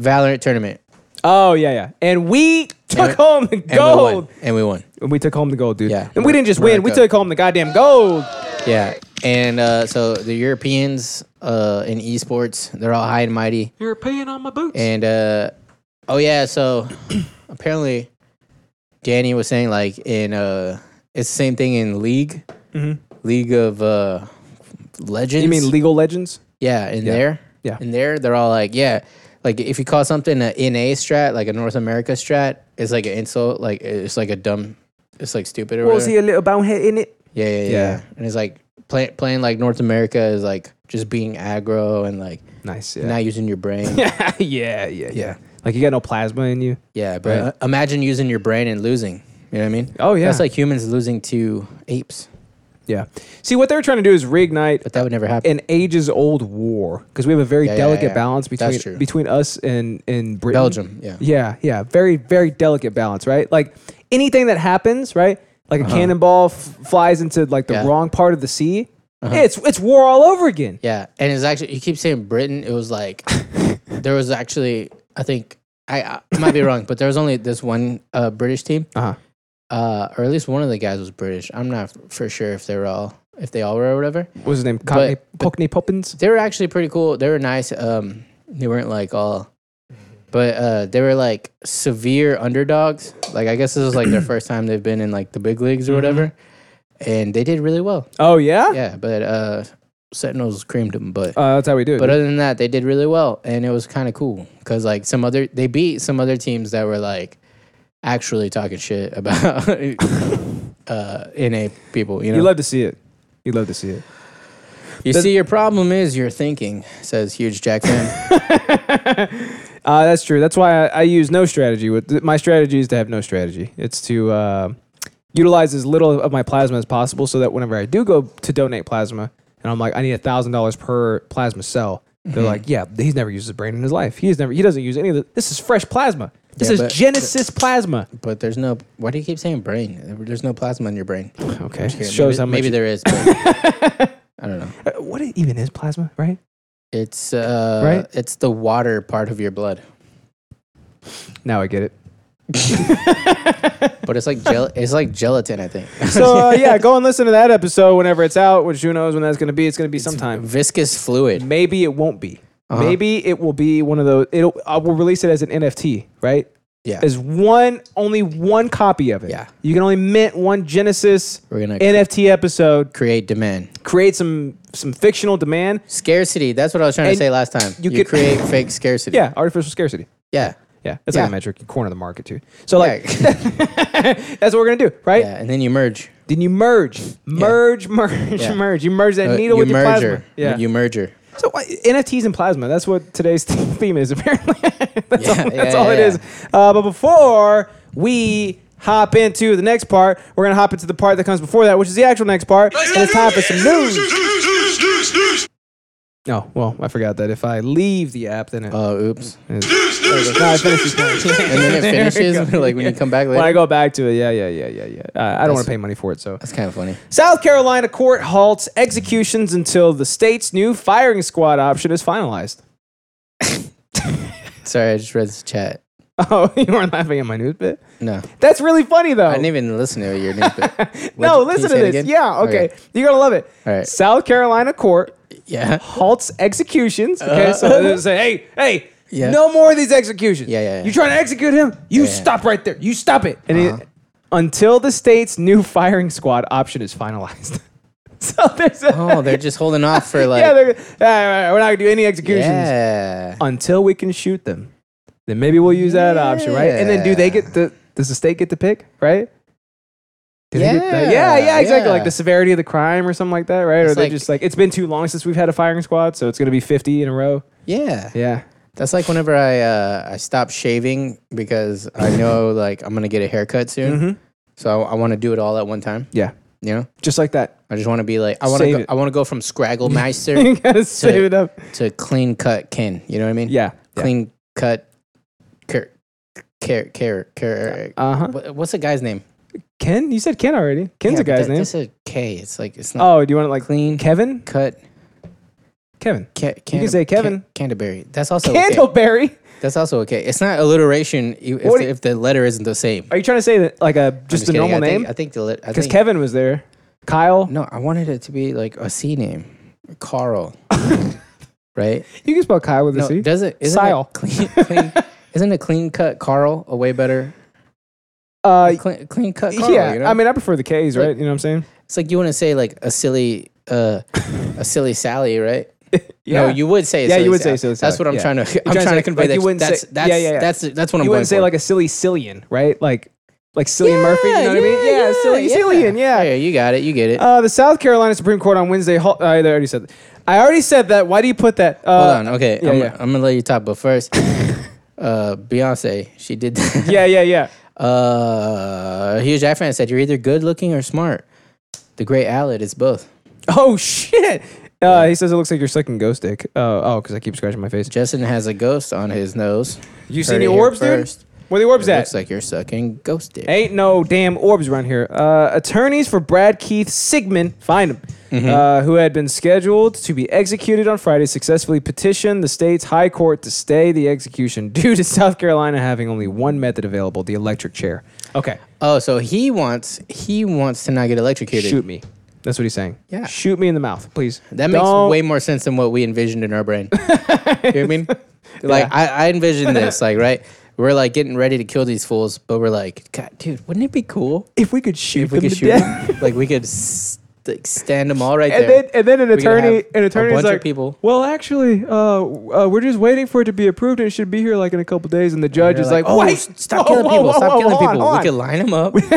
Speaker 2: Valorant tournament.
Speaker 1: Oh yeah, yeah. And we took
Speaker 2: we-
Speaker 1: home the
Speaker 2: And We
Speaker 1: gold.
Speaker 2: won, and we won.
Speaker 1: And we took home the gold, dude.
Speaker 2: Yeah.
Speaker 1: And we didn't just win; we
Speaker 2: America.
Speaker 1: took home the goddamn gold.
Speaker 2: Yeah. And uh, so the Europeans uh, in esports, they're all high and mighty.
Speaker 1: You're paying on my boots.
Speaker 2: And uh, oh yeah, so *clears throat* apparently Danny was saying like in uh, it's the same thing in League, League of uh, Legends.
Speaker 1: Mm-hmm. You mean legal legends?
Speaker 2: Yeah, in there.
Speaker 1: Yeah.
Speaker 2: In there, they're all like, yeah. Like if you call something an NA strat, like a North America strat, it's like an insult. Like it's like a dumb, it's like stupid or whatever.
Speaker 1: a little bonehead in it?
Speaker 2: Yeah, yeah, yeah,
Speaker 1: Yeah.
Speaker 2: And it's like play, playing like North America is like just being aggro and like
Speaker 1: Nice. Yeah.
Speaker 2: not using your brain.
Speaker 1: *laughs* yeah, yeah, yeah, yeah. Like you got no plasma in you.
Speaker 2: yeah, but
Speaker 1: Right.
Speaker 2: uh, imagine using your brain and losing. You know what I mean?
Speaker 1: Oh, yeah.
Speaker 2: That's like humans losing to apes,
Speaker 1: Yeah. See, what they were trying to do is reignite
Speaker 2: but that would never happen.
Speaker 1: an ages-old war because we have a very
Speaker 2: yeah,
Speaker 1: delicate
Speaker 2: yeah.
Speaker 1: balance
Speaker 2: That's
Speaker 1: between
Speaker 2: true.
Speaker 1: between us and in Britain,
Speaker 2: Belgium, yeah.
Speaker 1: yeah, yeah. Very, very delicate balance, right? Like anything that happens, right? Like a cannonball f- flies into like the
Speaker 2: Uh-huh. Yeah. Uh-huh.
Speaker 1: wrong part of the sea. It's it's war all over
Speaker 2: *laughs*
Speaker 1: again.
Speaker 2: Yeah, and it's actually you keep saying Britain. It was like there was actually I think I, I I might be wrong, but there was only this one uh, British team,
Speaker 1: Uh huh.
Speaker 2: uh, or at least one of the guys was British. I'm not for sure if they were all if they all were or whatever.
Speaker 1: What was his name? Cockney,
Speaker 2: but-
Speaker 1: Cockney Poppins.
Speaker 2: they were actually pretty cool. They were nice. Um, they weren't like all, but uh, they were like severe underdogs. Like I guess this was like their first time they've been in like the big leagues or whatever, and they did really well.
Speaker 1: Oh yeah.
Speaker 2: Yeah, but uh, Sentinels creamed them. But
Speaker 1: Uh, that's how we do it.
Speaker 2: but other than that, they did really well, and it was kind of cool because like some other they beat some other teams that were like actually talking shit about *laughs* uh NA people. You know,
Speaker 1: you love to see it. You love to see it.
Speaker 2: you see, your problem is your thinking. Says huge Jack fan.
Speaker 1: Uh, that's true. That's why I, I use no strategy. With my strategy is to have no strategy. It's to uh, utilize as little of my plasma as possible, so that whenever I do go to donate plasma, and I'm like, I need a thousand dollars per plasma cell. They're
Speaker 2: Mm-hmm.
Speaker 1: like, yeah, he's never used his brain in his life. He's never. He doesn't use any of the, this. Is fresh plasma. This
Speaker 2: Yeah,
Speaker 1: is
Speaker 2: but-
Speaker 1: Genesis plasma.
Speaker 2: But there's no. Why do you keep saying brain? There's no plasma in your brain.
Speaker 1: Okay,
Speaker 2: Here,
Speaker 1: shows
Speaker 2: maybe,
Speaker 1: how much.
Speaker 2: Maybe there is.
Speaker 1: *laughs*
Speaker 2: But I don't know.
Speaker 1: uh, what it even is plasma, right?
Speaker 2: It's uh,
Speaker 1: Right?
Speaker 2: It's the water part of your blood,
Speaker 1: Now I get it.
Speaker 2: but it's like gel- It's like gelatin, I think. *laughs*
Speaker 1: So uh, yeah, go and listen to that episode whenever it's out. Which who knows when that's going to be? It's going to be sometime.
Speaker 2: Viscous fluid. Uh-huh.
Speaker 1: maybe it won't be. Maybe it will be one of those. It'll I will release it as an NFT, right?
Speaker 2: Yeah.
Speaker 1: As one, only one copy of it.
Speaker 2: Yeah.
Speaker 1: You can only mint one Genesis
Speaker 2: We're gonna
Speaker 1: NFT episode.
Speaker 2: create demand.
Speaker 1: Create some some fictional demand.
Speaker 2: Scarcity. That's what I was trying
Speaker 1: And
Speaker 2: to say last time.
Speaker 1: you
Speaker 2: You,
Speaker 1: could-
Speaker 2: create fake scarcity.
Speaker 1: Yeah, artificial scarcity.
Speaker 2: Yeah.
Speaker 1: Yeah, that's
Speaker 2: Yeah.
Speaker 1: like a metric. You corner the market too. So like,
Speaker 2: yeah. *laughs*
Speaker 1: that's what we're gonna do, right?
Speaker 2: Yeah, And then you merge.
Speaker 1: Then you merge, merge, merge,
Speaker 2: Yeah.
Speaker 1: merge. You merge that
Speaker 2: Uh,
Speaker 1: needle
Speaker 2: you
Speaker 1: with your
Speaker 2: merger.
Speaker 1: plasma. Yeah.
Speaker 2: You merger.
Speaker 1: So uh, NFTs and plasma. That's what today's *laughs* theme is. Apparently, *laughs* that's
Speaker 2: Yeah,
Speaker 1: all,
Speaker 2: yeah,
Speaker 1: that's all
Speaker 2: yeah,
Speaker 1: it
Speaker 2: yeah.
Speaker 1: is. Uh, but before we hop into the next part, we're gonna hop into the part that comes before that, which is the actual next part, and it's time for some news. No, well, I forgot that if I leave the app, then it.
Speaker 2: Oh,
Speaker 1: *laughs*
Speaker 2: oops.
Speaker 1: there it goes. No, I finished this one.
Speaker 2: And then it
Speaker 1: There we
Speaker 2: finishes.
Speaker 1: go.
Speaker 2: *laughs* like when you come back later.
Speaker 1: when I go back to it, yeah, yeah, yeah, yeah, yeah. Uh, I don't want to pay money for it, so.
Speaker 2: That's kind of funny.
Speaker 1: South Carolina court halts executions until the state's new firing squad option is finalized. *laughs*
Speaker 2: Sorry, I just read this chat.
Speaker 1: Oh, *laughs* you weren't laughing at my news bit?
Speaker 2: No.
Speaker 1: That's really funny though.
Speaker 2: I didn't even listen to your news
Speaker 1: *laughs*
Speaker 2: bit.
Speaker 1: no,
Speaker 2: What- can
Speaker 1: listen
Speaker 2: you
Speaker 1: to
Speaker 2: say it
Speaker 1: this.
Speaker 2: again?
Speaker 1: Yeah, okay. You're gonna love it.
Speaker 2: All right.
Speaker 1: South Carolina court
Speaker 2: Yeah.
Speaker 1: halts executions. Okay, so they say, hey, hey,
Speaker 2: Uh, Yeah.
Speaker 1: no more of these executions.
Speaker 2: Yeah, yeah, yeah.
Speaker 1: You trying to execute him? You
Speaker 2: Yeah, Uh-huh. yeah.
Speaker 1: stop right there. You stop it. And he- until the state's new firing squad option is finalized. *laughs* so there's a,
Speaker 2: Oh, they're just holding off for Oh,
Speaker 1: *laughs*
Speaker 2: like.
Speaker 1: yeah, they're, all right, all right, we're not gonna do any executions
Speaker 2: Yeah.
Speaker 1: until we can shoot them. Then maybe we'll use that option, right? And then do they get the does the state get to pick, right? Did they get that? yeah, yeah, exactly. Like the severity of the crime or something like that, right? or
Speaker 2: It's
Speaker 1: they
Speaker 2: like-
Speaker 1: just like it's been too long since we've had a firing squad, so it's gonna be fifty in a row.
Speaker 2: yeah.
Speaker 1: Yeah,
Speaker 2: That's like whenever I uh, I stop shaving because I know like I'm gonna get a haircut soon,
Speaker 1: Mm-hmm.
Speaker 2: so I, I want to do it all at one time.
Speaker 1: yeah,
Speaker 2: You know,
Speaker 1: just like that.
Speaker 2: I just want to be like I want
Speaker 1: Save
Speaker 2: to
Speaker 1: it.
Speaker 2: I want to go
Speaker 1: *laughs*
Speaker 2: from
Speaker 1: you
Speaker 2: Scragglemeister
Speaker 1: gotta save it up.
Speaker 2: to clean cut Ken. You know what I mean?
Speaker 1: Yeah,
Speaker 2: Clean cut. Care, care, care, care.
Speaker 1: Uh huh.
Speaker 2: What's the guy's name?
Speaker 1: Ken, you said Ken already. Ken's
Speaker 2: Yeah,
Speaker 1: a
Speaker 2: but
Speaker 1: guy's
Speaker 2: that-
Speaker 1: name.
Speaker 2: That's a K. It's like it's not
Speaker 1: Oh, do you want it like
Speaker 2: clean
Speaker 1: Kevin?
Speaker 2: cut.
Speaker 1: Kevin.
Speaker 2: Ca-
Speaker 1: You can say Kevin.
Speaker 2: Canterbury. That's also Oh, okay.
Speaker 1: Candleberry.
Speaker 2: That's also okay. It's not alliteration e, if,
Speaker 1: What
Speaker 2: the,
Speaker 1: do you-
Speaker 2: if the letter isn't the same.
Speaker 1: Are you trying to say that like a just, a
Speaker 2: kidding.
Speaker 1: normal
Speaker 2: I think,
Speaker 1: name?
Speaker 2: I think the lit- I
Speaker 1: Because
Speaker 2: think-
Speaker 1: Kevin was there. Kyle.
Speaker 2: No, I wanted it to be like a C name,
Speaker 1: *laughs*
Speaker 2: Carl. right?
Speaker 1: You can spell Kyle with a
Speaker 2: No,
Speaker 1: C.
Speaker 2: doesn't isn't
Speaker 1: Sile.
Speaker 2: it clean, clean *laughs* isn't a clean cut Carl a way better
Speaker 1: Uh,
Speaker 2: clean, clean cut Carl?
Speaker 1: yeah,
Speaker 2: you know?
Speaker 1: I mean, I prefer the K's,
Speaker 2: Like-
Speaker 1: right? You know what I'm saying?
Speaker 2: it's like you want to say like a silly uh, a silly Sally, right? No, you would say. A
Speaker 1: Yeah,
Speaker 2: silly
Speaker 1: you would say
Speaker 2: Sally.
Speaker 1: silly
Speaker 2: That's
Speaker 1: Sally,
Speaker 2: what I'm
Speaker 1: yeah.
Speaker 2: trying to. I'm
Speaker 1: trying to
Speaker 2: trying
Speaker 1: say,
Speaker 2: to convey
Speaker 1: like, you
Speaker 2: that.
Speaker 1: wouldn't
Speaker 2: that's
Speaker 1: say-
Speaker 2: that's
Speaker 1: yeah, yeah, yeah.
Speaker 2: that's that's what I'm.
Speaker 1: you
Speaker 2: going
Speaker 1: wouldn't say
Speaker 2: for.
Speaker 1: like a silly Cillian, right? Like like Cillian
Speaker 2: Yeah,
Speaker 1: Murphy. You know what I mean? Yeah, silly Cillian. Yeah.
Speaker 2: yeah, you got it. You get it.
Speaker 1: Uh, the South Carolina Supreme Court on Wednesday. Hal- I already said. That. I already said that. Why do you put that? Uh,
Speaker 2: Hold on. Okay,
Speaker 1: yeah,
Speaker 2: I'm,
Speaker 1: yeah.
Speaker 2: I'm gonna let you talk,
Speaker 1: *coughs*
Speaker 2: but first, uh, Beyonce, she did. That.
Speaker 1: Yeah, yeah, yeah.
Speaker 2: *laughs* Uh, huge Jack fan said, "You're either good looking or smart." The great Allen is both.
Speaker 1: Oh shit. Uh, he says it looks like you're sucking ghost dick. Uh, oh, because I keep scratching my face.
Speaker 2: Justin has a ghost on his nose.
Speaker 1: You
Speaker 2: Heard
Speaker 1: seen the
Speaker 2: it here
Speaker 1: orbs, dude?
Speaker 2: first.
Speaker 1: Where the orbs
Speaker 2: It
Speaker 1: at?
Speaker 2: looks like you're sucking ghost dick.
Speaker 1: Ain't no damn orbs around here. Uh, attorneys for Brad Keith Sigmund, find him, uh, who had been scheduled to be executed on Friday, successfully petitioned the state's high court to stay the execution *laughs* due to South Carolina having only one method available, the electric chair. Okay,
Speaker 2: Oh, so he wants he wants to not get electrocuted.
Speaker 1: shoot me. That's what he's saying.
Speaker 2: Yeah.
Speaker 1: Shoot me in the mouth, please.
Speaker 2: That makes
Speaker 1: Don't-
Speaker 2: way more sense than what we envisioned in
Speaker 1: *laughs*
Speaker 2: our brain. you know what I mean? Like I, I envisioned this, like right. We're like getting ready to kill these fools, but we're like, God, dude, wouldn't it be cool
Speaker 1: If we could shoot
Speaker 2: if we
Speaker 1: them to
Speaker 2: could shoot
Speaker 1: death.
Speaker 2: 'em? Like we could s- like stand them all right
Speaker 1: And
Speaker 2: there.
Speaker 1: then, and then an
Speaker 2: could have
Speaker 1: attorney, an
Speaker 2: a
Speaker 1: attorney's
Speaker 2: bunch of
Speaker 1: like,
Speaker 2: people.
Speaker 1: well, actually, uh, uh, we're just waiting for it to be approved. and It should be here like in a couple days. And the judge
Speaker 2: They're
Speaker 1: is like,
Speaker 2: oh,
Speaker 1: wait,
Speaker 2: s- stop
Speaker 1: whoa,
Speaker 2: killing
Speaker 1: whoa,
Speaker 2: people,
Speaker 1: whoa,
Speaker 2: stop
Speaker 1: whoa,
Speaker 2: killing
Speaker 1: hold on,
Speaker 2: people.
Speaker 1: hold
Speaker 2: We can
Speaker 1: on."
Speaker 2: line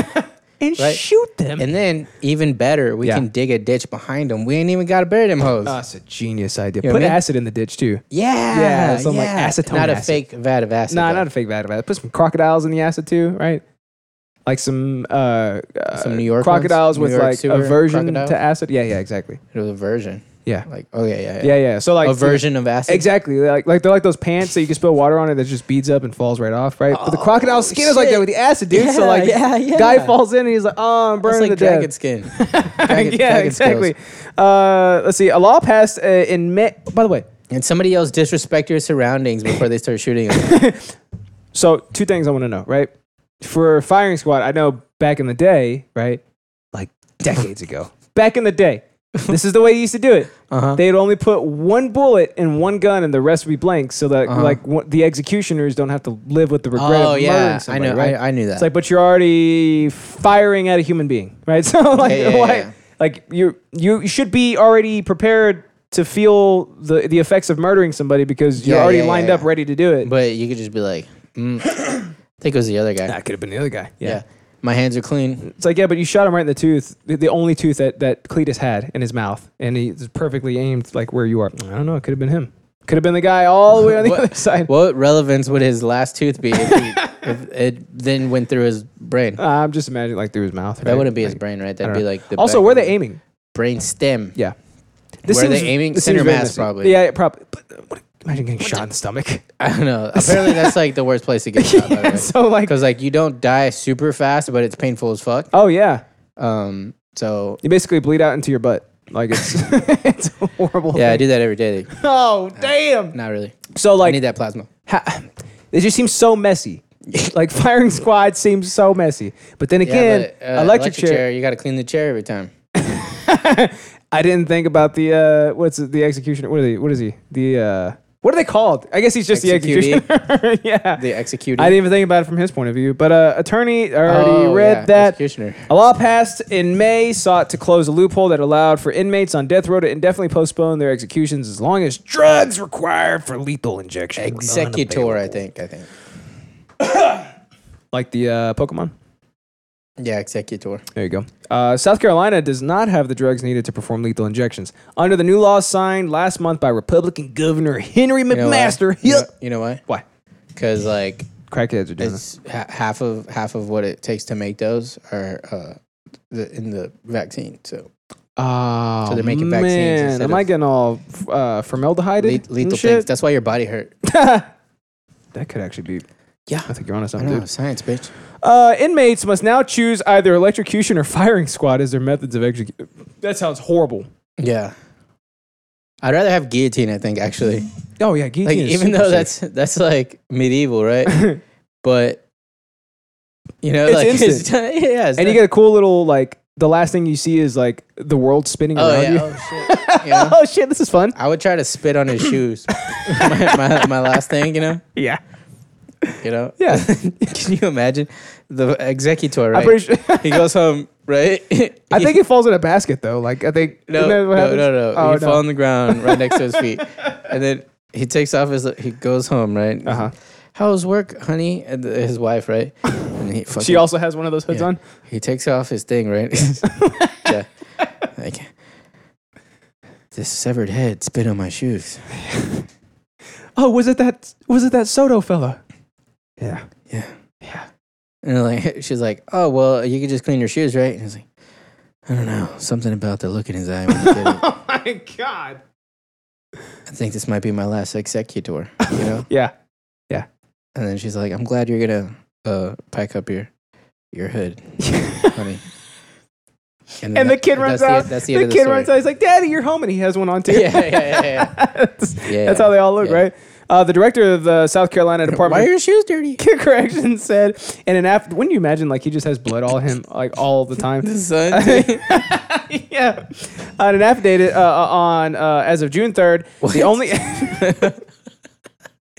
Speaker 2: them up,
Speaker 1: *laughs* and
Speaker 2: right?
Speaker 1: shoot them.
Speaker 2: and then even better, we
Speaker 1: Yeah.
Speaker 2: can dig a ditch behind them. We ain't even got to bury them hoes.
Speaker 1: that's a genius idea.
Speaker 2: know
Speaker 1: Put
Speaker 2: what I mean?
Speaker 1: acid in the ditch too.
Speaker 2: yeah,
Speaker 1: yeah, some, like, acetone
Speaker 2: not a
Speaker 1: acid.
Speaker 2: fake vat of acid.
Speaker 1: Nah,
Speaker 2: though.
Speaker 1: not a fake bad about it. Put some crocodiles in the acid too, right? Like some uh, uh,
Speaker 2: Some New York
Speaker 1: crocodiles
Speaker 2: ones?
Speaker 1: with
Speaker 2: New York
Speaker 1: like
Speaker 2: sewer
Speaker 1: aversion
Speaker 2: crocodiles?
Speaker 1: to acid. Yeah, yeah, exactly.
Speaker 2: It was a version.
Speaker 1: Yeah,
Speaker 2: Like, oh yeah, yeah, yeah.
Speaker 1: yeah, yeah. So like
Speaker 2: a version of acid.
Speaker 1: Exactly, like like they're like those pants that you can spill water on it that just beads up and falls right off, right? but the crocodile skin is like
Speaker 2: Oh, shit.
Speaker 1: that with the acid, dude. so
Speaker 2: Yeah,
Speaker 1: like,
Speaker 2: yeah, yeah.
Speaker 1: guy falls in and he's like, oh, I'm
Speaker 2: It's
Speaker 1: burning
Speaker 2: like
Speaker 1: the
Speaker 2: dragon
Speaker 1: dead.
Speaker 2: skin.
Speaker 1: *laughs* yeah, exactly. Uh, let's see. A law passed uh, in May. By the way,
Speaker 2: And somebody else disrespect your surroundings before they
Speaker 1: *laughs*
Speaker 2: start shooting. them.
Speaker 1: so two things I want to know, right? For firing squad, I know back in the day, right, like decades
Speaker 2: *laughs*
Speaker 1: ago, back in the day, this is the way you used to do it.
Speaker 2: Uh-huh.
Speaker 1: They'd only put one bullet in one gun, and the rest would be blank, so that like one, the executioners don't have to live with the regret.
Speaker 2: Uh-huh. oh
Speaker 1: of
Speaker 2: yeah,
Speaker 1: murdering
Speaker 2: I
Speaker 1: somebody,
Speaker 2: know.
Speaker 1: Right?
Speaker 2: I, I knew that.
Speaker 1: It's like, but you're already firing at a human being, right? *laughs* So like,
Speaker 2: yeah,
Speaker 1: why?
Speaker 2: yeah.
Speaker 1: Like you, you should be already prepared to feel the the effects of murdering somebody because you're
Speaker 2: Yeah,
Speaker 1: already
Speaker 2: yeah, yeah,
Speaker 1: lined up,
Speaker 2: yeah.
Speaker 1: ready to do it.
Speaker 2: but you could just be like,
Speaker 1: *coughs*
Speaker 2: mm, I think it was the other guy.
Speaker 1: that could have been the other guy. Yeah.
Speaker 2: yeah, my hands are clean.
Speaker 1: it's like yeah, but you shot him right in the tooth, the, the only tooth that that Cletus had in his mouth, and he's perfectly aimed like where you are. I don't know. It could have been him. Could have been the guy all the way on the other side.
Speaker 2: *laughs* What relevance would his last tooth be if,
Speaker 1: *laughs*
Speaker 2: he, if it then went through his brain?
Speaker 1: I'm just imagining like through his mouth.
Speaker 2: that
Speaker 1: Uh, right?
Speaker 2: wouldn't be his
Speaker 1: Like,
Speaker 2: brain, right?
Speaker 1: I
Speaker 2: That'd
Speaker 1: don't
Speaker 2: be
Speaker 1: know.
Speaker 2: like the
Speaker 1: also
Speaker 2: back
Speaker 1: where
Speaker 2: of
Speaker 1: they
Speaker 2: the
Speaker 1: aiming.
Speaker 2: brain stem.
Speaker 1: Yeah.
Speaker 2: Where are they
Speaker 1: seems-
Speaker 2: aiming?
Speaker 1: this
Speaker 2: Center
Speaker 1: seems very
Speaker 2: mass,
Speaker 1: messy.
Speaker 2: probably.
Speaker 1: Yeah, yeah probably. But uh, what, imagine getting shot in the stomach.
Speaker 2: *laughs*
Speaker 1: *laughs*
Speaker 2: I don't know. Apparently, that's like the worst place to get shot. by the way.
Speaker 1: so Oh, like,
Speaker 2: Because like you don't die super fast, but it's painful as fuck.
Speaker 1: oh yeah,
Speaker 2: Um, so
Speaker 1: you basically bleed out into your butt. Like
Speaker 2: *laughs*
Speaker 1: it's *laughs* it's a horrible.
Speaker 2: yeah, I
Speaker 1: thing.
Speaker 2: do that every day.
Speaker 1: Oh damn.
Speaker 2: Not really.
Speaker 1: So
Speaker 2: I
Speaker 1: like,
Speaker 2: need that plasma.
Speaker 1: ha- it just seems so messy. *laughs* like firing squad seems so messy. But then again, electric, chair.
Speaker 2: You got to clean the uh, chair every time.
Speaker 1: I didn't think about the uh, what's it, the executioner? What are they? What is he? The uh, what are they called? I guess he's just
Speaker 2: Executee.
Speaker 1: the executioner. *laughs* yeah.
Speaker 2: The executor.
Speaker 1: I didn't even think about it from his point of view, but uh, attorney I already
Speaker 2: Oh,
Speaker 1: read
Speaker 2: yeah,
Speaker 1: that
Speaker 2: executioner.
Speaker 1: a law passed in May sought to close a loophole that allowed for inmates on death row to indefinitely postpone their executions as long as drugs required for lethal injection. were
Speaker 2: executor. I
Speaker 1: unavailable.
Speaker 2: think. I think.
Speaker 1: like the uh, Pokemon.
Speaker 2: Yeah, executor.
Speaker 1: There you go. Uh, South Carolina does not have the drugs needed to perform lethal injections. Under the new law signed last month by Republican Governor Henry
Speaker 2: You know why?
Speaker 1: McMaster.
Speaker 2: You
Speaker 1: *laughs*
Speaker 2: know,
Speaker 1: Yep.
Speaker 2: you know why?
Speaker 1: Why?
Speaker 2: Because like
Speaker 1: Crackheads are doing this.
Speaker 2: it's ha- half of half of what it takes to make those are uh, the, in the vaccine. So
Speaker 1: Oh,
Speaker 2: they're making vaccines
Speaker 1: man.
Speaker 2: instead
Speaker 1: Am I
Speaker 2: of-
Speaker 1: getting all f- uh, formaldehyde?
Speaker 2: Le- lethal things. That's why your body hurt.
Speaker 1: *laughs* That could actually be.
Speaker 2: Yeah.
Speaker 1: I think you're onto
Speaker 2: I
Speaker 1: something,
Speaker 2: know
Speaker 1: dude.
Speaker 2: science, bitch.
Speaker 1: Uh, inmates must now choose either electrocution or firing squad as their methods of execution. That sounds horrible.
Speaker 2: Yeah. I'd rather have guillotine. I think actually, *laughs*
Speaker 1: Oh yeah, guillotine.
Speaker 2: like
Speaker 1: is
Speaker 2: even
Speaker 1: super
Speaker 2: though
Speaker 1: safe.
Speaker 2: that's that's like
Speaker 1: *laughs*
Speaker 2: medieval, *laughs* right? but you know,
Speaker 1: It's
Speaker 2: like
Speaker 1: instant.
Speaker 2: It's, yeah, it's
Speaker 1: and you
Speaker 2: not-
Speaker 1: get a cool little like the last thing you see is like the world spinning
Speaker 2: oh
Speaker 1: around
Speaker 2: yeah,
Speaker 1: you. *laughs*
Speaker 2: oh shit. You know?
Speaker 1: oh shit, this is fun.
Speaker 2: I would try to spit on his shoes. my, my, my last thing, you know,
Speaker 1: Yeah,
Speaker 2: you know.
Speaker 1: Yeah.
Speaker 2: *laughs* Can you imagine the executor? Right?
Speaker 1: I'm pretty sure. *laughs*
Speaker 2: he goes home, right?
Speaker 1: I
Speaker 2: *laughs*
Speaker 1: think it falls in a basket though. Like I think
Speaker 2: no,
Speaker 1: isn't that
Speaker 2: no,
Speaker 1: what
Speaker 2: no,
Speaker 1: happens?
Speaker 2: no,
Speaker 1: Oh,
Speaker 2: he falls on the ground right next to his
Speaker 1: *laughs*
Speaker 2: feet, and then he takes off his. He goes home, right?
Speaker 1: Uh huh.
Speaker 2: How was work, honey? And the- his wife,
Speaker 1: *laughs*
Speaker 2: right? And he fucking,
Speaker 1: She also has one of those hoods
Speaker 2: yeah.
Speaker 1: on. *laughs*
Speaker 2: He takes off his thing, right? *laughs* yeah. Like this severed head spit on my shoes.
Speaker 1: Oh, was it that? Was it that Soto fella? Yeah.
Speaker 2: Yeah.
Speaker 1: Yeah.
Speaker 2: And they're like *laughs* she's like, oh well, you could just clean your shoes, right? And he's like, I don't know, something about the look in his eye. When *laughs* he did it.
Speaker 1: *laughs* Oh my god.
Speaker 2: I think this might be my last executor, you know.
Speaker 1: Yeah.
Speaker 2: And then she's like, I'm glad you're gonna uh, pack up your
Speaker 1: *laughs*
Speaker 2: your hood, honey. then
Speaker 1: And the
Speaker 2: that-
Speaker 1: kid runs
Speaker 2: that's
Speaker 1: out. The,
Speaker 2: The, that's the, end of
Speaker 1: kid
Speaker 2: story.
Speaker 1: runs out. He's like, "Daddy, you're home," and he has one on too.
Speaker 2: Yeah, yeah, yeah, yeah.
Speaker 1: *laughs* that's,
Speaker 2: Yeah.
Speaker 1: that's how they all look,
Speaker 2: Yeah.
Speaker 1: right? Uh, the director of the South
Speaker 2: *laughs*
Speaker 1: Carolina
Speaker 2: Why
Speaker 1: Department
Speaker 2: are
Speaker 1: of
Speaker 2: your shoes dirty?
Speaker 1: Corrections said, and an after. Wouldn't you imagine like he just has blood all him like all *laughs* the time?
Speaker 2: *laughs* The sun.
Speaker 1: yeah. On an affidavit uh, uh, on uh, as of June third, the only
Speaker 2: After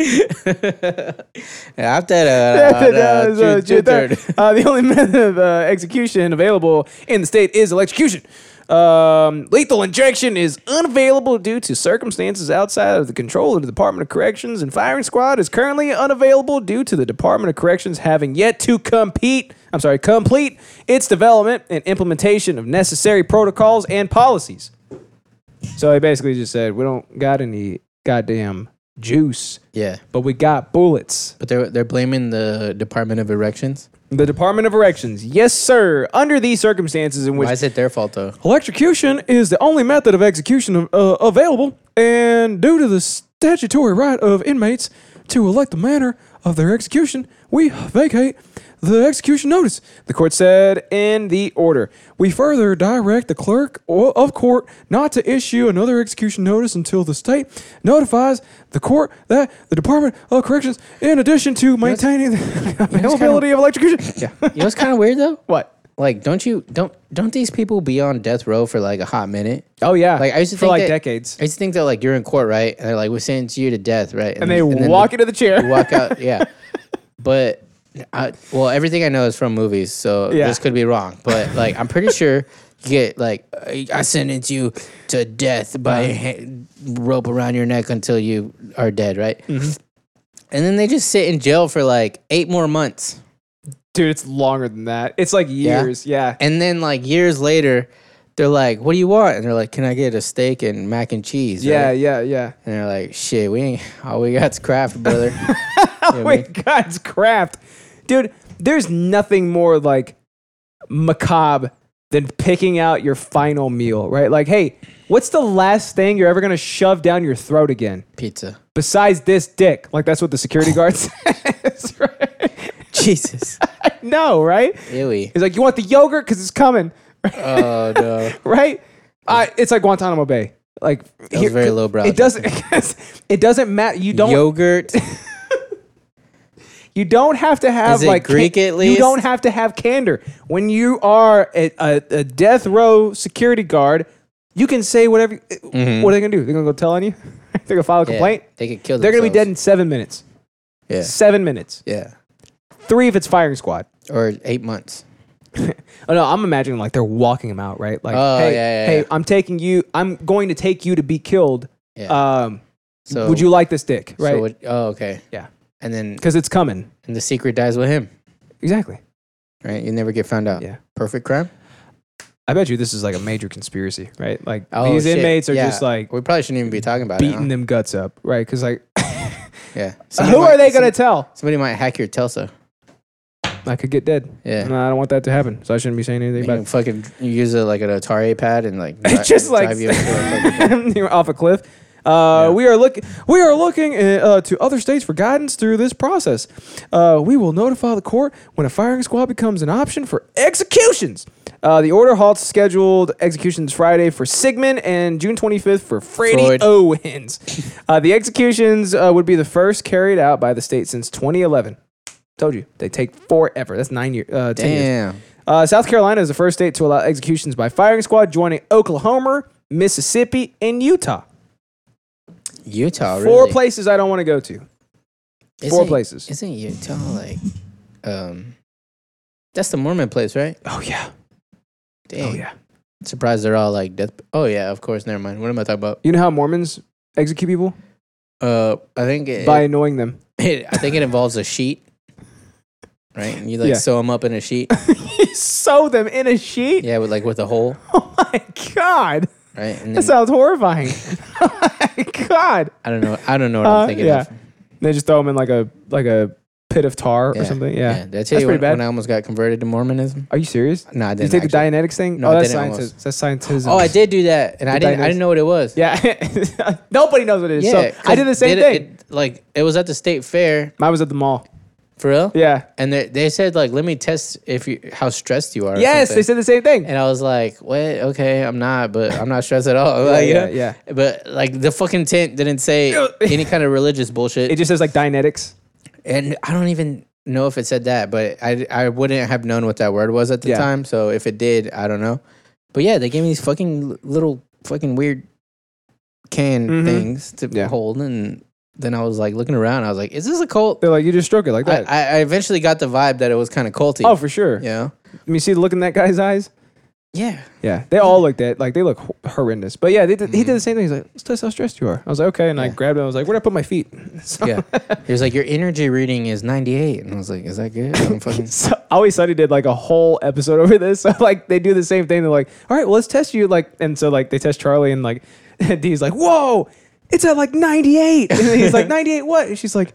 Speaker 1: *laughs* After
Speaker 2: that,
Speaker 1: that,
Speaker 2: uh,
Speaker 1: it was, uh,
Speaker 2: June- June
Speaker 1: June third.
Speaker 2: 3rd.
Speaker 1: *laughs* Uh, the only method of uh, execution available in the state is electrocution. Um, lethal injection is unavailable due to circumstances outside of the control of the Department of Corrections, and firing squad is currently unavailable due to the Department of Corrections having yet to compete. I'm sorry, complete its development and implementation of necessary protocols and policies. So they basically just said, we don't got any goddamn juice,
Speaker 2: Yeah,
Speaker 1: but we got bullets.
Speaker 2: but they're they're blaming the Department of Erections.
Speaker 1: The Department of Erections. Yes, sir. Under these circumstances in which
Speaker 2: Why is it their fault though?
Speaker 1: electrocution is the only method of execution uh, available, and due to the statutory right of inmates to elect the manner of their execution, we vacate the execution notice, the court said in the order. We further direct the clerk o- of court not to issue another execution notice until the state notifies the court that the Department of Corrections, in addition to maintaining the availability of electrocution. Yeah.
Speaker 2: You know, it's kind of weird though.
Speaker 1: *laughs* What?
Speaker 2: Like, don't you don't don't these people be on death row for like a hot minute?
Speaker 1: Oh, yeah.
Speaker 2: Like I used to
Speaker 1: For
Speaker 2: think
Speaker 1: like
Speaker 2: that-
Speaker 1: decades.
Speaker 2: I used to think that like you're in court, right? And they're like, "We're sentencing you to death," right?
Speaker 1: and they walk into the chair.
Speaker 2: you walk out, yeah. But I, well, everything I know is from movies, so
Speaker 1: Yeah.
Speaker 2: this could be wrong. But like, I'm pretty sure you get like, I I sentence you to death by
Speaker 1: Uh-huh.
Speaker 2: ha- rope around your neck until you are dead, right?
Speaker 1: Mm-hmm.
Speaker 2: And then they just sit in jail for like eight more months,
Speaker 1: *laughs* Dude, it's longer than that. It's like years. Yeah.
Speaker 2: and then like years later. They're like, "What do you want?" And they're like, "Can I get a steak and mac and cheese?"
Speaker 1: Yeah,
Speaker 2: right?
Speaker 1: yeah, yeah.
Speaker 2: And they're like, shit, we ain't all we got's craft, brother.
Speaker 1: *laughs* Oh my God's craft. Dude, there's nothing more like macabre than picking out your final meal, right? Like, hey, what's the last thing you're ever going to shove down your throat again
Speaker 2: Pizza.
Speaker 1: besides this dick? Like, that's what the *laughs* security guard says, right?
Speaker 2: Jesus.
Speaker 1: No, right? *laughs*
Speaker 2: Ewy.
Speaker 1: He's like, you want the yogurt? Because it's coming,
Speaker 2: Oh no.
Speaker 1: right? I, it's like Guantanamo Bay. Like,
Speaker 2: was very lowbrow,
Speaker 1: It doesn't, *laughs* it doesn't matter. You don't *laughs*
Speaker 2: Yogurt.
Speaker 1: You don't have to have
Speaker 2: Is it
Speaker 1: like ca-
Speaker 2: Greek at
Speaker 1: You
Speaker 2: least?
Speaker 1: don't have to have candor. When you are a, a, a death row security guard, you can say whatever. What are they gonna do? They're gonna go tell on you. *laughs* They're gonna file a complaint.
Speaker 2: Mm-hmm. Yeah, they could kill
Speaker 1: They're gonna be dead
Speaker 2: themselves.
Speaker 1: in seven minutes.
Speaker 2: Yeah.
Speaker 1: Seven minutes.
Speaker 2: Yeah.
Speaker 1: Three if it's firing squad.
Speaker 2: Or eight months.
Speaker 1: Oh no, I'm imagining like they're walking him out, right? Like,
Speaker 2: Oh,
Speaker 1: hey,
Speaker 2: yeah, yeah,
Speaker 1: hey,
Speaker 2: yeah.
Speaker 1: I'm taking you. I'm going to take you to be killed.
Speaker 2: Yeah.
Speaker 1: Um,
Speaker 2: So
Speaker 1: would you like this dick?
Speaker 2: so
Speaker 1: Right?
Speaker 2: would- oh okay.
Speaker 1: yeah,
Speaker 2: And then
Speaker 1: because it's coming.
Speaker 2: and the secret dies with him.
Speaker 1: Exactly.
Speaker 2: right? You never get found out.
Speaker 1: Yeah.
Speaker 2: Perfect crime.
Speaker 1: I bet you this is like a major conspiracy, right? Like
Speaker 2: Oh,
Speaker 1: these
Speaker 2: shit.
Speaker 1: inmates are
Speaker 2: Yeah.
Speaker 1: just like
Speaker 2: we probably shouldn't even be talking about
Speaker 1: beating
Speaker 2: it.
Speaker 1: them guts up, right? Because like,
Speaker 2: huh?
Speaker 1: *laughs*
Speaker 2: Yeah.
Speaker 1: who
Speaker 2: might-
Speaker 1: are they gonna
Speaker 2: some-
Speaker 1: tell?
Speaker 2: Somebody might hack your Telsa.
Speaker 1: I could get dead.
Speaker 2: Yeah.
Speaker 1: No, I don't want that to happen. So I shouldn't be saying anything
Speaker 2: You
Speaker 1: about
Speaker 2: can fucking you use it like an Atari pad and like
Speaker 1: *laughs*
Speaker 2: dri-
Speaker 1: It's just like
Speaker 2: drive you into
Speaker 1: *laughs*
Speaker 2: a fucking-
Speaker 1: You're off a cliff. Uh, We are looking. We are looking uh, to other states for guidance through this process. Uh, we will notify the court when a firing squad becomes an option for executions. Uh, the order halts scheduled executions Friday for Sigmund and June 25th for Freddie
Speaker 2: Freud.
Speaker 1: Owens. uh, the executions uh, would be the first carried out by the state since 2011. Told you they take forever. That's nine years. Uh, ten years.
Speaker 2: Damn.
Speaker 1: Uh, South Carolina is the first state to allow executions by firing squad, joining Oklahoma, Mississippi, and Utah.
Speaker 2: Utah.
Speaker 1: Four
Speaker 2: Oh, really?
Speaker 1: places I don't want to go to. four
Speaker 2: Isn't-
Speaker 1: places.
Speaker 2: Isn't Utah like um that's the Mormon place, right?
Speaker 1: Oh yeah.
Speaker 2: Dang.
Speaker 1: Oh yeah.
Speaker 2: Surprised they're all like death Oh yeah, of course, never mind. What am I talking about?
Speaker 1: You know how Mormons execute people
Speaker 2: Uh I think it,
Speaker 1: by annoying them.
Speaker 2: *laughs* it- I think it involves a sheet. Right? And you like
Speaker 1: Yeah.
Speaker 2: sew them up in
Speaker 1: *laughs*
Speaker 2: a sheet.
Speaker 1: you sew them in a sheet.
Speaker 2: yeah, with like with a hole,
Speaker 1: *laughs* Oh my god.
Speaker 2: right? And
Speaker 1: That
Speaker 2: then,
Speaker 1: sounds
Speaker 2: *laughs*
Speaker 1: horrifying. *laughs* oh my god.
Speaker 2: I don't know. I don't know what
Speaker 1: Uh,
Speaker 2: I'm thinking
Speaker 1: yeah.
Speaker 2: of.
Speaker 1: They just throw them in like a like a pit of tar
Speaker 2: Yeah.
Speaker 1: or something. Yeah.
Speaker 2: Did I tell
Speaker 1: That's
Speaker 2: you
Speaker 1: pretty
Speaker 2: when,
Speaker 1: bad.
Speaker 2: when I almost got converted to Mormonism?
Speaker 1: Are you serious?
Speaker 2: No, I
Speaker 1: Did you
Speaker 2: didn't.
Speaker 1: take
Speaker 2: actually.
Speaker 1: the Dianetics thing?
Speaker 2: No,
Speaker 1: oh,
Speaker 2: I
Speaker 1: that's
Speaker 2: didn't
Speaker 1: scientism.
Speaker 2: almost.
Speaker 1: That's scientism.
Speaker 2: Oh, I did do that, and I didn't.
Speaker 1: Dianetics.
Speaker 2: I didn't know what it was.
Speaker 1: Yeah. *laughs* Nobody knows what it is. so I
Speaker 2: 'cause
Speaker 1: did the same
Speaker 2: it-
Speaker 1: thing.
Speaker 2: it- like it was at the state fair
Speaker 1: Mine was at the mall.
Speaker 2: for real.
Speaker 1: Yeah.
Speaker 2: And they, they said like, let me test if you how stressed you are. or
Speaker 1: Yes, they
Speaker 2: something.
Speaker 1: said the same thing.
Speaker 2: And I was like, wait, okay, I'm not, but I'm not stressed at all. *laughs*
Speaker 1: yeah,
Speaker 2: Like, you know?
Speaker 1: yeah.
Speaker 2: But like the fucking tent didn't
Speaker 1: *laughs*
Speaker 2: say any kind of religious bullshit.
Speaker 1: It just says like Dianetics.
Speaker 2: and I don't even know if it said that, but I, I wouldn't have known what that word was at the
Speaker 1: Yeah.
Speaker 2: time. So if it did, I don't know. But yeah, they gave me these fucking l- little fucking weird can
Speaker 1: Mhm.
Speaker 2: things to
Speaker 1: Yeah.
Speaker 2: hold, and then I was like looking around. I was like, "Is this a cult?"
Speaker 1: They're like, you just stroke it like
Speaker 2: I,
Speaker 1: that.
Speaker 2: I I eventually got the vibe that it was kind of culty.
Speaker 1: oh, for sure.
Speaker 2: you know?
Speaker 1: I mean, see the look in that guy's eyes?
Speaker 2: Yeah.
Speaker 1: Yeah. They all looked at, like, they look ho- horrendous. But yeah, they did, he did the same thing. He's like, let's test how stressed you are. I was like, okay. And I
Speaker 2: Mm-hmm. Yeah.
Speaker 1: grabbed him. I was like, where'd I put my feet? So,
Speaker 2: Yeah. He was like, "Your energy reading is 98," and I was like, "Is that good?"
Speaker 1: *laughs*
Speaker 2: I'm fucking.
Speaker 1: so Always Sunny did like a whole episode over this. *laughs* So, like, they do the same thing. They're like, all right, well, let's test you. Like, and so, like, they test Charlie, and like, *laughs* Dee's like, whoa, it's at like 98. And then he's
Speaker 2: *laughs*
Speaker 1: like, 98 what? And she's like,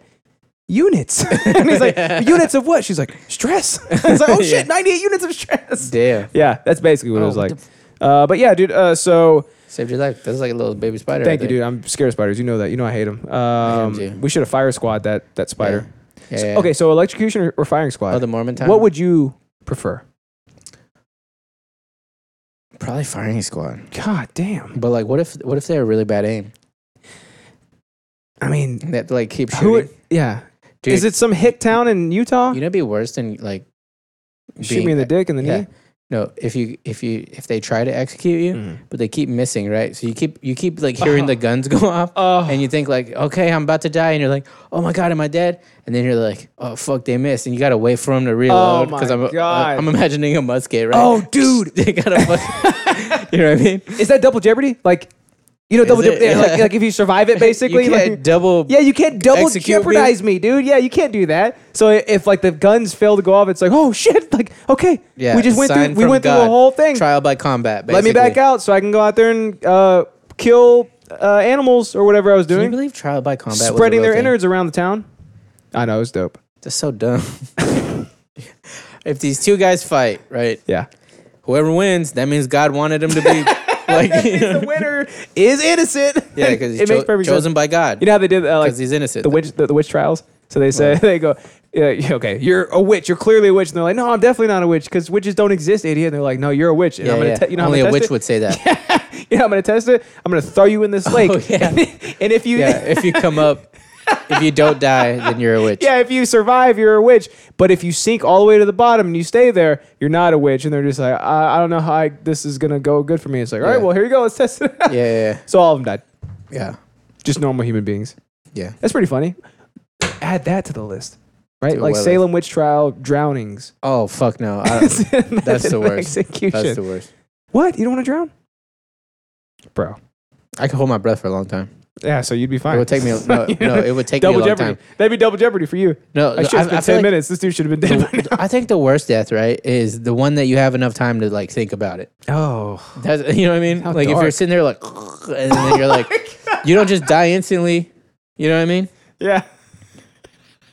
Speaker 1: units. *laughs* and he's like, units of what? She's like, stress. *laughs* it's like, oh shit,
Speaker 2: *laughs* Yeah.
Speaker 1: 98 units of stress.
Speaker 2: Damn,
Speaker 1: Yeah, that's basically what it
Speaker 2: Oh,
Speaker 1: was
Speaker 2: what
Speaker 1: like. Uh, but yeah, dude. Uh, so
Speaker 2: saved your life. That's like a little baby spider.
Speaker 1: thank
Speaker 2: right
Speaker 1: you, dude. I'm scared of spiders. You know that. You know I hate them. Um,
Speaker 2: too.
Speaker 1: we should have fire squad that that
Speaker 2: there.
Speaker 1: spider.
Speaker 2: Yeah.
Speaker 1: So-
Speaker 2: Yeah, yeah.
Speaker 1: Okay, so electrocution or, or firing squad.
Speaker 2: Oh, the Mormon time.
Speaker 1: what would you prefer?
Speaker 2: probably firing squad?
Speaker 1: God damn.
Speaker 2: But like, what if what if they have really bad aim?
Speaker 1: I mean,
Speaker 2: And they have to like keep shooting.
Speaker 1: who? would- yeah.
Speaker 2: Dude,
Speaker 1: Is it some hick town in Utah?
Speaker 2: you know, it'd be worse than like
Speaker 1: Shoot
Speaker 2: being-
Speaker 1: me in the dick and the
Speaker 2: Yeah.
Speaker 1: knee.
Speaker 2: No, if you if you if they try to execute you,
Speaker 1: Mm-hmm.
Speaker 2: but they keep missing, right? So you keep you keep like
Speaker 1: *laughs*
Speaker 2: hearing the guns go off,
Speaker 1: Oh.
Speaker 2: and you think like, okay, I'm about to die, and you're like, oh my god, am I dead? And then you're like, oh fuck, they missed, and you gotta wait for them to reload
Speaker 1: Oh my
Speaker 2: I'm uh,
Speaker 1: God.
Speaker 2: I'm imagining a musket, right? *laughs*
Speaker 1: Oh, dude.
Speaker 2: they gotta, fuck, *laughs* you know what I mean?
Speaker 1: Is that double jeopardy? Like, you know, double
Speaker 2: it?
Speaker 1: jeopardy. Like,
Speaker 2: *laughs* Yeah.
Speaker 1: like if you survive it, basically.
Speaker 2: you
Speaker 1: like-
Speaker 2: can't double.
Speaker 1: Yeah, you can't double
Speaker 2: Execute me?
Speaker 1: jeopardize me. dude. Yeah, you can't do that. So i- if like the guns fail to go off, it's like, oh shit, like okay,
Speaker 2: yeah,
Speaker 1: we just went
Speaker 2: sign
Speaker 1: through, we
Speaker 2: from
Speaker 1: went through
Speaker 2: God.
Speaker 1: the whole thing.
Speaker 2: Trial by combat.
Speaker 1: Let me
Speaker 2: basically.
Speaker 1: back out so I can go out there and uh, kill uh, animals or whatever I was
Speaker 2: Can you
Speaker 1: doing,
Speaker 2: believe trial by combat? was a
Speaker 1: spreading
Speaker 2: real
Speaker 1: their
Speaker 2: thing?
Speaker 1: innards around the town. I know it was dope.
Speaker 2: That's so dumb. *laughs* if these two guys fight, right?
Speaker 1: Yeah,
Speaker 2: Whoever wins, that means God wanted them
Speaker 1: *laughs*
Speaker 2: to be like, *laughs* you know,
Speaker 1: the winner is innocent.
Speaker 2: yeah, because he's
Speaker 1: it
Speaker 2: cho-
Speaker 1: makes perfect
Speaker 2: chosen
Speaker 1: sense.
Speaker 2: by God.
Speaker 1: You know how they did uh, like
Speaker 2: because he's innocent.
Speaker 1: the witch the, the witch trials. So they say *laughs* they go, yeah, yeah, okay, you're a witch. You're clearly a witch. And they're like, no, I'm definitely not a witch because witches don't exist, idiot. And they're like, no, you're a witch. And
Speaker 2: Yeah,
Speaker 1: I'm gonna
Speaker 2: yeah.
Speaker 1: te- you know how I'm
Speaker 2: Only
Speaker 1: gonna
Speaker 2: a
Speaker 1: test it? *laughs*
Speaker 2: witch would say that.
Speaker 1: you know, how I'm gonna test it. I'm gonna throw you in
Speaker 2: *laughs*
Speaker 1: this lake.
Speaker 2: yeah.
Speaker 1: *laughs* and, if you, *laughs*
Speaker 2: yeah,
Speaker 1: yeah.
Speaker 2: if you come up, if you don't die, then you're a witch.
Speaker 1: if you survive, you're a witch. But if you sink all the way to the bottom and you stay there, you're not a witch. And they're just like, I, I don't know how I, this is gonna go good for me. It's like, all right,
Speaker 2: Yeah.
Speaker 1: well, here you go. Let's test it. out.
Speaker 2: yeah, yeah,
Speaker 1: *laughs* So all of them died.
Speaker 2: yeah,
Speaker 1: Just normal human beings.
Speaker 2: yeah.
Speaker 1: That's pretty funny. Add that to the list, right?
Speaker 2: To
Speaker 1: like
Speaker 2: what list?
Speaker 1: Salem witch trial, drownings.
Speaker 2: Oh fuck no, I,
Speaker 1: *laughs* That's
Speaker 2: the worst.
Speaker 1: Execution.
Speaker 2: that's the worst.
Speaker 1: what? You don't want to drown? Bro.
Speaker 2: I can hold my breath for a long time.
Speaker 1: Yeah, so you'd be fine.
Speaker 2: It would take me.
Speaker 1: *laughs*
Speaker 2: No, no it would take
Speaker 1: double
Speaker 2: me a long
Speaker 1: jeopardy.
Speaker 2: time.
Speaker 1: That'd be double jeopardy for you.
Speaker 2: No,
Speaker 1: that
Speaker 2: I-
Speaker 1: shit's been
Speaker 2: I feel
Speaker 1: ten
Speaker 2: like-
Speaker 1: minutes. This dude should have been dead. by
Speaker 2: *laughs* I think the worst death, right, is the one that you have enough time to like think about it.
Speaker 1: now. Oh,
Speaker 2: That's, *laughs* you know what I mean? like if you're
Speaker 1: dark. Oh
Speaker 2: sitting there like, *laughs* and then
Speaker 1: *laughs*
Speaker 2: you're like, you don't just die instantly. You know what I mean?
Speaker 1: yeah,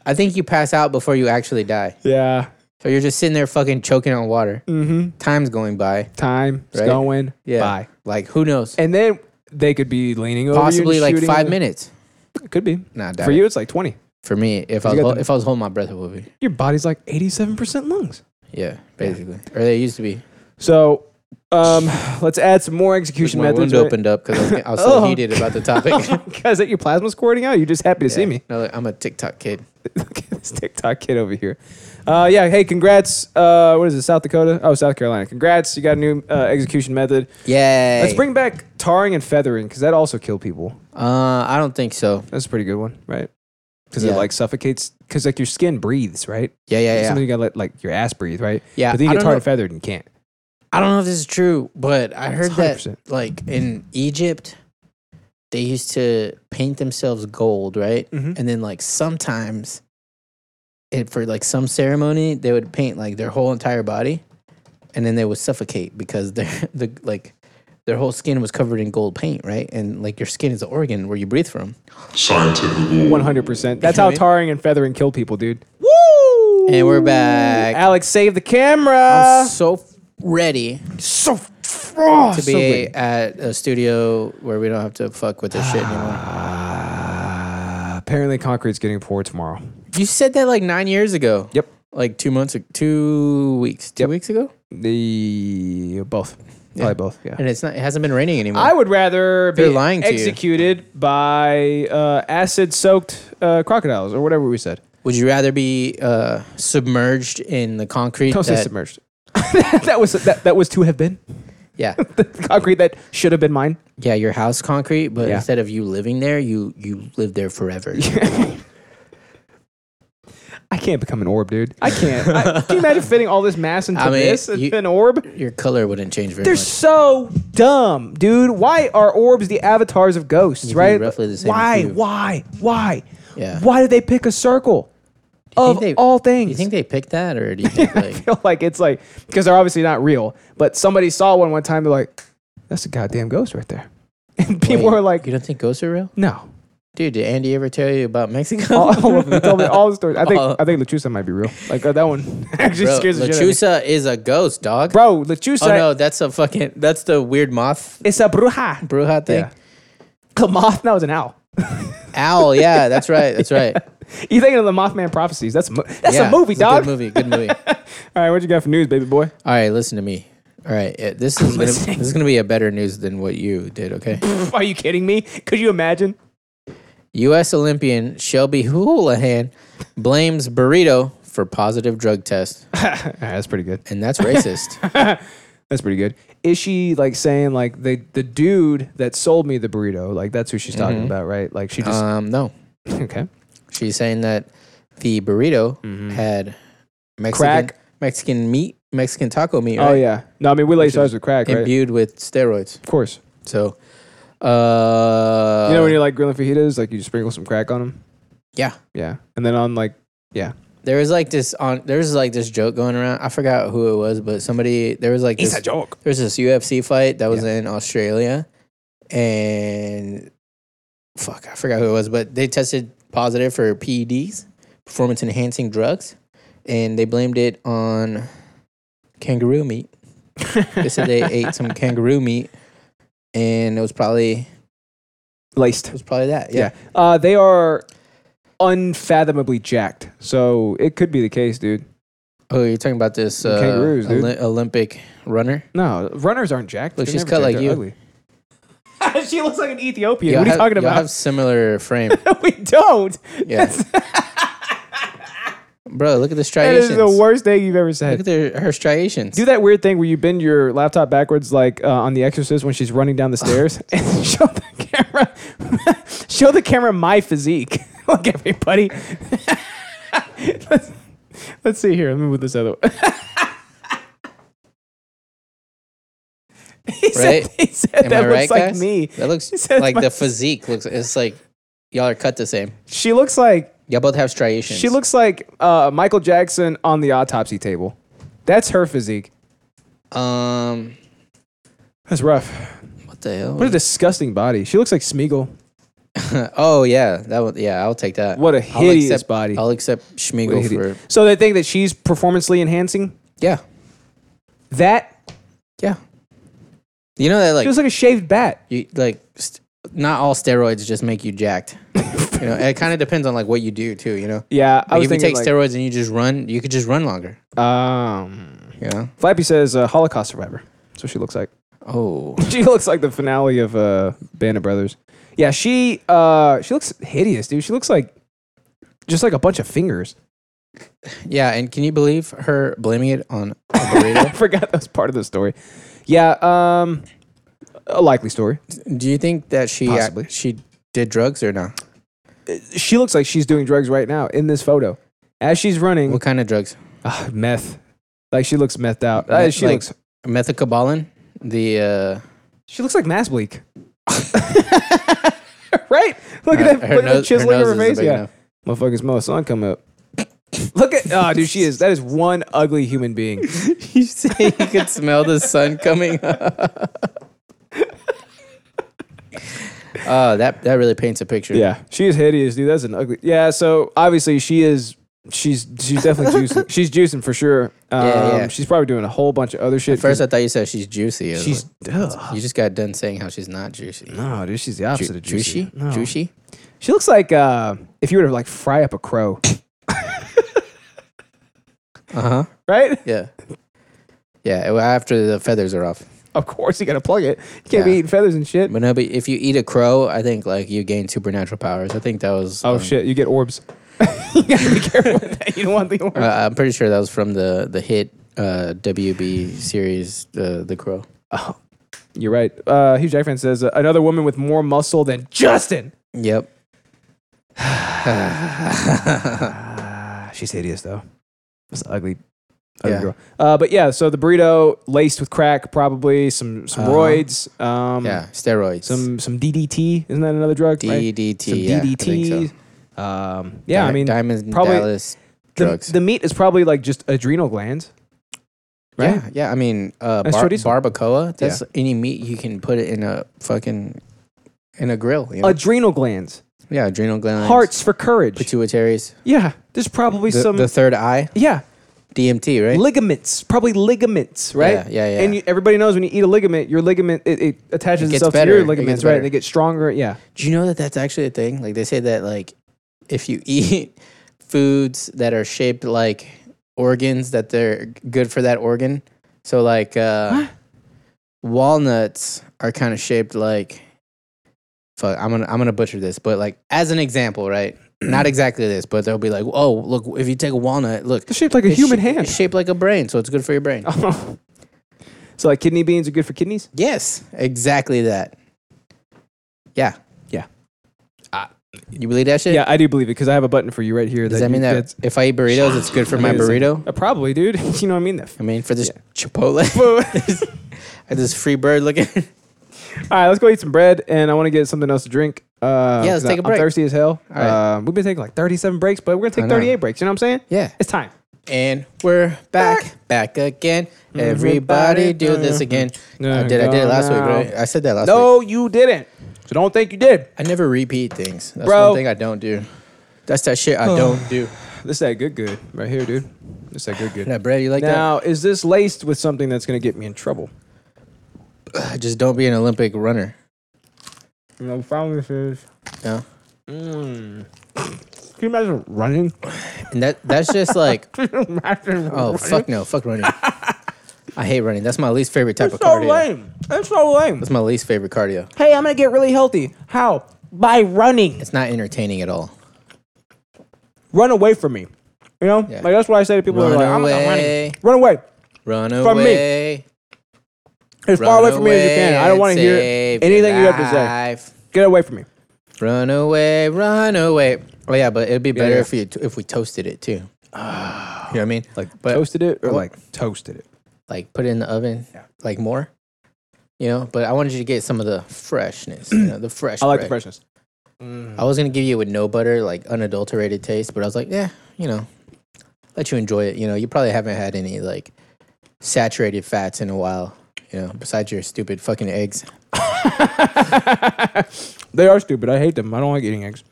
Speaker 2: I think you pass out before you actually die.
Speaker 1: yeah.
Speaker 2: So you're just sitting there fucking choking on water.
Speaker 1: Mm-hmm.
Speaker 2: Time's going by.
Speaker 1: Time is
Speaker 2: Right?
Speaker 1: going
Speaker 2: Yeah.
Speaker 1: by,
Speaker 2: Like who knows?
Speaker 1: and then they could be leaning over you and
Speaker 2: Possibly like
Speaker 1: shooting
Speaker 2: five
Speaker 1: you.
Speaker 2: minutes.
Speaker 1: Could be
Speaker 2: Nah, doubt
Speaker 1: for
Speaker 2: it.
Speaker 1: you. It's like twenty.
Speaker 2: For me, if I
Speaker 1: You
Speaker 2: was,
Speaker 1: got
Speaker 2: hol-
Speaker 1: the-
Speaker 2: if I was holding my breath, it would be.
Speaker 1: Your body's like eighty-seven percent lungs.
Speaker 2: Yeah, basically. Or they used to be.
Speaker 1: So, um, let's add some more execution
Speaker 2: My
Speaker 1: methods.
Speaker 2: wound opened up because
Speaker 1: *laughs*
Speaker 2: I, was- I was so
Speaker 1: Oh.
Speaker 2: heated about
Speaker 1: *laughs*
Speaker 2: the topic.
Speaker 1: Guys, that your plasma squirting out? You're just happy to see me. *laughs*
Speaker 2: No, I'm a TikTok kid.
Speaker 1: Look at this TikTok kid over here. Uh, yeah. Hey, congrats. Uh, what is it? South Dakota? Oh, South Carolina. Congrats. You got a new uh, execution method.
Speaker 2: Yay.
Speaker 1: Let's bring back tarring and feathering because that also kill people.
Speaker 2: Uh, I don't think so.
Speaker 1: That's a pretty good one, right? Because
Speaker 2: Yeah.
Speaker 1: it like suffocates. Because like your skin breathes, right?
Speaker 2: Yeah, yeah, yeah.
Speaker 1: Something you gotta let like your ass breathe, right?
Speaker 2: Yeah,
Speaker 1: But then you
Speaker 2: I
Speaker 1: get
Speaker 2: don't
Speaker 1: tarred
Speaker 2: know-
Speaker 1: and feathered and you can't.
Speaker 2: I don't know if this is true, but I heard
Speaker 1: It's
Speaker 2: that
Speaker 1: 100%.
Speaker 2: like in Egypt, they used to paint themselves gold, right?
Speaker 1: Mhm.
Speaker 2: And then like sometimes, it for like some ceremony, they would paint like their whole entire body, and then they would suffocate because their *laughs* the like their whole skin was covered in gold paint, right? And like your skin is the organ where you breathe from.
Speaker 3: Scientific.
Speaker 1: One hundred percent. That's
Speaker 2: know what I
Speaker 1: how
Speaker 2: mean?
Speaker 1: tarring and feathering kill people, dude.
Speaker 2: And we're back.
Speaker 1: Alex, save the camera.
Speaker 2: I'm so f- ready
Speaker 1: so oh,
Speaker 2: to be at a studio where we don't have to fuck with this shit anymore.
Speaker 1: Uh, apparently concrete's getting poor tomorrow.
Speaker 2: You said that like nine years ago.
Speaker 1: Yep.
Speaker 2: like two months, ag- two weeks, two weeks ago,
Speaker 1: The both. Probably both. Yeah.
Speaker 2: and it's not. It hasn't been raining anymore.
Speaker 1: I would rather be
Speaker 2: They're lying to you.
Speaker 1: executed by uh, acid-soaked uh, crocodiles or whatever we said.
Speaker 2: would you rather be uh, submerged in the concrete?
Speaker 1: Don't say
Speaker 2: that-
Speaker 1: submerged. *laughs* that was that, that was to have been
Speaker 2: Yeah, *laughs*
Speaker 1: concrete that should have been mine.
Speaker 2: yeah, your house concrete, but
Speaker 1: Yeah.
Speaker 2: instead of you living there, you you live there forever.
Speaker 1: I can't become an orb, dude. I can't. I, can you imagine fitting all this
Speaker 2: *laughs*
Speaker 1: mass into
Speaker 2: I mean,
Speaker 1: this and
Speaker 2: you-
Speaker 1: an orb?
Speaker 2: Your color wouldn't change very
Speaker 1: They're
Speaker 2: much.
Speaker 1: so dumb, dude. Why are orbs the avatars of ghosts,
Speaker 2: be
Speaker 1: right?
Speaker 2: roughly the same
Speaker 1: why?
Speaker 2: hue.
Speaker 1: Why? Why?
Speaker 2: Yeah.
Speaker 1: Why did they pick a circle?
Speaker 2: think
Speaker 1: Of
Speaker 2: they-
Speaker 1: all things.
Speaker 2: You think they picked that, or
Speaker 1: *laughs*
Speaker 2: do you think
Speaker 1: I
Speaker 2: like?
Speaker 1: feel like it's like because they're obviously not real, but somebody saw one one time. They're like, "That's a goddamn ghost right there," *laughs* and people
Speaker 2: wait,
Speaker 1: are like,
Speaker 2: you don't think ghosts are real, *laughs*
Speaker 1: "No."
Speaker 2: dude? Did Andy ever tell you about Mexico? *laughs*
Speaker 1: All, all of them told me all the stories. I think
Speaker 2: All-
Speaker 1: I think Lachusa might be real. Like uh, that one *laughs* actually
Speaker 2: Oh. Bro,
Speaker 1: scares the shit out of me.
Speaker 2: Lechuza is a ghost, dog.
Speaker 1: Bro, Lachusa,
Speaker 2: oh no, that's a fucking. That's the weird moth
Speaker 1: it's a bruja.
Speaker 2: bruja thing.
Speaker 1: Yeah. The moth, no, it's an owl.
Speaker 2: Owl, yeah, that's right, that's right.
Speaker 1: You're thinking of the Mothman prophecies? That's a mo- that's
Speaker 2: yeah,
Speaker 1: a movie,
Speaker 2: it's a
Speaker 1: dog.
Speaker 2: Good movie. Good
Speaker 1: *laughs*
Speaker 2: movie. All
Speaker 1: All right, what you got for news, baby *laughs* boy?
Speaker 2: right, listen to me. All right, yeah, this is gonna, this is gonna be a better news than what you did. Okay,
Speaker 1: Are you kidding me? Could you *laughs* imagine?
Speaker 2: U.S. Olympian Shelby Houlihan blames burrito for positive drug test,
Speaker 1: that's pretty good.
Speaker 2: and that's racist.
Speaker 1: That's pretty good. Is she like saying like the the dude that sold me the burrito? Like that's who she's talking about, right? Like she *laughs* just
Speaker 2: um, no,
Speaker 1: *laughs* okay.
Speaker 2: she's saying that the burrito had Mexican
Speaker 1: Mm-hmm. Crack.
Speaker 2: Mexican meat, Mexican taco meat, right?
Speaker 1: Oh yeah. No, I mean we laced ours with crack, right?
Speaker 2: imbued with steroids.
Speaker 1: Of course.
Speaker 2: So, uh,
Speaker 1: You know when you're like grilling fajitas, like you just sprinkle some crack on them.
Speaker 2: yeah.
Speaker 1: Yeah, and then on like yeah.
Speaker 2: There was like this on there was like this joke going around. I forgot who it was, but somebody there was like this,
Speaker 1: *laughs*
Speaker 2: there
Speaker 1: joke.
Speaker 2: was this UFC fight that was in Australia, and fuck, I forgot who it was, but they tested positive for PEDs, performance enhancing drugs, and they blamed it on kangaroo meat. they
Speaker 1: *laughs*
Speaker 2: said they ate some kangaroo meat, and it was probably
Speaker 1: Laced.
Speaker 2: it was probably that. Yeah,
Speaker 1: Yeah. Uh, they are unfathomably jacked, so it could be the case, dude.
Speaker 2: Oh, you're talking about this
Speaker 1: Some
Speaker 2: uh,
Speaker 1: kangaroos, dude.
Speaker 2: Oli- Olympic runner.
Speaker 1: No, runners aren't jacked.
Speaker 2: Look,
Speaker 1: They're
Speaker 2: she's
Speaker 1: never
Speaker 2: cut
Speaker 1: jacked.
Speaker 2: like
Speaker 1: They're
Speaker 2: you.
Speaker 1: ugly. *laughs* she looks like an Ethiopian.
Speaker 2: Y'all
Speaker 1: what are you
Speaker 2: have-
Speaker 1: talking
Speaker 2: y'all
Speaker 1: about?
Speaker 2: have
Speaker 1: *laughs*
Speaker 2: similar frame.
Speaker 1: we don't. *laughs*
Speaker 2: Yeah. Bro, look at the
Speaker 1: That
Speaker 2: striations.
Speaker 1: is the worst thing you've ever
Speaker 2: Look
Speaker 1: said.
Speaker 2: at their, her striations.
Speaker 1: Do that weird thing where you bend your laptop backwards, like uh, on The Exorcist when she's running down the stairs, *laughs* and show the camera, *laughs* show the camera my physique. *laughs* Look, everybody. *laughs* let's, let's see here. Let me move this other way. He's said,
Speaker 2: right?
Speaker 1: *laughs* he said
Speaker 2: Am
Speaker 1: that
Speaker 2: I
Speaker 1: looks
Speaker 2: right,
Speaker 1: like
Speaker 2: guys?
Speaker 1: me.
Speaker 2: That looks
Speaker 1: She said
Speaker 2: like
Speaker 1: my-
Speaker 2: the physique looks. It's like y'all are cut the same.
Speaker 1: She looks like
Speaker 2: Y'all both have striations.
Speaker 1: she looks like uh, Michael Jackson on the autopsy table. That's her physique.
Speaker 2: Um,
Speaker 1: That's rough.
Speaker 2: what the hell?
Speaker 1: What a disgusting body. She looks like Smeagol.
Speaker 2: *laughs* oh yeah, that would. Yeah, I'll take that.
Speaker 1: What a
Speaker 2: I'll
Speaker 1: hideous
Speaker 2: accept-
Speaker 1: body.
Speaker 2: I'll accept Schmiegel for.
Speaker 1: So they think that she's performancely enhancing
Speaker 2: Yeah,
Speaker 1: that.
Speaker 2: yeah. You know that like
Speaker 1: She looks like a shaved bat.
Speaker 2: you like st- not all steroids just make you jacked. you know, it kind of depends on like what you do too. You know,
Speaker 1: Yeah, I
Speaker 2: Like,
Speaker 1: was
Speaker 2: if you
Speaker 1: thinking
Speaker 2: take
Speaker 1: like,
Speaker 2: steroids and you just run, you could just run longer.
Speaker 1: um,
Speaker 2: You know.
Speaker 1: Flappy says uh, Holocaust survivor. That's what she looks like. *laughs*
Speaker 2: Oh,
Speaker 1: She looks like the finale of uh, Band of Brothers. Yeah, she uh, she looks hideous, dude. She looks like just like a bunch of fingers. *laughs*
Speaker 2: yeah. And can you believe her blaming it on a
Speaker 1: *laughs*
Speaker 2: burrito?
Speaker 1: I forgot that was part of the story. Yeah, um, a likely story.
Speaker 2: do you think that she
Speaker 1: Possibly.
Speaker 2: she did drugs or no?
Speaker 1: She looks like she's doing drugs right now in this photo. As she's running,
Speaker 2: What kind of drugs?
Speaker 1: ah, meth. Like she looks methed out. Uh, she
Speaker 2: Like-
Speaker 1: looks
Speaker 2: Methacobalin. The uh,
Speaker 1: she looks like Mass
Speaker 2: *laughs*
Speaker 1: Bleak. *laughs* right? Look
Speaker 2: her-
Speaker 1: at that,
Speaker 2: her
Speaker 1: look at that
Speaker 2: nose- her
Speaker 1: chiseling of
Speaker 2: nose *laughs*
Speaker 1: her
Speaker 2: isn't
Speaker 1: face.
Speaker 2: big
Speaker 1: Yeah.
Speaker 2: enough.
Speaker 1: Motherfuckers, Mo Sun come up. *laughs* Look at oh dude, she is that is one ugly human
Speaker 2: *laughs*
Speaker 1: being.
Speaker 2: you say you could smell the sun coming up.
Speaker 1: *laughs*
Speaker 2: Uh, that that really paints a picture.
Speaker 1: Yeah. She is hideous, dude. That's an ugly Yeah, so obviously she is she's she's
Speaker 2: *laughs*
Speaker 1: definitely juicing. She's juicing for sure. Um,
Speaker 2: Yeah, yeah.
Speaker 1: she's probably doing a whole bunch of other shit.
Speaker 2: First, I thought you said she's juicy. I was
Speaker 1: she's
Speaker 2: like,
Speaker 1: ugh.
Speaker 2: you just got done saying how she's not juicy.
Speaker 1: No, dude, she's the opposite of juicy.
Speaker 2: Juicy?
Speaker 1: No.
Speaker 2: Juicy?
Speaker 1: She looks like uh if you were to like fry up a
Speaker 2: *laughs*
Speaker 1: crow,
Speaker 2: Uh huh.
Speaker 1: *laughs* right?
Speaker 2: Yeah. Yeah. well, After the feathers are off.
Speaker 1: Of course you gotta plug it. You can't be
Speaker 2: Yeah.
Speaker 1: eating feathers and shit.
Speaker 2: But no, but if you eat a crow, I think like you gain supernatural powers. I think that was.
Speaker 1: Oh
Speaker 2: um,
Speaker 1: shit, you get orbs. *laughs* you gotta be careful with that. You don't want the orbs.
Speaker 2: *laughs* uh, I'm pretty sure that was from the the hit uh, WB series, the the crow.
Speaker 1: You're right. Uh, Hugh Jackman says uh, another woman with more muscle than
Speaker 2: *sighs*
Speaker 1: Justin. *sighs*
Speaker 2: Yep.
Speaker 1: Ah, she's hideous though. It's ugly. Ugly
Speaker 2: Yeah.
Speaker 1: girl. Uh, but yeah, so the burrito laced with crack, probably some some
Speaker 2: Uh-huh.
Speaker 1: roids, um,
Speaker 2: Yeah. Steroids.
Speaker 1: some some DDT. Isn't that another drug? right?
Speaker 2: DDT.
Speaker 1: Some
Speaker 2: yeah, I think
Speaker 1: DDT.
Speaker 2: so.
Speaker 1: Um, yeah, I
Speaker 2: Di-
Speaker 1: mean,
Speaker 2: diamonds and
Speaker 1: probably
Speaker 2: Dallas
Speaker 1: the,
Speaker 2: drugs.
Speaker 1: the meat is probably like just adrenal glands. right?
Speaker 2: Yeah, yeah. I mean, uh,
Speaker 1: That's
Speaker 2: bar-
Speaker 1: chorizo.
Speaker 2: barbacoa. That's any meat you can put it in a fucking in a grill. You know?
Speaker 1: Adrenal glands,
Speaker 2: yeah, adrenal glands,
Speaker 1: hearts for courage.
Speaker 2: pituitaries,
Speaker 1: yeah, there's probably
Speaker 2: the,
Speaker 1: some.
Speaker 2: the third eye,
Speaker 1: yeah,
Speaker 2: DMT, right?
Speaker 1: ligaments, probably ligaments, right?
Speaker 2: Yeah, yeah, yeah.
Speaker 1: And you, everybody knows when you eat a ligament, your ligament it, it attaches
Speaker 2: It gets
Speaker 1: itself
Speaker 2: better.
Speaker 1: to
Speaker 2: It
Speaker 1: your
Speaker 2: gets
Speaker 1: ligaments,
Speaker 2: better.
Speaker 1: right? They get stronger. Yeah,
Speaker 2: Do you know that that's actually a thing? Like they say that like if you *laughs* eat foods that are shaped like organs, that they're good for that organ. So like uh, walnuts are kind of shaped like. Fuck, I'm gonna I'm gonna butcher this, but like as an example, right? *clears throat* Not exactly this, but they'll be like, oh, look, if you take a walnut, look,
Speaker 1: they're shaped like a
Speaker 2: it's
Speaker 1: human
Speaker 2: sh- It's
Speaker 1: hand. Oh.
Speaker 2: shaped like a brain, so it's good for your brain.
Speaker 1: *laughs* so like kidney beans are good for kidneys.
Speaker 2: Yes, exactly that. Yeah.
Speaker 1: Yeah.
Speaker 2: Uh, you believe that shit?
Speaker 1: Yeah, I do believe it because I have a button for you right here.
Speaker 2: Does that
Speaker 1: you
Speaker 2: mean that
Speaker 1: get-
Speaker 2: if I eat burritos, it's good for
Speaker 1: I
Speaker 2: my
Speaker 1: mean, it's-
Speaker 2: burrito?
Speaker 1: Uh, probably, dude. *laughs* you know what I mean?
Speaker 2: I mean, for this Chipotle,
Speaker 1: *laughs*
Speaker 2: *laughs*
Speaker 1: All
Speaker 2: I this free bird looking. *laughs*
Speaker 1: right, let's go eat some bread, and I want to get something else to drink. Uh,
Speaker 2: Yeah, let's
Speaker 1: 'cause
Speaker 2: take
Speaker 1: I'm
Speaker 2: a break.
Speaker 1: thirsty as hell.
Speaker 2: All right.
Speaker 1: Uh, we've been taking like 37 breaks, but we're gonna
Speaker 2: I
Speaker 1: take
Speaker 2: know.
Speaker 1: 38 breaks. You know what I'm saying?
Speaker 2: yeah.
Speaker 1: It's time.
Speaker 2: And we're back, back again.
Speaker 1: Mm-hmm.
Speaker 2: Everybody do this again. I did. I did it last week, right? I said that last week.
Speaker 1: No, you didn't. So don't think you did.
Speaker 2: I never repeat things. That's
Speaker 1: Bro.
Speaker 2: one thing I don't do. That's
Speaker 1: *sighs*
Speaker 2: that shit I don't do.
Speaker 1: This that good good right here, dude. This that good
Speaker 2: Now,
Speaker 1: good.
Speaker 2: Brad, you like
Speaker 1: Now, is this laced with something that's gonna get me in trouble?
Speaker 2: that? Just don't be an Olympic runner.
Speaker 1: You know, promises.
Speaker 2: No.
Speaker 1: Mm. Can you imagine *laughs* running?
Speaker 2: And that that's
Speaker 1: *laughs*
Speaker 2: just like
Speaker 1: imagine
Speaker 2: Oh fuck no,
Speaker 1: *laughs*
Speaker 2: fuck running. I hate running. That's my least favorite type
Speaker 1: It's
Speaker 2: of
Speaker 1: so
Speaker 2: cardio.
Speaker 1: lame. It's so lame.
Speaker 2: That's my least favorite cardio.
Speaker 1: Hey, I'm gonna get really healthy. How? By running.
Speaker 2: It's not entertaining at all.
Speaker 1: Run away from me. You know,
Speaker 2: Yeah.
Speaker 1: like that's what I say to people.
Speaker 2: Run
Speaker 1: that are like, I'm not
Speaker 2: away.
Speaker 1: running. Run away.
Speaker 2: Run
Speaker 1: From me.
Speaker 2: away.
Speaker 1: As
Speaker 2: Run
Speaker 1: far away from me as you can. I don't want to hear anything you have to say. Get away from me.
Speaker 2: say. Run away, run away. Oh yeah, but it'd be better
Speaker 1: yeah. Ah.
Speaker 2: if you if we toasted it too. you know what I mean? Like but
Speaker 1: toasted it or
Speaker 2: Well-
Speaker 1: like toasted it.
Speaker 2: like put it in the oven. Like more. you know. But I wanted you to get some of the freshness, you
Speaker 1: *clears throat*
Speaker 2: know, the fresh.
Speaker 1: I like the
Speaker 2: bread.
Speaker 1: freshness. *laughs*
Speaker 2: I was gonna give you with no butter, like unadulterated taste, but I was like, yeah, you know, let you enjoy it. You know, you probably haven't had any like saturated fats in a while. You know, besides your stupid fucking eggs.
Speaker 1: They are stupid. I hate them. I don't like eating eggs.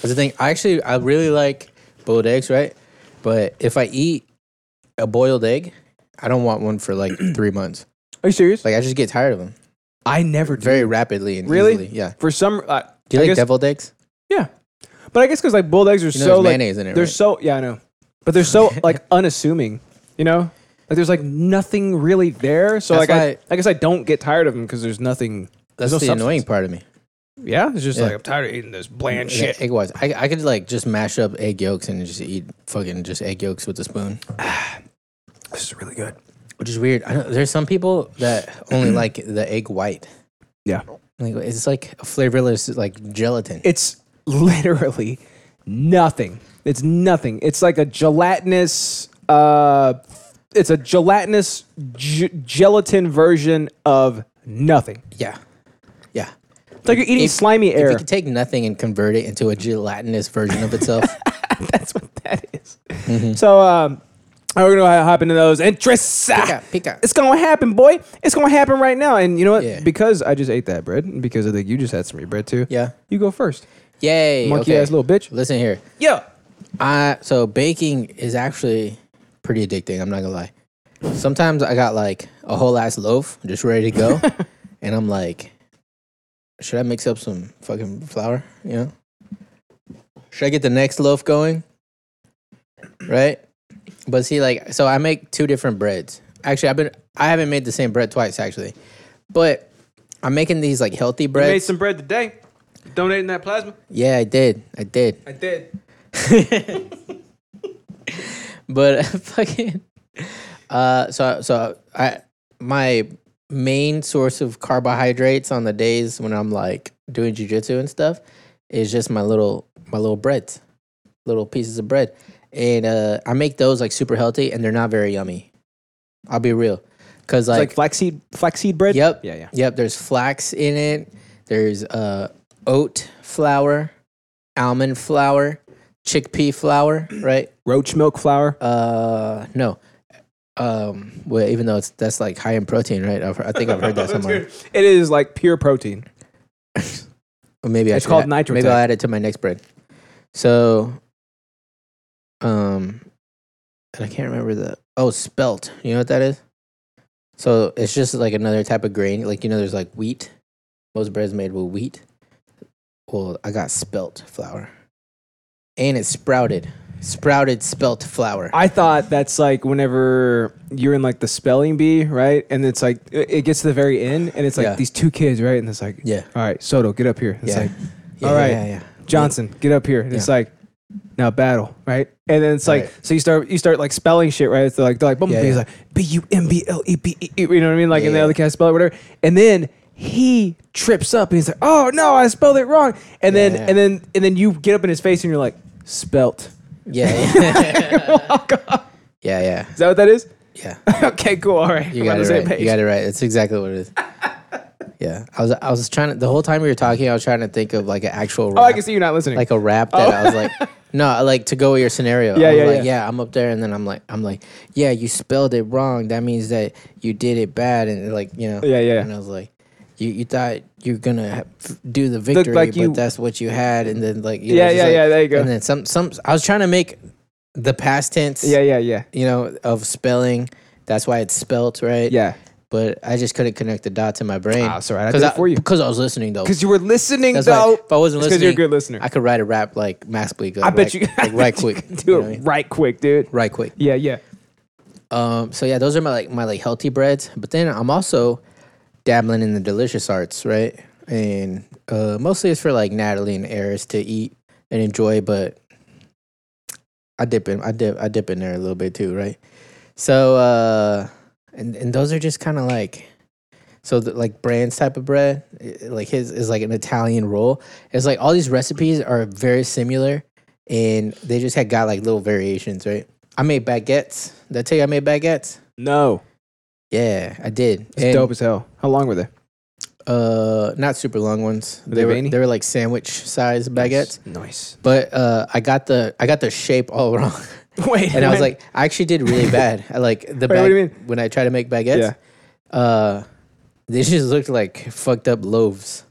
Speaker 2: That's the thing. I actually I really like boiled eggs, right? But if I eat a boiled egg, I don't want one
Speaker 1: *clears throat*
Speaker 2: for like three months.
Speaker 1: Are you serious?
Speaker 2: Like I just get tired of them
Speaker 1: I never do.
Speaker 2: very rapidly and
Speaker 1: Really?
Speaker 2: easily. Yeah.
Speaker 1: For some, uh,
Speaker 2: Do you
Speaker 1: I
Speaker 2: like
Speaker 1: guess,
Speaker 2: deviled eggs?
Speaker 1: Yeah, but I guess because like boiled eggs are
Speaker 2: You know
Speaker 1: so
Speaker 2: there's
Speaker 1: like
Speaker 2: mayonnaise in it,
Speaker 1: they're
Speaker 2: right?
Speaker 1: so yeah I know, but they're
Speaker 2: *laughs*
Speaker 1: so like unassuming, you know. Like there's like nothing really there, so
Speaker 2: That's
Speaker 1: like I,
Speaker 2: why-
Speaker 1: I guess I don't get tired of them because there's nothing.
Speaker 2: That's
Speaker 1: there's no
Speaker 2: the
Speaker 1: substance.
Speaker 2: annoying part of me.
Speaker 1: Yeah, it's just
Speaker 2: Yeah.
Speaker 1: like I'm tired of eating this bland
Speaker 2: Yeah,
Speaker 1: shit.
Speaker 2: Egg wise, I, I could like just mash up egg yolks and just eat fucking just egg yolks with a spoon,
Speaker 1: This is really good.
Speaker 2: which is weird. I don't, there's some people that
Speaker 1: *clears throat*
Speaker 2: only like the egg white.
Speaker 1: Yeah,
Speaker 2: Like it's like a flavorless like gelatin.
Speaker 1: it's literally nothing. It's nothing. It's like a gelatinous. Uh, it's a gelatinous g- gelatin version of nothing.
Speaker 2: yeah, yeah.
Speaker 1: It's like you're eating
Speaker 2: If-
Speaker 1: slimy
Speaker 2: If
Speaker 1: air. *laughs*
Speaker 2: you could take nothing and convert it into a gelatinous version of
Speaker 1: *laughs*
Speaker 2: itself,
Speaker 1: That's what that is.
Speaker 2: Mm-hmm.
Speaker 1: So um, we're gonna hop into those interests.
Speaker 2: up, pick up.
Speaker 1: It's gonna happen, boy. It's gonna happen right now. And you know what?
Speaker 2: Yeah.
Speaker 1: Because I just ate that bread, and because I think you just had some of your bread too.
Speaker 2: Yeah.
Speaker 1: You go first.
Speaker 2: yay!
Speaker 1: Monkey ass little bitch.
Speaker 2: Listen here.
Speaker 1: Yeah.
Speaker 2: I so baking is actually pretty addicting. I'm not gonna lie. Sometimes I got like a whole ass loaf just
Speaker 1: *laughs*
Speaker 2: ready to go, and I'm like, should I mix up some fucking flour? You know, should I get the next loaf going? Right. But see, like, so I make two different breads. Actually, I've been I haven't made the same bread twice actually, but I'm making these like healthy
Speaker 1: Made
Speaker 2: breads.
Speaker 1: some bread today. Donating that plasma.
Speaker 2: yeah, I did. I did.
Speaker 1: I did.
Speaker 2: but *laughs* uh, fucking uh so so i my main source of carbohydrates on the days when i'm like doing jujitsu and stuff is just my little my little breads little pieces of bread and uh i make those like super healthy and they're not very yummy i'll be real because
Speaker 1: It's
Speaker 2: like,
Speaker 1: like flaxseed, flaxseed bread.
Speaker 2: yep
Speaker 1: Yeah, yeah.
Speaker 2: yep there's flax in it there's uh oat flour almond flour chickpea flour right
Speaker 1: Roach milk flour.
Speaker 2: uh, no. Um, well, even though it's that's like high in protein, right? I've, heard- I think I've heard that somewhere.
Speaker 1: It is like pure protein.
Speaker 2: Or maybe I
Speaker 1: It's
Speaker 2: should
Speaker 1: called
Speaker 2: add-
Speaker 1: Nitro
Speaker 2: Maybe
Speaker 1: Tech.
Speaker 2: I'll add it to my next bread. So, um, and I can't remember the oh spelt. You know what that is? So it's just like another type of grain. Like you know, there's like wheat. Most breads made with wheat. Well, I got spelt flour, and it's sprouted, sprouted spelt flour.
Speaker 1: I thought that's like whenever you're in like the spelling bee, right? And it's like it it gets to the very end, and it's like
Speaker 2: Yeah.
Speaker 1: these two kids, right? And it's like,
Speaker 2: Yeah.
Speaker 1: all right, Soto, get up here. It's
Speaker 2: Yeah.
Speaker 1: like
Speaker 2: Yeah,
Speaker 1: all right.
Speaker 2: yeah, yeah.
Speaker 1: Johnson, get up here. And It's like now battle, right? And then it's like
Speaker 2: Right.
Speaker 1: so you start you start like spelling shit, right? It's like they're like Bumblebee's
Speaker 2: Yeah, yeah.
Speaker 1: like B U M B L E B E, E, you know what I mean? Like
Speaker 2: Yeah,
Speaker 1: and the
Speaker 2: yeah.
Speaker 1: other cat spell it whatever, and then. He trips up and he's like, "Oh no, I spelled it wrong." And then,
Speaker 2: Yeah.
Speaker 1: and then, and then you get up in his face and you're like, "Spelt."
Speaker 2: Yeah, yeah,
Speaker 1: *laughs* Walk off.
Speaker 2: yeah, yeah.
Speaker 1: Is that what that is? *laughs*
Speaker 2: yeah.
Speaker 1: okay, cool. All right.
Speaker 2: You
Speaker 1: We're on
Speaker 2: got
Speaker 1: the
Speaker 2: it
Speaker 1: same
Speaker 2: right. You
Speaker 1: page.
Speaker 2: got it right. That's exactly what
Speaker 1: *laughs*
Speaker 2: it is. Yeah, I was I was trying to the whole time we were talking. I was trying to think of like an actual rap,
Speaker 1: Oh, I can see you not listening.
Speaker 2: like a rap that I was like, no, like to go with your
Speaker 1: *laughs*
Speaker 2: scenario.
Speaker 1: Yeah,
Speaker 2: I was
Speaker 1: yeah,
Speaker 2: like,
Speaker 1: yeah.
Speaker 2: I'm up there, and then I'm like, I'm like, yeah, you spelled it wrong. That means that you did it bad, and like you know,
Speaker 1: Yeah, yeah.
Speaker 2: And I was like. You, you thought you're gonna ha- f- do the victory,
Speaker 1: like
Speaker 2: but
Speaker 1: you-
Speaker 2: that's what you had, and then like you know,
Speaker 1: Yeah,
Speaker 2: just
Speaker 1: yeah,
Speaker 2: like-
Speaker 1: yeah, there you go.
Speaker 2: And then some some I was trying to make the past tense
Speaker 1: yeah, yeah, yeah.
Speaker 2: you know, of spelling. That's why it's spelt right.
Speaker 1: Yeah.
Speaker 2: But I just couldn't connect the dots in my brain.
Speaker 1: Ah, it's all right. I did it for you.
Speaker 2: Because I was listening though.
Speaker 1: Because you were listening,
Speaker 2: That's
Speaker 1: though.
Speaker 2: why if I wasn't
Speaker 1: Because
Speaker 2: listening,
Speaker 1: you're a good listener.
Speaker 2: I could write a rap like massively good.
Speaker 1: I bet
Speaker 2: like,
Speaker 1: you
Speaker 2: like right
Speaker 1: *laughs*
Speaker 2: quick.
Speaker 1: do
Speaker 2: you know
Speaker 1: it
Speaker 2: what I mean?
Speaker 1: right quick, dude.
Speaker 2: right quick.
Speaker 1: Yeah, yeah.
Speaker 2: Um. So yeah, those are my like my like healthy breads. But then I'm also dabbling in the delicious arts, right? And uh, mostly it's for like Natalie and Eris to eat and enjoy. But I dip in, I dip, I dip in there a little bit too, right? So uh, and and those are just kind of like. So the, like Brand's type of bread, i- like his is like an Italian roll. It's like all these recipes are very similar, and they just had got like little variations, right? I made baguettes. Did I tell you I made baguettes?
Speaker 1: No,
Speaker 2: Yeah, I did.
Speaker 1: it's
Speaker 2: And
Speaker 1: dope as hell. How long were they?
Speaker 2: uh, not super long ones.
Speaker 1: they
Speaker 2: They were
Speaker 1: veiny?
Speaker 2: they were like sandwich size baguettes.
Speaker 1: Nice.
Speaker 2: But uh, I got the I got the shape all *laughs* wrong.
Speaker 1: *laughs* Wait.
Speaker 2: and I was like, I actually did
Speaker 1: *laughs*
Speaker 2: really bad. I like the
Speaker 1: Wait, what
Speaker 2: bag-
Speaker 1: do you mean?
Speaker 2: when I try to make baguettes, uh, they just looked like fucked
Speaker 1: *laughs*
Speaker 2: up loaves.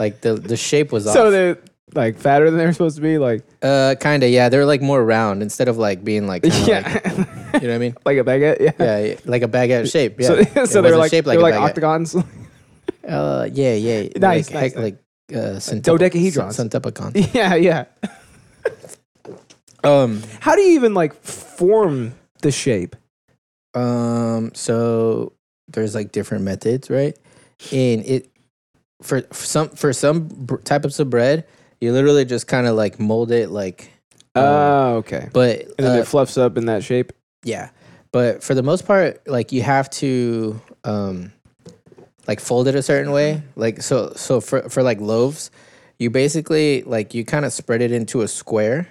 Speaker 2: like the the shape was off.
Speaker 1: so they're like fatter than they're supposed to be. Like,
Speaker 2: uh, kind of yeah. They're like more round instead of like being like kinda like-
Speaker 1: yeah,
Speaker 2: you know what I mean?
Speaker 1: *laughs* like a baguette. Yeah.
Speaker 2: Yeah, yeah, like a baguette shape.
Speaker 1: *laughs*
Speaker 2: Yeah.
Speaker 1: So,
Speaker 2: It
Speaker 1: so
Speaker 2: wasn't
Speaker 1: they're like,
Speaker 2: shaped
Speaker 1: they're like
Speaker 2: a baguette.
Speaker 1: octagons. *laughs*
Speaker 2: Uh, yeah, yeah.
Speaker 1: Nice, nice,
Speaker 2: like, like, uh, centuple-
Speaker 1: dodecahedrons.
Speaker 2: cent-
Speaker 1: *laughs*
Speaker 2: Centuplicon.
Speaker 1: yeah, yeah.
Speaker 2: um,
Speaker 1: How do you even like form the shape?
Speaker 2: um. So there's like different methods, right? And it for for some for some br- types of bread, you literally just kind of like mold it, like.
Speaker 1: Oh,
Speaker 2: Um,
Speaker 1: okay.
Speaker 2: But
Speaker 1: And then
Speaker 2: uh,
Speaker 1: it fluffs up in that shape. *laughs*
Speaker 2: yeah, but for the most part, like you have to um, like fold it a certain way, like so so for for like loaves, you basically like you kind of spread it into a square,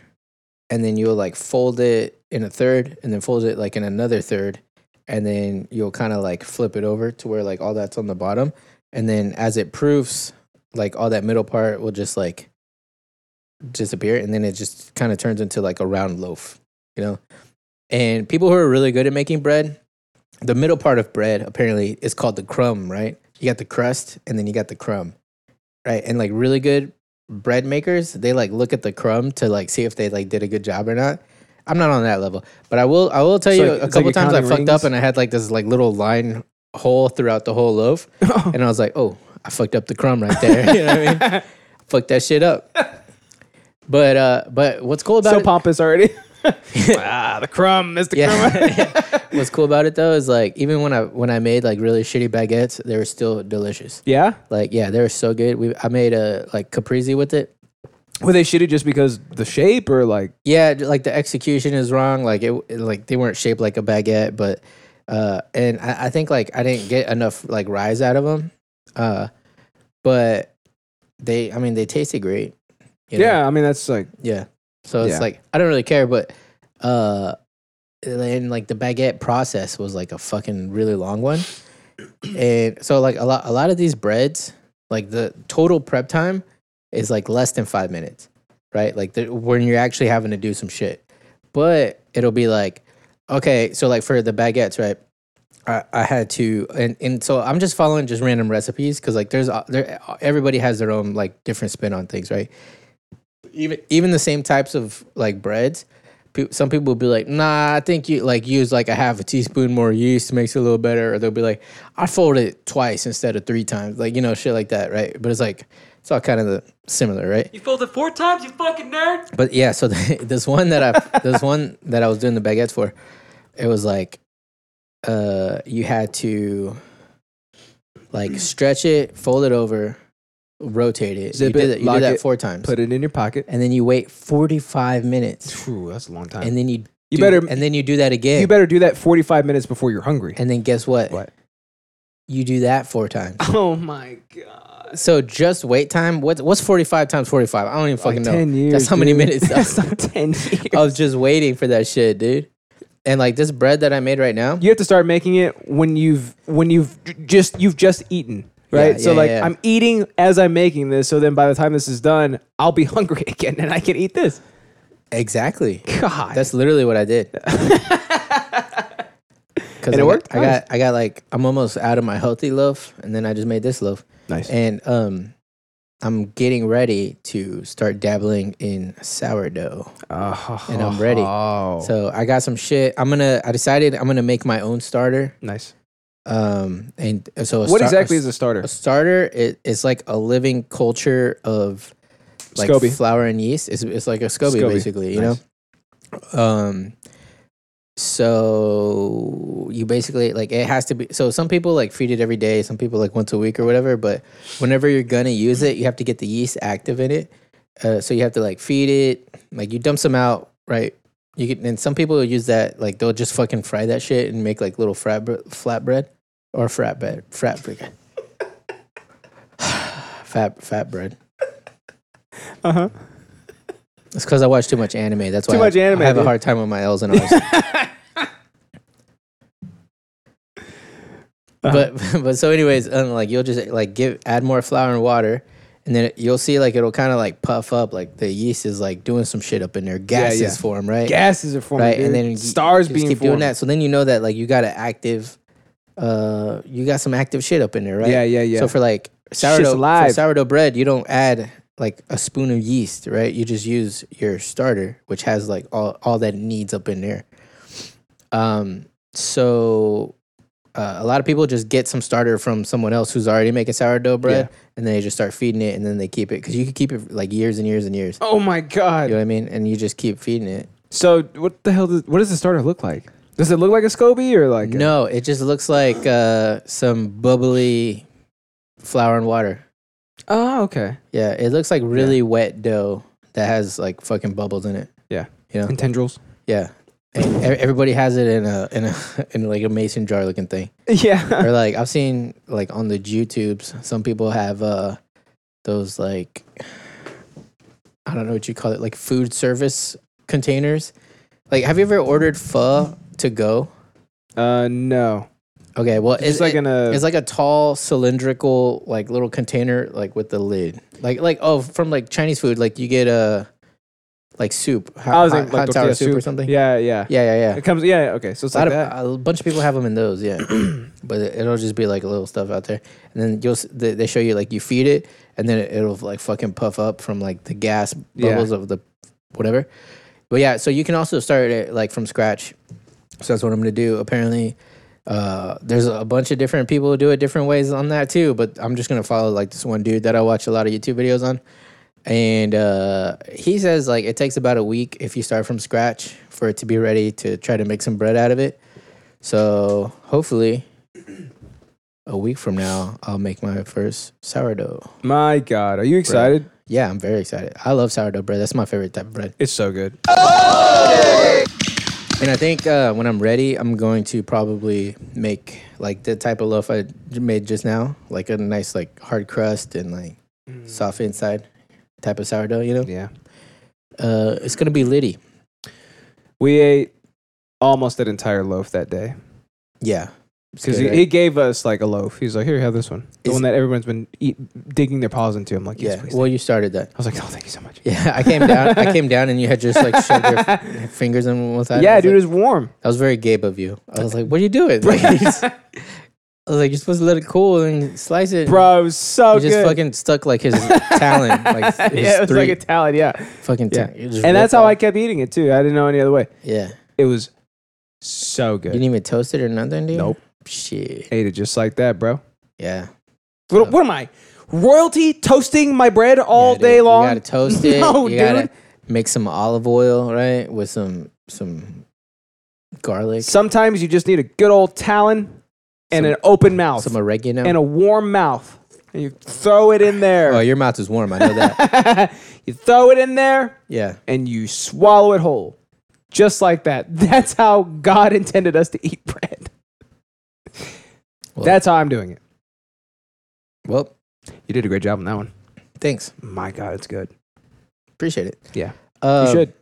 Speaker 2: and then you'll like fold it in a third, and then fold it like in another third, and then you'll kind of like flip it over to where like all that's on the bottom, and then as it proofs, like all that middle part will just like disappear, and then it just kind of turns into like a round loaf, you know. And people who are really good at making bread, the middle part of bread apparently is called the crumb, right? You got the crust, and then you got the crumb, right? And like really good bread makers, they like look at the crumb to like see if they like did a good job or not. I'm not on that level, but I will. I will tell
Speaker 1: It's
Speaker 2: you
Speaker 1: like-
Speaker 2: a
Speaker 1: it's like
Speaker 2: couple times I
Speaker 1: counting
Speaker 2: fucked
Speaker 1: rings.
Speaker 2: up and I had like this like little line hole throughout the whole loaf, and I was like, oh, I fucked up the crumb right there. *laughs* you know what I mean? Fuck that shit up. But uh, but what's cool about
Speaker 1: so
Speaker 2: it,
Speaker 1: pompous
Speaker 2: *laughs*
Speaker 1: already. ah, the crumb, Mr. Crumb.
Speaker 2: yeah. What's cool about it though is like even when I when I made like really shitty baguettes, they were still delicious.
Speaker 1: *laughs* Yeah.
Speaker 2: Like yeah, they were so good. We I made a like caprese with it.
Speaker 1: Were they shitty just because the shape or like
Speaker 2: Yeah, d- like the execution is wrong. Like it, it- like they weren't shaped like a baguette, but uh, and I, I think like I didn't get enough like rise out of them. Uh, but they, I mean, they tasted great. you know?
Speaker 1: Yeah, I mean that's like
Speaker 2: Yeah. So it's
Speaker 1: Yeah.
Speaker 2: like I don't really care, but uh and like the baguette process was like a fucking really long one. And so like a lot a lot of these breads, like the total prep time is like less than 5 minutes, right? Like the, when you're actually having to do some shit. But it'll be like okay, so like for the baguettes, right? I, I had to and, and so I'm just following just random recipes cuz like there's uh, there everybody has their own like different spin on things, right? even even the same types of like breads. Pe- some people will be like, "Nah, I think you like use like a half a teaspoon more yeast makes it a little better," or they'll be like, "I fold it twice instead of three times," like you know shit like that, right? But it's like it's all kind of the, similar, right?
Speaker 3: You folded four times, you fucking nerd!
Speaker 2: But yeah, so *laughs* the, this one that I this one that I was doing the baguettes for, it was like, uh, you had to like stretch it, fold it over, rotate it.
Speaker 1: Zip
Speaker 2: you
Speaker 1: it,
Speaker 2: did that, you
Speaker 1: lock
Speaker 2: did that
Speaker 1: it,
Speaker 2: four times,
Speaker 1: put it in your pocket.
Speaker 2: and then you wait forty five minutes.
Speaker 1: Phew, that's a long time.
Speaker 2: and then you
Speaker 1: You
Speaker 2: do-
Speaker 1: better-
Speaker 2: and then you do that again
Speaker 1: you better do that 45 minutes before you're hungry.
Speaker 2: and *laughs* then guess what?
Speaker 1: What?
Speaker 2: you do that four
Speaker 1: *laughs*
Speaker 2: times
Speaker 1: Oh my god.
Speaker 2: so just wait time what, what's 45 times 45 i don't even fucking know
Speaker 1: 10 years.
Speaker 2: that's how many
Speaker 1: dude.
Speaker 2: minutes
Speaker 1: That's not
Speaker 2: *laughs*
Speaker 1: 10 years. Uh,
Speaker 2: i was just waiting for that shit dude and like this bread that i made right now
Speaker 1: you have to start making it when you've when you've j- just you've just eaten right
Speaker 2: Yeah,
Speaker 1: so
Speaker 2: yeah,
Speaker 1: like
Speaker 2: yeah.
Speaker 1: i'm eating as i'm making this so then by the time this is done i'll be *laughs* hungry again and i can eat this
Speaker 2: exactly
Speaker 1: god
Speaker 2: that's literally what
Speaker 1: *laughs*
Speaker 2: i did 'Cause
Speaker 1: And it
Speaker 2: I-
Speaker 1: worked?
Speaker 2: i got i got like i'm almost out of my healthy loaf and then i just made this loaf
Speaker 1: nice
Speaker 2: and um i'm getting ready to start dabbling in sourdough and I'm ready.
Speaker 1: oh
Speaker 2: So I got some shit. I'm gonna. I decided I'm gonna make my own starter.
Speaker 1: nice
Speaker 2: Um, and so a
Speaker 1: what
Speaker 2: star-
Speaker 1: exactly
Speaker 2: a,
Speaker 1: is a starter
Speaker 2: a starter? It, it's like a living culture of like
Speaker 1: Scoby.
Speaker 2: flour and yeast. It's, it's like a scoby,
Speaker 1: Scoby.
Speaker 2: basically. You
Speaker 1: Nice.
Speaker 2: know. Um. So you basically like it has to be. So some people like feed it every day. Some people like once a week or whatever. But whenever you're gonna use it, you have to get the yeast active in it. Uh, so you have to like feed it. Like you dump some out, right? You can, and some people use that like they'll just fucking fry that shit and make like little frat bre- flatbread or frat bread, frat bread, *sighs* fat fat bread.
Speaker 1: uh-huh
Speaker 2: It's because I watch too much anime. That's why
Speaker 1: Too
Speaker 2: I-
Speaker 1: much anime,
Speaker 2: I have a
Speaker 1: dude.
Speaker 2: hard
Speaker 1: *laughs*
Speaker 2: time with my L's and R's. But but so anyways, um, like you'll just like give add more flour and water, and then it, you'll see like it'll kind of like puff up, like the yeast is like doing some shit up in there, gases
Speaker 1: yeah.
Speaker 2: form, right?
Speaker 1: Gases are forming,
Speaker 2: right, and
Speaker 1: dude.
Speaker 2: then you
Speaker 1: stars
Speaker 2: just
Speaker 1: being
Speaker 2: keep
Speaker 1: formed.
Speaker 2: doing that. So then you know that like you got an active, uh, you got some active shit up in there, right?
Speaker 1: Yeah, yeah, yeah.
Speaker 2: So for like
Speaker 1: just
Speaker 2: sourdough, for
Speaker 1: alive.
Speaker 2: sourdough bread, you don't add like a spoon of yeast, right? You just use your starter, which has like all all that it needs up in there. Um, so. Uh, a lot of people just get some starter from someone else who's already making sourdough bread, and then they just start feeding it, and then they keep it because you could keep it like years and years and years.
Speaker 1: Oh my god!
Speaker 2: You know what I mean? And you just keep feeding it.
Speaker 1: So what the hell? Does, what does the starter look like? Does it look like a SCOBY or like? a-
Speaker 2: No, it just looks like uh, some bubbly flour and water.
Speaker 1: oh, okay.
Speaker 2: Yeah, it looks like really wet dough that has like fucking bubbles in it.
Speaker 1: Yeah.
Speaker 2: You know?
Speaker 1: And
Speaker 2: *laughs*
Speaker 1: tendrils.
Speaker 2: Yeah. And e- everybody has it in a in a *laughs* in like a mason jar looking thing.
Speaker 1: Yeah.
Speaker 2: Or like I've seen like on the YouTubes, some people have uh those like I don't know what you call it, like food service containers. Like have you ever ordered pho to go?
Speaker 1: *laughs* Uh, no.
Speaker 2: Okay, well, it's,
Speaker 1: just like in a-
Speaker 2: it's like a tall cylindrical like little container like with the lid, like like oh from like Chinese food, like you get a like soup, hot,
Speaker 1: I was
Speaker 2: hot,
Speaker 1: thinking Oh, like
Speaker 2: hot sour
Speaker 1: tortilla
Speaker 2: soup, or something.
Speaker 1: Yeah, yeah,
Speaker 2: yeah, yeah, yeah.
Speaker 1: It comes. Yeah. Okay. So it's
Speaker 2: A, lot
Speaker 1: like
Speaker 2: of,
Speaker 1: that.
Speaker 2: a bunch of people have them in
Speaker 1: *clears throat*
Speaker 2: those, yeah. but it- it'll just be like little stuff out there, and then you'll s- they, they show you like you feed it, and then it, it'll like fucking puff up from like the gas
Speaker 1: Yeah.
Speaker 2: bubbles of the whatever. But yeah, so you can also start it like from scratch. So that's what I'm gonna do. Apparently, uh, there's a bunch of different people who do it different ways on that too. But I'm just gonna follow like this one dude that I watch a lot of YouTube videos on, and uh, he says like it takes about a week if you start from scratch for it to be ready to try to make some bread out of it. So hopefully, a week from now, I'll make my first sourdough.
Speaker 1: My God, are you excited?
Speaker 2: Yeah, I'm very excited. I love sourdough bread. That's my favorite type of bread.
Speaker 1: It's so good.
Speaker 2: And I think uh, when I'm ready, I'm going to probably make like the type of loaf I j- made just now, like a nice like hard crust and like
Speaker 1: Mm.
Speaker 2: soft inside type of sourdough. You know,
Speaker 1: Yeah.
Speaker 2: uh, it's gonna be litty.
Speaker 1: We ate almost an entire loaf that day
Speaker 2: Yeah, It's
Speaker 1: because
Speaker 2: good,
Speaker 1: he,
Speaker 2: right?
Speaker 1: he gave us like a loaf. He's like, "Here, have this one, the
Speaker 2: Is-
Speaker 1: one that everyone's been eat, digging their paws into." I'm like, "Yes,
Speaker 2: yeah.
Speaker 1: please."
Speaker 2: Well, you started that. *laughs*
Speaker 1: I was like, "Oh, thank you so much."
Speaker 2: Yeah, I came down. I came down, and you had just like shoved
Speaker 1: *laughs*
Speaker 2: your *laughs* f- fingers in one side. I
Speaker 1: yeah,
Speaker 2: was
Speaker 1: dude,
Speaker 2: like-
Speaker 1: it's
Speaker 2: *laughs*
Speaker 1: warm.
Speaker 2: that was very Gabe of you. I was like, "What are you doing?" Like, you *laughs* just- I was like, "You're supposed to let it cool and slice it."
Speaker 1: Bro, it was so
Speaker 2: you just
Speaker 1: good.
Speaker 2: fucking stuck like his
Speaker 1: *laughs*
Speaker 2: talon, like his
Speaker 1: yeah, it was
Speaker 2: three
Speaker 1: like a talent. Yeah,
Speaker 2: fucking.
Speaker 1: yeah.
Speaker 2: talon. You just
Speaker 1: and that's
Speaker 2: ripped
Speaker 1: how
Speaker 2: off.
Speaker 1: I kept eating it too. I didn't know any other way.
Speaker 2: Yeah.
Speaker 1: It was so
Speaker 2: You
Speaker 1: good.
Speaker 2: didn't even toast it or nothing, dude?
Speaker 1: Nope.
Speaker 2: Shit.
Speaker 1: ate it just like that, bro.
Speaker 2: Yeah.
Speaker 1: What, what am I? Royalty toasting my bread all
Speaker 2: Oh. Yeah, dude.
Speaker 1: day long?
Speaker 2: You
Speaker 1: *laughs*
Speaker 2: gotta toast it.
Speaker 1: No,
Speaker 2: you gotta
Speaker 1: dude.
Speaker 2: make some olive oil, right? With some some garlic.
Speaker 1: Sometimes you just need a good old talon and an open mouth
Speaker 2: Some oregano.
Speaker 1: and a warm mouth. And you throw it in there. *laughs*
Speaker 2: oh, your mouth is warm. I know that.
Speaker 1: you throw it in there
Speaker 2: yeah.
Speaker 1: and you swallow it whole. Just like that. *laughs* That's how God intended us to eat bread.
Speaker 2: Well-
Speaker 1: That's how I'm doing it.
Speaker 2: Well,
Speaker 1: You did a great job on that one.
Speaker 2: thanks.
Speaker 1: My God, it's good.
Speaker 2: Appreciate it.
Speaker 1: Yeah.
Speaker 2: Uh,
Speaker 1: you should.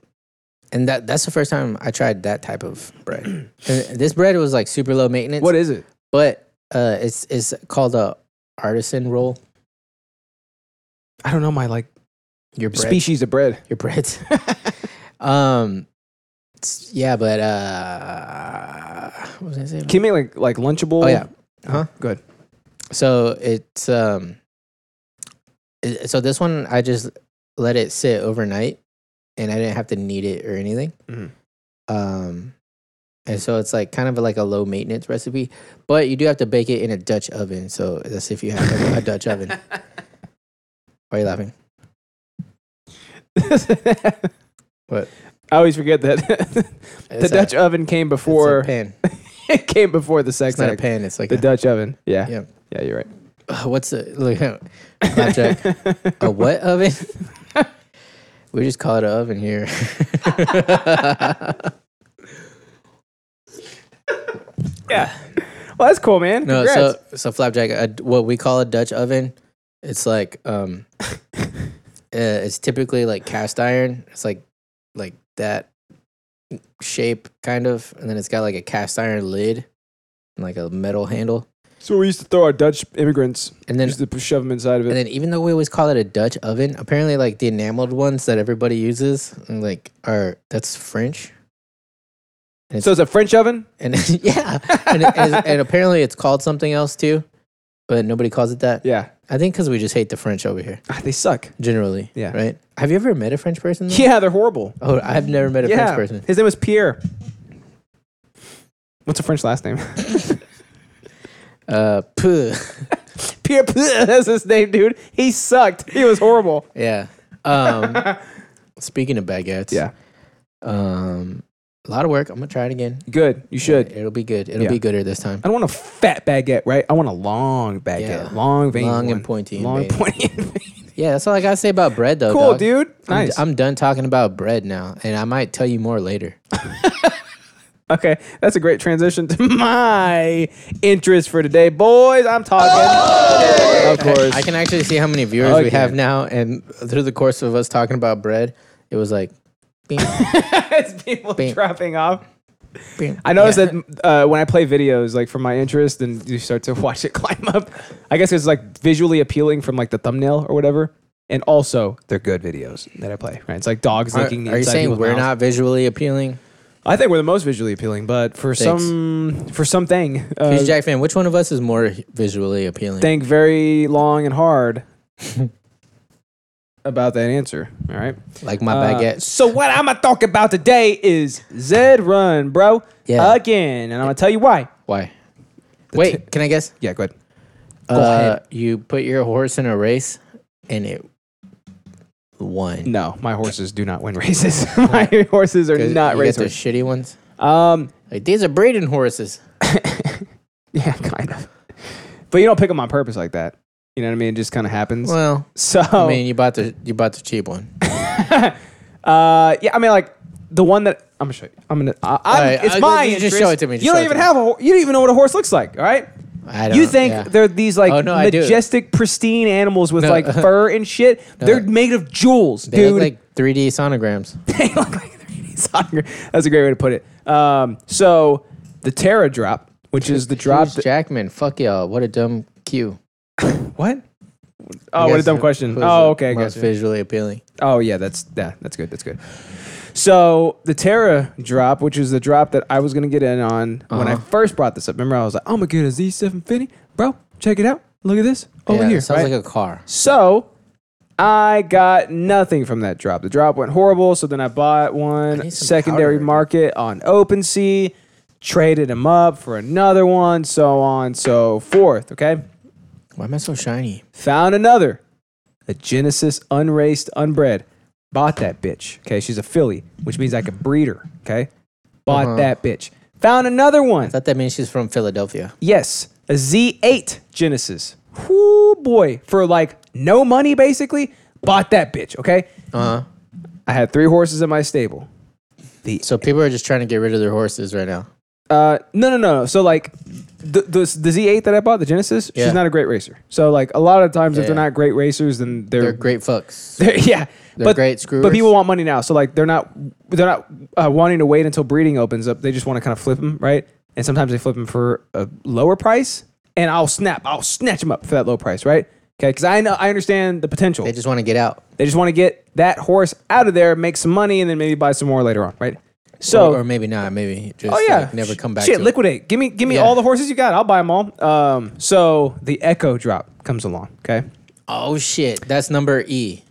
Speaker 2: And that that's the first time I tried that type of bread. *clears throat* And this bread was like super low maintenance.
Speaker 1: What is it?
Speaker 2: but uh, it's it's called a artisan roll.
Speaker 1: I don't know my like
Speaker 2: Your bread.
Speaker 1: species of bread. *laughs*
Speaker 2: your breads. *laughs* um, s- yeah, but uh, what was I saying?
Speaker 1: Can you make like like lunchable?
Speaker 2: Oh yeah, huh?
Speaker 1: Good.
Speaker 2: So it's um, i- so this one I just let it sit overnight, and I didn't have to knead it or anything.
Speaker 1: Mhm.
Speaker 2: Um, and so it's like kind of like a low maintenance recipe, but you do have to bake it in a Dutch oven. So that's if you have a, a Dutch
Speaker 1: *laughs*
Speaker 2: oven. Why are you laughing? *laughs* What?
Speaker 1: I always forget that *laughs* the
Speaker 2: It's uh, a-
Speaker 1: Dutch oven came
Speaker 2: it's a
Speaker 1: before
Speaker 2: pan.
Speaker 1: *laughs* it came before the sex
Speaker 2: It's not a
Speaker 1: act.
Speaker 2: pan. It's like
Speaker 1: The
Speaker 2: a-
Speaker 1: Dutch oven. Yeah.
Speaker 2: Yeah.
Speaker 1: Yeah, you're right.
Speaker 2: Uh, what's the look not Jack. a what oven? *laughs* we just call it an oven here. *laughs*
Speaker 1: Yeah. *laughs* Well, that's cool, man.
Speaker 2: no,
Speaker 1: Congrats.
Speaker 2: so so flapjack, a, what we call a Dutch oven, it's like um, *laughs* uh, it's typically like cast iron. It's like like that shape kind of, and then it's got like a cast iron lid and like a metal handle,
Speaker 1: So we used to throw our Dutch immigrants
Speaker 2: And then-
Speaker 1: used to shove them inside of it.
Speaker 2: And then even though we always call it a Dutch oven, apparently like the enameled ones that everybody uses, and, like are that's French.
Speaker 1: so it's a French oven.
Speaker 2: And *laughs* yeah, and, it- and, and apparently it's called something else too, but nobody calls it that.
Speaker 1: Yeah,
Speaker 2: I think because we just hate the French over here
Speaker 1: Ah, they suck.
Speaker 2: generally.
Speaker 1: Yeah.
Speaker 2: Right. Have you ever met a French person? though?
Speaker 1: Yeah, they're horrible.
Speaker 2: Oh, I've never met Mm. a
Speaker 1: yeah,
Speaker 2: French person.
Speaker 1: his name was Pierre. What's a French last name?
Speaker 2: Uh, puh.
Speaker 1: *laughs* Pierre *laughs* that's his name, dude. He sucked. He was horrible.
Speaker 2: yeah.
Speaker 1: *laughs*
Speaker 2: Um, speaking of baguettes.
Speaker 1: Yeah,
Speaker 2: Um, a lot of work. I'm gonna try it again.
Speaker 1: good. You should.
Speaker 2: It'll be good. It'll
Speaker 1: Yeah.
Speaker 2: be gooder this time.
Speaker 1: I don't want a fat baguette, right? I want a long baguette,
Speaker 2: Yeah.
Speaker 1: long vein,
Speaker 2: Long and
Speaker 1: one.
Speaker 2: pointy and
Speaker 1: long
Speaker 2: veiny.
Speaker 1: pointy.
Speaker 2: Yeah, that's all I gotta say about bread,
Speaker 1: *laughs*
Speaker 2: though.
Speaker 1: cool,
Speaker 2: dog.
Speaker 1: dude.
Speaker 2: I'm-
Speaker 1: Nice.
Speaker 2: I'm, done talking about bread now, and I might tell you more later.
Speaker 1: Okay, that's a great transition to *laughs* my interest for today, boys. I'm talking, of course.
Speaker 2: Oh!
Speaker 1: *laughs*
Speaker 2: I can actually see how many viewers
Speaker 1: Oh,
Speaker 2: we
Speaker 1: yeah.
Speaker 2: have now, and through the course of us talking about bread, it was like,
Speaker 1: *laughs*
Speaker 2: bing,
Speaker 1: it's people
Speaker 2: Bing.
Speaker 1: dropping off.
Speaker 2: bing.
Speaker 1: I noticed
Speaker 2: Yeah.
Speaker 1: that uh, when I play videos, like for my interest, and you start to *laughs* watch it climb up. I guess it's like visually appealing from like the thumbnail or whatever. And also, they're good videos that I play. Right? It's like dogs
Speaker 2: Are,
Speaker 1: licking the
Speaker 2: are you
Speaker 1: inside
Speaker 2: saying
Speaker 1: people's
Speaker 2: we're
Speaker 1: mouths.
Speaker 2: not visually appealing?
Speaker 1: I think we're the most visually appealing, but for
Speaker 2: Thanks.
Speaker 1: some for something,
Speaker 2: Who's
Speaker 1: uh,
Speaker 2: Jack fan? Which one of us is more visually appealing?
Speaker 1: think very long and
Speaker 2: *laughs*
Speaker 1: hard about that answer. All right.
Speaker 2: like my
Speaker 1: Uh,
Speaker 2: baguette.
Speaker 1: so what I'm gonna talk about today is Zed Run, bro.
Speaker 2: Yeah.
Speaker 1: Again, and I'm gonna tell you why.
Speaker 2: Why?
Speaker 1: The
Speaker 2: Wait,
Speaker 1: t-
Speaker 2: can I guess?
Speaker 1: yeah, go ahead.
Speaker 2: Uh,
Speaker 1: ahead.
Speaker 2: you put your horse in a race, and it won.
Speaker 1: No, my horses do not win races. *laughs* my horses are
Speaker 2: 'Cause
Speaker 1: not
Speaker 2: you get the
Speaker 1: racehorses.
Speaker 2: shitty ones.
Speaker 1: Um, *laughs*
Speaker 2: Like these are breeding horses.
Speaker 1: yeah, kind of. But you don't pick them on purpose like that. You know what I mean? It just kind of happens.
Speaker 2: Well,
Speaker 1: so
Speaker 2: I mean, you bought the you bought the cheap one.
Speaker 1: Uh, yeah, I mean, like the one that I'm gonna show you. I'm gonna. I, I'm,
Speaker 2: Alright,
Speaker 1: it's
Speaker 2: uh,
Speaker 1: my
Speaker 2: you just
Speaker 1: interest.
Speaker 2: show it to me, just
Speaker 1: You
Speaker 2: show
Speaker 1: don't
Speaker 2: it
Speaker 1: even
Speaker 2: to me.
Speaker 1: have a. ho- You don't even know what a horse looks like. All right.
Speaker 2: I don't.
Speaker 1: You think
Speaker 2: yeah.
Speaker 1: they're these like
Speaker 2: Oh, no, I do.
Speaker 1: majestic, pristine animals with
Speaker 2: No. *laughs*
Speaker 1: like fur and shit? They're made of jewels,
Speaker 2: they
Speaker 1: dude.
Speaker 2: look like 3D sonograms?
Speaker 1: *laughs* they look like they're eating *laughs* soccer. That's a great way to put it. Um, so the Terra drop, which is the drop.
Speaker 2: Rob
Speaker 1: That,
Speaker 2: Jackman, fuck y'all. What a dumb cue.
Speaker 1: what? Oh, what a
Speaker 2: Guess
Speaker 1: dumb
Speaker 2: who-
Speaker 1: question.
Speaker 2: who's
Speaker 1: Oh,
Speaker 2: the
Speaker 1: okay, I
Speaker 2: Most
Speaker 1: gotcha.
Speaker 2: visually appealing.
Speaker 1: Oh yeah, that's yeah, that's good. That's good. So the Terra drop, which is the drop that I was gonna get in on when I
Speaker 2: Uh-huh.
Speaker 1: first brought this up. Remember, I was like, "Oh "I'm gonna get a Z750, bro. Check it out. Look at this over
Speaker 2: Yeah,
Speaker 1: here."
Speaker 2: sounds
Speaker 1: right?
Speaker 2: like a car.
Speaker 1: so I got nothing from that drop. The drop went horrible. So then I bought one
Speaker 2: need some
Speaker 1: secondary
Speaker 2: powder.
Speaker 1: market on OpenSea, traded them up for another one, so on, so forth. Okay,
Speaker 2: Why am I so shiny?
Speaker 1: Found another. A Genesis unraced, unbred. Bought that bitch. Okay, she's a filly, which means I could breed her. Okay, bought
Speaker 2: Uh-huh.
Speaker 1: that bitch. Found another one.
Speaker 2: Thought that means she's from Philadelphia.
Speaker 1: Yes, a Z8 Genesis. Whoo boy, for like no money basically. Bought that bitch. Okay,
Speaker 2: Uh huh.
Speaker 1: I had three horses in my stable.
Speaker 2: So people are just trying to get rid of their horses right now.
Speaker 1: Uh, no, no, no. no. So like the, the the Z8 that I bought, the Genesis,
Speaker 2: Yeah.
Speaker 1: she's not a great racer. So like a lot of times, if
Speaker 2: Yeah,
Speaker 1: they're
Speaker 2: yeah.
Speaker 1: not great racers, then
Speaker 2: They're great fucks.
Speaker 1: They're- *laughs* yeah, but
Speaker 2: great screwers.
Speaker 1: But people want money now, so like they're not they're not uh, wanting to wait until breeding opens up. They just want to kind of flip them, right? And sometimes they flip them for a lower price, and I'll snap, I'll snatch them up for that low price, right? Okay, because I know I understand the potential.
Speaker 2: They just want to get out.
Speaker 1: They just want to get that horse out of there, make some money, and then maybe buy some more later on, right? So
Speaker 2: or, or maybe not. Maybe just
Speaker 1: Oh yeah,
Speaker 2: like, never come back.
Speaker 1: Shit,
Speaker 2: to it.
Speaker 1: liquidate. Give me, give me
Speaker 2: Yeah.
Speaker 1: all the horses you got. I'll buy them all. Um, so the Echo drop comes along. Okay,
Speaker 2: Oh shit, that's number E.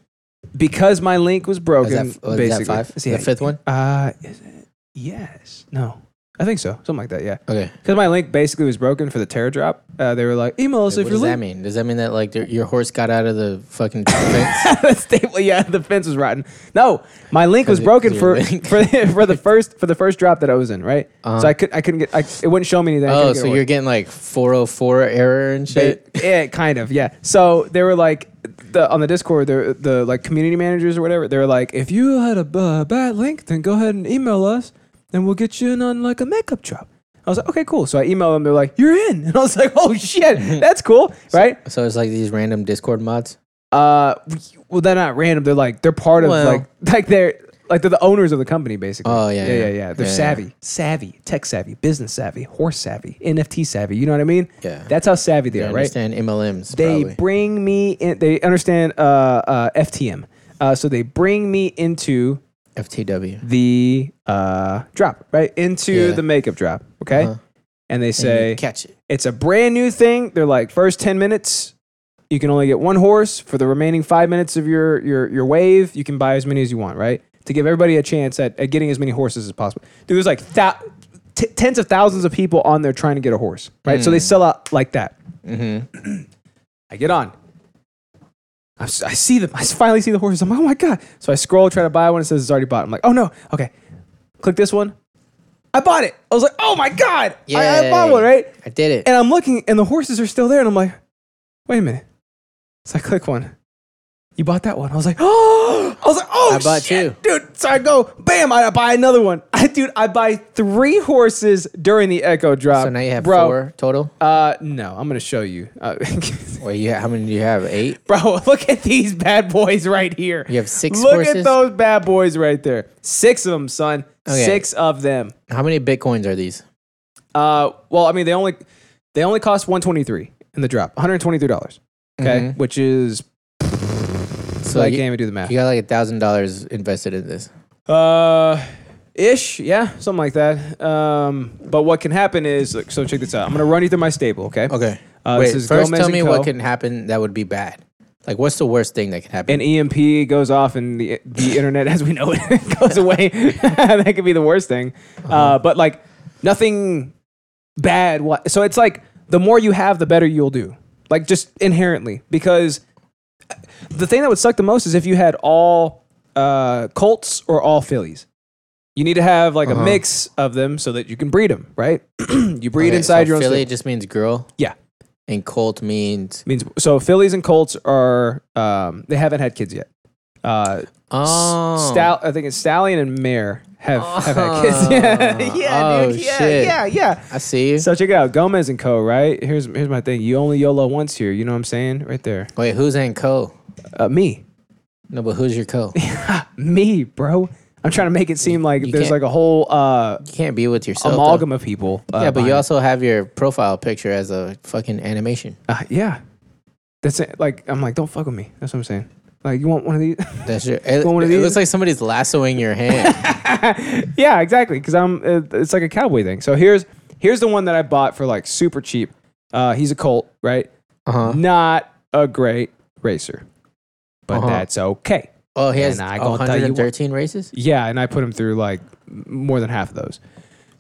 Speaker 1: because my link was broken.
Speaker 2: Is that, was that
Speaker 1: basically,
Speaker 2: five?
Speaker 1: See,
Speaker 2: the
Speaker 1: I-
Speaker 2: fifth one?
Speaker 1: Uh, is it? Yes. No. I think so. Something like that. Yeah.
Speaker 2: Okay.
Speaker 1: Because my link basically was broken for the Terra drop. Uh, they were like, email us if
Speaker 2: what
Speaker 1: you're
Speaker 2: does that
Speaker 1: link.
Speaker 2: mean? Does that mean that like their- your horse got out of the
Speaker 1: *laughs*
Speaker 2: fucking fence?
Speaker 1: The staple, *laughs* yeah, the fence was rotten. No, my link was
Speaker 2: it-
Speaker 1: broken
Speaker 2: 'cause
Speaker 1: for
Speaker 2: your link-
Speaker 1: *laughs*
Speaker 2: Uh-huh.
Speaker 1: for the, for the first for the first drop that I was in, right? So I could I couldn't get I, it wouldn't show me anything. I
Speaker 2: oh,
Speaker 1: couldn't get
Speaker 2: so
Speaker 1: a
Speaker 2: you're getting like 404 error and
Speaker 1: They-
Speaker 2: *laughs* shit.
Speaker 1: yeah, kind of, yeah. So they were like, the on the Discord, the the like community managers or whatever, they were like, if you had a uh, bad link, then go ahead and email us, and we'll get you in on like a makeup job. I was like, okay, cool. So I emailed them. They're like, you're in, and I was like, *laughs* oh
Speaker 2: *laughs*
Speaker 1: shit, that's cool, right?
Speaker 2: So it's like these random Discord mods.
Speaker 1: Uh, well, they're not random. They're like, they're part of
Speaker 2: Well-
Speaker 1: like like they're Like they're the owners of the company, basically.
Speaker 2: Oh, yeah,
Speaker 1: yeah, yeah.
Speaker 2: yeah.
Speaker 1: yeah. They're
Speaker 2: Yeah, yeah.
Speaker 1: savvy, savvy, tech savvy, business savvy, horse savvy, NFT savvy. You know what I mean?
Speaker 2: Yeah.
Speaker 1: That's how savvy they
Speaker 2: I
Speaker 1: are, right?
Speaker 2: understand MLMs.
Speaker 1: They
Speaker 2: probably.
Speaker 1: bring me in. They understand uh, uh, FTM, uh, so they bring me into
Speaker 2: FTW.
Speaker 1: the uh, drop, right into
Speaker 2: Yeah.
Speaker 1: the makeup drop. Okay,
Speaker 2: Uh-huh.
Speaker 1: and they say
Speaker 2: catch it.
Speaker 1: it's a brand new thing. They're like first ten minutes, you can only get one horse. For the remaining five minutes of your your your wave, you can buy as many as you want, right? To give everybody a chance at, at getting as many horses as possible. Dude, there's like thou- t- tens of thousands of people on there trying to get a horse, right?
Speaker 2: Hmm.
Speaker 1: So they sell out like that. Mm-hmm. I get on. I, s- I see them. I s- finally see the horses. I'm like, oh my god! So I scroll, try to buy one. It says it's already bought. I'm like, oh no, okay. Click this one. I bought it. I was like, oh my god! I, I bought
Speaker 2: Yay.
Speaker 1: one, right?
Speaker 2: I did it.
Speaker 1: And I'm looking, and the horses are still there, and I'm like, wait a minute. So I click one. You bought that one. I was like, *gasps* oh, I was like, oh,
Speaker 2: I bought
Speaker 1: shit,
Speaker 2: two.
Speaker 1: dude. So I go, bam, I buy another one. *laughs* I, dude, I buy three horses during the Echo drop.
Speaker 2: So now you have
Speaker 1: bro,
Speaker 2: four total.
Speaker 1: Uh, no, I'm gonna show you, uh, *laughs*
Speaker 2: Wait, you how many do you have? Eight.
Speaker 1: bro. *laughs* Look at these bad boys right here.
Speaker 2: You have six
Speaker 1: Look
Speaker 2: horses?
Speaker 1: at those bad boys right there. Six of them, son.
Speaker 2: Okay.
Speaker 1: Six of them.
Speaker 2: How many bitcoins are these?
Speaker 1: Uh, well, I mean, they only they only cost one twenty three in the drop, one hundred twenty three dollars. Okay, which is
Speaker 2: Mm-hmm.
Speaker 1: so
Speaker 2: So
Speaker 1: I
Speaker 2: you,
Speaker 1: can't even do the math.
Speaker 2: you got like a thousand dollars invested in this.
Speaker 1: Uh, ish, yeah, something like that. Um, but what can happen is like, so check this out. I'm gonna run you through my stable. Okay.
Speaker 2: Okay.
Speaker 1: Uh,
Speaker 2: Wait,
Speaker 1: this is
Speaker 2: first
Speaker 1: Gomez
Speaker 2: tell
Speaker 1: and
Speaker 2: me
Speaker 1: Co.
Speaker 2: what can happen that would be bad. Like, what's the worst thing that can
Speaker 1: An
Speaker 2: happen?
Speaker 1: EMP goes off and the
Speaker 2: *laughs*
Speaker 1: the internet as we know it *laughs* goes away. that could be the worst thing.
Speaker 2: Uh-huh.
Speaker 1: Uh, but like nothing bad. wa- So it's like the more you have, the better you'll do. Like just inherently, because uh, the thing that would suck the most is if you had all uh, Colts or all Phillies. You need to have like
Speaker 2: Uh-huh.
Speaker 1: a mix of them so that you can breed them, right? *clears throat* you breed
Speaker 2: Okay,
Speaker 1: inside
Speaker 2: so
Speaker 1: your own.
Speaker 2: Philly
Speaker 1: stable.
Speaker 2: just means girl,
Speaker 1: Yeah,
Speaker 2: and Colt means
Speaker 1: means so. Phillies and Colts are um, they haven't had kids yet. Uh,
Speaker 2: oh,
Speaker 1: Stal- I think it's Stallion and Mare have, have had kids. *laughs* Yeah, yeah,
Speaker 2: Oh,
Speaker 1: dude. Yeah,
Speaker 2: shit.
Speaker 1: yeah, yeah.
Speaker 2: I see you.
Speaker 1: So check it out Gomez and Co. Right here's here's my thing. You only YOLO once here. You know what I'm saying? Right there.
Speaker 2: Wait, who's in co?
Speaker 1: Uh, me,
Speaker 2: No, but who's
Speaker 1: *laughs*
Speaker 2: your co? You
Speaker 1: me, bro. I'm trying to make it seem like
Speaker 2: you
Speaker 1: there's
Speaker 2: can't-
Speaker 1: like a whole uh,
Speaker 2: can't be with yourself. though.
Speaker 1: amalgam of people. Uh,
Speaker 2: Yeah, but you
Speaker 1: behind-
Speaker 2: also have your profile picture as a fucking animation.
Speaker 1: uh, yeah. That's it. Like I'm like, don't fuck with me. That's what I'm saying. Like you want one of
Speaker 2: *laughs*
Speaker 1: these?
Speaker 2: That's your. It,
Speaker 1: Want one of
Speaker 2: it
Speaker 1: these?
Speaker 2: looks like somebody's lassoing
Speaker 1: *laughs*
Speaker 2: your hand.
Speaker 1: yeah, exactly. Because I'm, uh, it's like a cowboy thing. So here's here's the one that I bought for like super cheap. Uh, he's a colt, right?
Speaker 2: Uh-huh.
Speaker 1: Not a great racer, but
Speaker 2: Uh-huh.
Speaker 1: that's okay.
Speaker 2: Oh, he has
Speaker 1: And I gonna tell you what-
Speaker 2: 113 races.
Speaker 1: Yeah, and I put him through like m- more than half of those.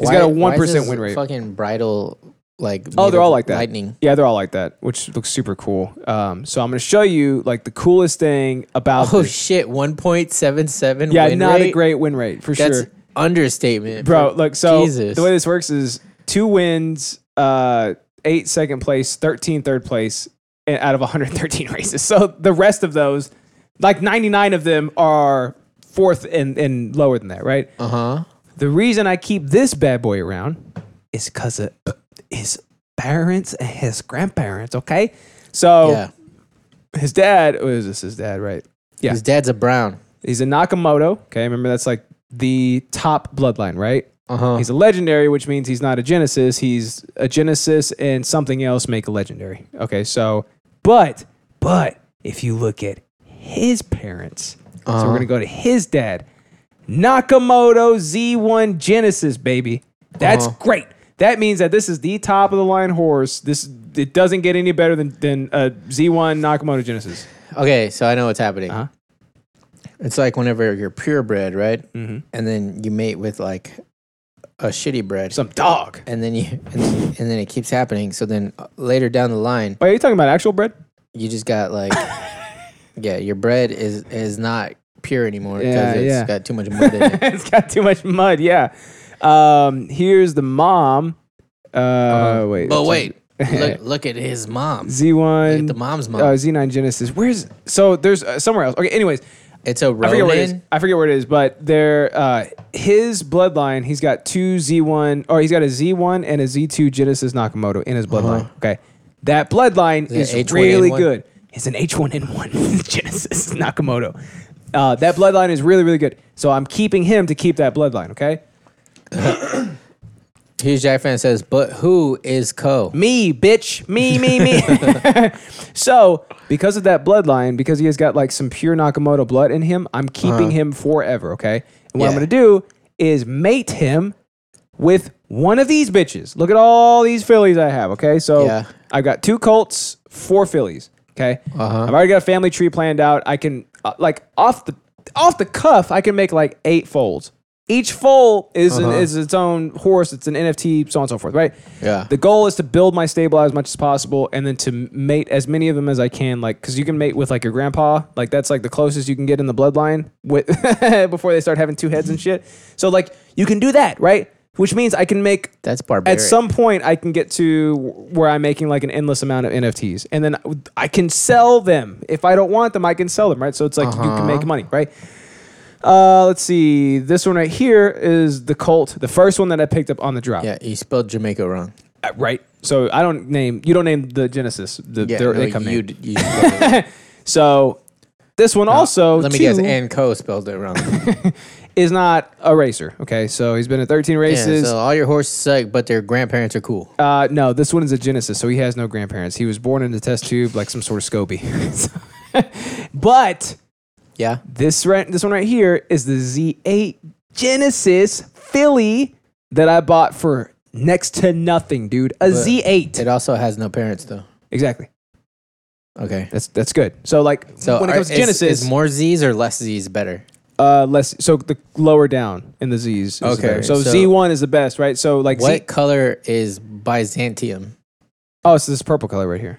Speaker 1: He's got a
Speaker 2: why
Speaker 1: one
Speaker 2: is
Speaker 1: percent
Speaker 2: his
Speaker 1: win rate.
Speaker 2: Fucking bridal, like
Speaker 1: Oh,
Speaker 2: made
Speaker 1: they're
Speaker 2: of
Speaker 1: all like that.
Speaker 2: Lightning.
Speaker 1: Yeah, they're all like that, which looks super cool. Um, so I'm gonna show you like the coolest thing about.
Speaker 2: Oh
Speaker 1: this.
Speaker 2: shit, 1.77.
Speaker 1: yeah,
Speaker 2: win
Speaker 1: not
Speaker 2: rate?
Speaker 1: a great win rate for
Speaker 2: That's
Speaker 1: sure.
Speaker 2: understatement,
Speaker 1: bro look so
Speaker 2: Jesus.
Speaker 1: the way this works is two wins uh eight second place 13 third place and out of 113 *laughs* races so the rest of those like 99 of them are fourth and and lower than that right
Speaker 2: Uh huh.
Speaker 1: the reason i keep this bad boy around is because of his parents and his grandparents okay so
Speaker 2: Yeah,
Speaker 1: his dad was this his dad right yeah
Speaker 2: his dad's a brown.
Speaker 1: he's a nakamoto okay remember that's like the top bloodline right
Speaker 2: Uh huh.
Speaker 1: He's a legendary, which means he's not a Genesis. He's a Genesis and something else make a legendary. Okay, so but but if you look at his parents, so we're gonna go to his dad, Nakamoto Z1 Genesis, baby. That's great. That means that this is the top of the line horse. This it doesn't get any better than than uh, Z1 Nakamoto Genesis.
Speaker 2: Okay, so I know what's happening.
Speaker 1: Uh-huh.
Speaker 2: It's like whenever you're purebred, right? Mm-hmm. And then you mate with like a shitty bred,
Speaker 1: Some dog.
Speaker 2: and then you and, and then it keeps happening. So then uh, later down the line,
Speaker 1: Wait, Oh, are you talking about actual bread?
Speaker 2: you just
Speaker 1: *laughs*
Speaker 2: got like, yeah, your bread is is not pure anymore
Speaker 1: Yeah,
Speaker 2: because it's
Speaker 1: yeah.
Speaker 2: got too much mud
Speaker 1: *laughs*
Speaker 2: in it.
Speaker 1: it's got too much mud. Yeah. Um, here's the mom. Uh, wait.
Speaker 2: Uh-huh. But wait, look look at his
Speaker 1: *laughs*
Speaker 2: mom,
Speaker 1: Z one.
Speaker 2: the mom's mom.
Speaker 1: Uh, Z nine Genesis. Where's so there's uh, somewhere else. Okay. Anyways,
Speaker 2: it's a
Speaker 1: I forget where it is.
Speaker 2: Ronin.
Speaker 1: I forget where it is, but there, uh, his bloodline. He's got two Z one, or he's got a Z one and a Z two Genesis Nakamoto in his bloodline. Okay, that bloodline
Speaker 2: Uh-huh. it
Speaker 1: is *laughs*
Speaker 2: H1N1?
Speaker 1: really good. It's an H one N one Genesis Nakamoto. Uh, that bloodline is really, really good. So I'm keeping him to keep that bloodline, okay?
Speaker 2: Huge Jack fan says, but who is Co?
Speaker 1: Me, bitch. Me, me, me.
Speaker 2: *laughs*
Speaker 1: so, because of that bloodline, because he has got like some pure Nakamoto blood in him, I'm keeping him forever, okay? And what I'm
Speaker 2: Uh-huh. Yeah.
Speaker 1: going to do is mate him with one of these bitches. Look at all these fillies I have, okay? So,
Speaker 2: Yeah.
Speaker 1: I've got two Colts, four fillies, okay?
Speaker 2: Uh-huh.
Speaker 1: I've already got a family tree planned out. I can uh, like off the off the cuff, I can make like eight folds. Each fold is
Speaker 2: Uh-huh.
Speaker 1: an, is its own horse. It's an NFT, so on and so forth, right?
Speaker 2: Yeah.
Speaker 1: The goal is to build my stable out as much as possible, and then to mate as many of them as I can, like because you can mate with like your grandpa, like that's like the closest you can get in the bloodline with *laughs* before they start having two heads and shit. So like you can do that, right? Which means I can make
Speaker 2: That's barbaric.
Speaker 1: at some point I can get to where I'm making like an endless amount of NFTs, and then I can sell them if I don't want them. I can sell them, right? So it's like you can make money, right? Uh, let's see. This one right here is the cult, the first one that I picked up on the drop,
Speaker 2: yeah, you spelled Jamaica wrong.
Speaker 1: Uh, right? So I don't name you don't name the Genesis, the
Speaker 2: Yeah,
Speaker 1: their
Speaker 2: no,
Speaker 1: income
Speaker 2: you,
Speaker 1: name.
Speaker 2: d- you spelled it wrong.
Speaker 1: So this one also
Speaker 2: Let me
Speaker 1: too,
Speaker 2: guess, and Co spelled it wrong.
Speaker 1: is not a racer. Okay, so he's been in 13
Speaker 2: yeah,
Speaker 1: races.
Speaker 2: so all your horses suck, but their grandparents are cool.
Speaker 1: Uh, no, this one is a Genesis, so he has no grandparents. He was born in a test tube, like some sort of SCOBY. So- *laughs* but
Speaker 2: Yeah.
Speaker 1: this right, this one right here is the Z8 Genesis Philly that I bought for next to nothing, dude. A 8
Speaker 2: It also has no parents though.
Speaker 1: exactly.
Speaker 2: Okay.
Speaker 1: That's that's good. So like,
Speaker 2: So
Speaker 1: when it
Speaker 2: are-
Speaker 1: comes to
Speaker 2: is-
Speaker 1: Genesis,
Speaker 2: is more Z's or less Z's better?
Speaker 1: uh, less so the lower down in the Z's. Is
Speaker 2: Okay,
Speaker 1: better. so,
Speaker 2: so-
Speaker 1: Z1 is the best, right? So like,
Speaker 2: What
Speaker 1: Z-
Speaker 2: color is Byzantium?
Speaker 1: oh, so this purple color right here.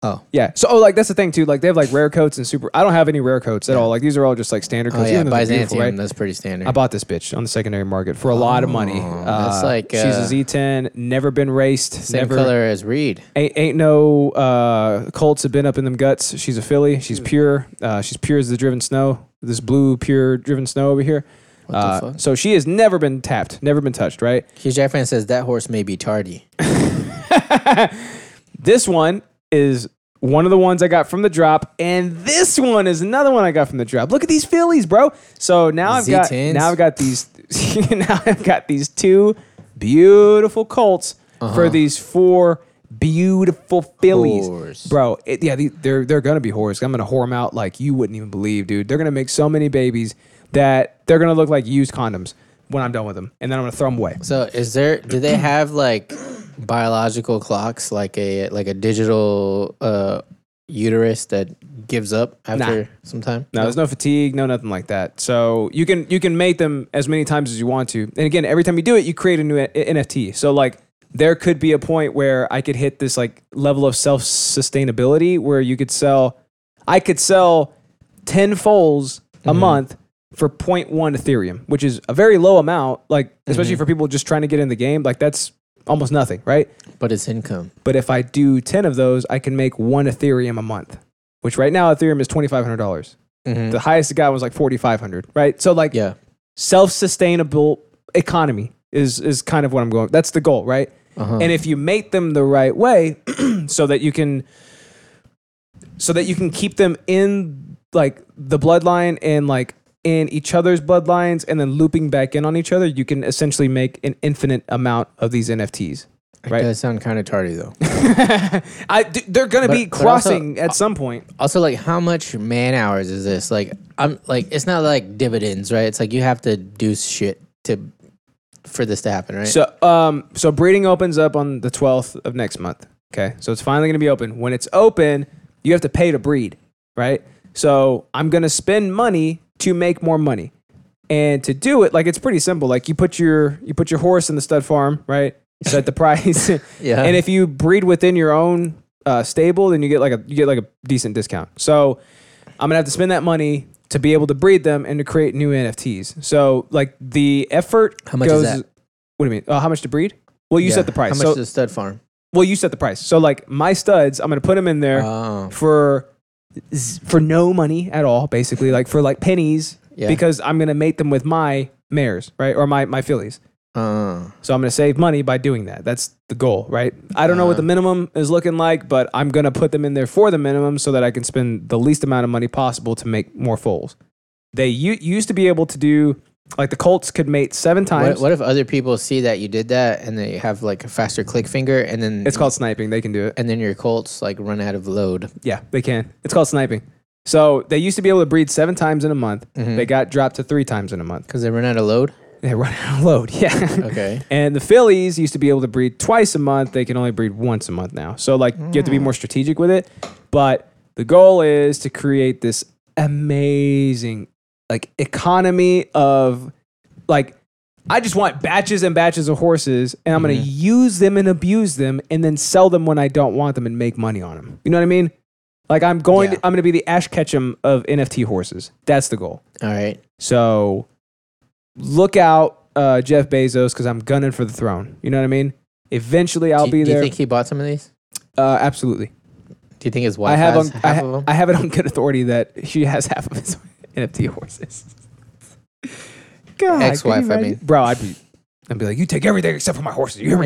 Speaker 2: Oh,
Speaker 1: Yeah. So, oh, like that's the thing too. Like they have like rare coats and super. I don't have any rare coats at all. Like these are all just like standard
Speaker 2: oh
Speaker 1: coats.
Speaker 2: yeah,
Speaker 1: even though they're beautiful,
Speaker 2: Byzantium.
Speaker 1: right?
Speaker 2: That's pretty standard.
Speaker 1: I bought this bitch on the secondary market for a lot of money.
Speaker 2: Oh,
Speaker 1: Uh,
Speaker 2: that's like,
Speaker 1: she's
Speaker 2: uh,
Speaker 1: a Z10, never been raced,
Speaker 2: Same
Speaker 1: never
Speaker 2: color as Reed.
Speaker 1: ain't, ain't no uh, Colts have been up in them guts. She's a filly.
Speaker 2: Hmm.
Speaker 1: She's pure. Uh, she's pure as the driven snow. This blue pure driven snow over here.
Speaker 2: the
Speaker 1: Uh,
Speaker 2: fuck?
Speaker 1: So she has never been tapped, never been touched. Right.
Speaker 2: Hugh Jackman says that horse may be tardy.
Speaker 1: This one is one of the ones I got from the drop, and this one is another one I got from the drop. Look at these fillies, bro. So now I've got
Speaker 2: Z10s?
Speaker 1: now I've got these *laughs* now I've got these two beautiful colts for these four beautiful fillies,
Speaker 2: Whores.
Speaker 1: bro. It, yeah, the- they're they're gonna be whores. I'm gonna whore them out like you wouldn't even believe, dude. They're gonna make so many babies that they're gonna look like used condoms when I'm done with them, and then I'm gonna throw them away.
Speaker 2: So is there?
Speaker 1: *clears throat*
Speaker 2: Do they have like biological clocks, like a like a digital uh, uterus that gives up after some time?
Speaker 1: No, there's no fatigue, no nothing like that. So you can you can mate them as many times as you want to. And again, every time you do it, you create a new N- NFT. So like there could be a point where I could hit this like level of self sustainability where you could sell, I could sell ten foals a month for 0.1 Ethereum, which is a very low amount. Like especially for people just trying to get in the game, like that's almost nothing, right?
Speaker 2: But it's income.
Speaker 1: But if I do ten of those, I can make one Ethereum a month, which right now Ethereum is twenty five hundred dollars.
Speaker 2: Mhm.
Speaker 1: The highest it got was like 4,500, right? So like
Speaker 2: Yeah.
Speaker 1: self-sustainable economy is is kind of what I'm going. That's the goal, right?
Speaker 2: Uh-huh.
Speaker 1: And if you mate them the right way, *clears throat* so that you can, so that you can keep them in like the bloodline and like in each other's bloodlines, and then looping back in on each other, you can essentially make an infinite amount of these NFTs.
Speaker 2: It
Speaker 1: Right.
Speaker 2: does sound kind of tardy though.
Speaker 1: I d- they're gonna
Speaker 2: But-
Speaker 1: be
Speaker 2: but also-
Speaker 1: crossing at some point.
Speaker 2: also like how much man hours is this like i'm like it's not like dividends right it's like you have to do shit to for this to happen right
Speaker 1: So um so breeding opens up on the 12th of next month. Okay. So it's finally going to be open. When it's open, you have to pay to breed, right? So I'm going to spend money to make more money. And to do it, like it's pretty simple. Like you put your you put your horse in the stud farm, right? You set the *laughs* price.
Speaker 2: *laughs* Yeah.
Speaker 1: And if you breed within your own uh, stable, then you get like a you get like a decent discount. So I'm gonna have to spend that money to be able to breed them and to create new NFTs. So like the effort
Speaker 2: How much is
Speaker 1: goes
Speaker 2: that?
Speaker 1: what do you mean? Uh, how much to breed? Well, you
Speaker 2: Yeah.
Speaker 1: set the price.
Speaker 2: how much
Speaker 1: so,
Speaker 2: is a stud farm
Speaker 1: well, you set the price. So, like my studs, I'm gonna put them in there
Speaker 2: oh
Speaker 1: for z- for no money at all, basically, like for like pennies,
Speaker 2: Yeah.
Speaker 1: because I'm gonna mate them with my mares, right, or my my fillies.
Speaker 2: uh,
Speaker 1: So I'm gonna save money by doing that. That's the goal, right? I don't know what the
Speaker 2: Uh-huh.
Speaker 1: minimum is looking like, but I'm gonna put them in there for the minimum so that I can spend the least amount of money possible to make more foals. They u- used to be able to do like the Colts could mate seven
Speaker 2: What,
Speaker 1: times.
Speaker 2: what if other people see that you did that and they have like a faster click finger and then
Speaker 1: It's called sniping. They can do it.
Speaker 2: and then your Colts like run out of load?
Speaker 1: Yeah, they can. It's called sniping. So they used to be able to breed seven times in a month. They got dropped to three times in a month.
Speaker 2: Because they run out of load?
Speaker 1: They run out of load. *laughs* Yeah.
Speaker 2: Okay.
Speaker 1: And the Phillies used to be able to breed twice a month. They can only breed once a month now. So like you have to be
Speaker 2: Mm.
Speaker 1: more strategic with it. But the goal is to create this amazing like economy of like I just want batches and batches of horses and I'm
Speaker 2: Mm-hmm.
Speaker 1: going to use them and abuse them and then sell them when I don't want them and make money on them. You know what I mean? Like I'm going
Speaker 2: Yeah.
Speaker 1: to, I'm going to be the Ash Ketchum of NFT horses. That's the goal.
Speaker 2: All right.
Speaker 1: So look out, uh, Jeff Bezos, because I'm gunning for the throne. You know what I mean? Eventually, I'll
Speaker 2: do,
Speaker 1: be
Speaker 2: do
Speaker 1: there.
Speaker 2: you think he bought some of these?
Speaker 1: uh, absolutely.
Speaker 2: Do you think his wife
Speaker 1: I have,
Speaker 2: has
Speaker 1: on, I,
Speaker 2: half
Speaker 1: ha-
Speaker 2: of them?
Speaker 1: I have it on good authority that she has half of his *laughs* NFT
Speaker 2: *laughs*
Speaker 1: horses. God, could you
Speaker 2: Ex-wife, I
Speaker 1: imagine?
Speaker 2: mean.
Speaker 1: bro, I'd be, I'd be like, you take everything except for my horses. You hear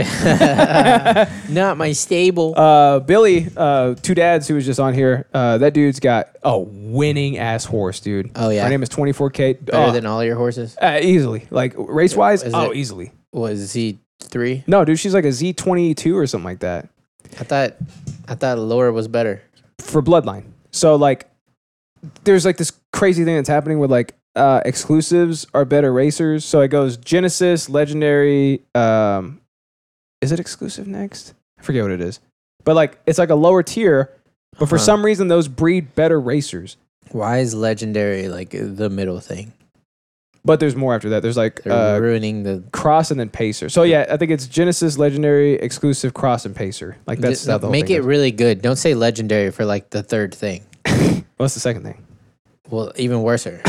Speaker 2: *laughs*
Speaker 1: me?
Speaker 2: Not my stable.
Speaker 1: uh, Billy, uh, two dads who was just on here. Uh, that dude's got a winning ass horse, dude.
Speaker 2: Oh, yeah.
Speaker 1: her name is 24K.
Speaker 2: Better
Speaker 1: Oh,
Speaker 2: than all your horses.
Speaker 1: uh, easily, like race wise.
Speaker 2: Is
Speaker 1: Oh,
Speaker 2: it-
Speaker 1: easily.
Speaker 2: Was Z three?
Speaker 1: No, dude, she's like a Z22 or something like that
Speaker 2: I thought I thought Laura was better.
Speaker 1: for Bloodline. So like, there's like this crazy thing that's happening with like uh, exclusives are better racers. So it goes Genesis, Legendary. Um, is it exclusive next? I forget what it is, but like it's like a lower tier. But for
Speaker 2: Uh-huh.
Speaker 1: some reason, those breed better racers.
Speaker 2: Why is legendary like the middle thing?
Speaker 1: But there's more after that. There's like
Speaker 2: They're
Speaker 1: uh,
Speaker 2: ruining the
Speaker 1: cross and then pacer. So yeah, I think it's Genesis, Legendary, exclusive, cross and pacer. Like that's
Speaker 2: Just,
Speaker 1: how
Speaker 2: like,
Speaker 1: the whole
Speaker 2: make
Speaker 1: thing
Speaker 2: it
Speaker 1: goes.
Speaker 2: really good. Don't say legendary for like the third thing.
Speaker 1: What's the second thing?
Speaker 2: Well,
Speaker 1: *coughs*
Speaker 2: even worser.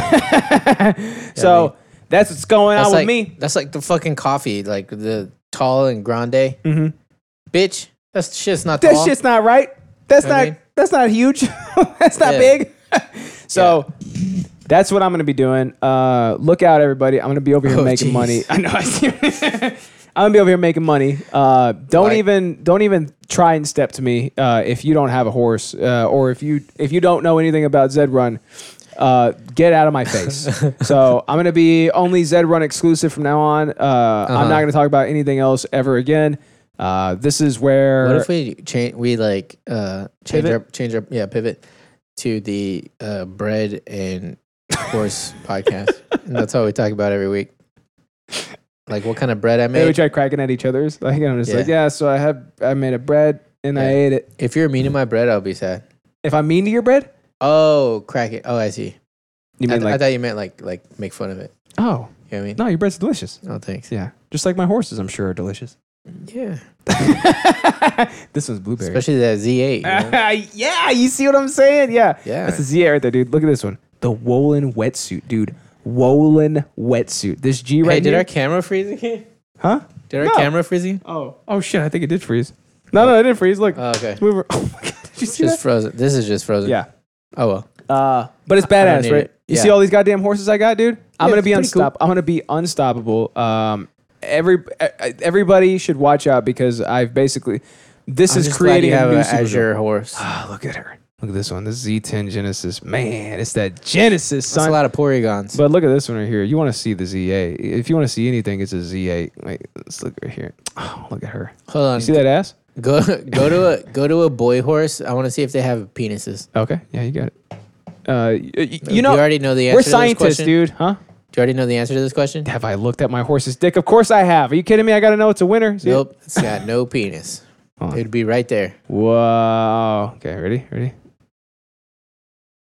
Speaker 1: so that's what's going on
Speaker 2: That's
Speaker 1: with
Speaker 2: like,
Speaker 1: me.
Speaker 2: That's like the fucking coffee, like the tall and grande.
Speaker 1: Mhm.
Speaker 2: Bitch, that's shit's not
Speaker 1: That
Speaker 2: tall.
Speaker 1: shit's not right. That's
Speaker 2: You know what
Speaker 1: not
Speaker 2: I mean?
Speaker 1: that's not huge. *laughs* that's not
Speaker 2: Yeah.
Speaker 1: big. *laughs* so that's what I'm gonna be doing. Uh, look out, everybody. I'm gonna be over here
Speaker 2: Oh,
Speaker 1: making
Speaker 2: jeez.
Speaker 1: money. *laughs* I know. I see. I'm gonna be over here making money. Uh, don't
Speaker 2: Like-
Speaker 1: even don't even try and step to me uh, if you don't have a horse uh, or if you if you don't know anything about Zed Run. Uh, get out of my face.
Speaker 2: *laughs*
Speaker 1: so I'm gonna be only Zed Run exclusive from now on. Uh,
Speaker 2: Uh-huh.
Speaker 1: I'm not gonna talk about anything else ever again. Uh, this is where
Speaker 2: what if we change? We like uh, change
Speaker 1: Pivot?
Speaker 2: up, change up, yeah, pivot to the uh, bread and
Speaker 1: *laughs*
Speaker 2: horse podcast, and that's all we talk about every week. Like what kind of bread I
Speaker 1: They would
Speaker 2: made.
Speaker 1: try cracking at each other's. Like and I'm just like,
Speaker 2: Yeah.
Speaker 1: yeah. So I have I made a bread and I
Speaker 2: Yeah.
Speaker 1: ate it.
Speaker 2: If you're mean to my bread, I'll be sad.
Speaker 1: If I'm mean to your bread,
Speaker 2: Oh, crack it! Oh, I see.
Speaker 1: you
Speaker 2: I,
Speaker 1: mean
Speaker 2: th- I
Speaker 1: like,
Speaker 2: thought you meant like like make fun of it.
Speaker 1: oh
Speaker 2: You know what I mean?
Speaker 1: no, your bread's delicious.
Speaker 2: Oh, thanks.
Speaker 1: Yeah, just like my horses, I'm sure are delicious.
Speaker 2: Yeah,
Speaker 1: This one's blueberry. *laughs*
Speaker 2: especially that Z8. you know?
Speaker 1: yeah, you see what I'm saying? Yeah,
Speaker 2: Yeah.
Speaker 1: That's the Z right there, dude. Look at this one, the woolen wetsuit, dude. Woolen wetsuit. This G *laughs* right
Speaker 2: Hey, did
Speaker 1: here,
Speaker 2: our camera freeze again?
Speaker 1: huh?
Speaker 2: Did our
Speaker 1: No.
Speaker 2: camera freeze again?
Speaker 1: Oh, oh shit! I think it did freeze. No, no, it didn't freeze. Look,
Speaker 2: Oh, okay.
Speaker 1: It's moving. *laughs* Oh my god, did you see
Speaker 2: Just frozen. This is just
Speaker 1: that?
Speaker 2: frozen.
Speaker 1: Yeah.
Speaker 2: Oh well.
Speaker 1: Uh, but it's
Speaker 2: don't
Speaker 1: badass,
Speaker 2: need
Speaker 1: right?
Speaker 2: it.
Speaker 1: You
Speaker 2: Yeah.
Speaker 1: see all these goddamn horses I got, dude. I'm gonna
Speaker 2: it's
Speaker 1: be
Speaker 2: pretty cool.
Speaker 1: unstoppable. I'm gonna be unstoppable. Um, every e- e- everybody should watch out because I've basically this is
Speaker 2: just glad
Speaker 1: creating
Speaker 2: you have
Speaker 1: a new
Speaker 2: an
Speaker 1: superhero.
Speaker 2: Azure horse. That's
Speaker 1: Ah, look at her. Look at this one. This Z10 Genesis. Man, it's that Genesis son.
Speaker 2: a lot of Porygons.
Speaker 1: But look at this one right here. You want to see the Z8? If you want to see anything, it's a Z8. Wait, let's look right here. Oh, look at her.
Speaker 2: Hold on.
Speaker 1: You see that ass?
Speaker 2: *laughs* Go go to a go to a boy horse. I want to see if they have penises.
Speaker 1: Okay, yeah, you got it. Uh, y- y- you know,
Speaker 2: you already know the answer.
Speaker 1: we're
Speaker 2: to this
Speaker 1: scientists,
Speaker 2: question?
Speaker 1: dude, huh?
Speaker 2: Do you already know the answer to this question?
Speaker 1: Have I looked at my horse's dick? Of course I have. Are you kidding me? I gotta know it's a winner. See?
Speaker 2: Nope. It's got no penis.
Speaker 1: on.
Speaker 2: It'd be right there.
Speaker 1: Wow. Okay, ready? Ready?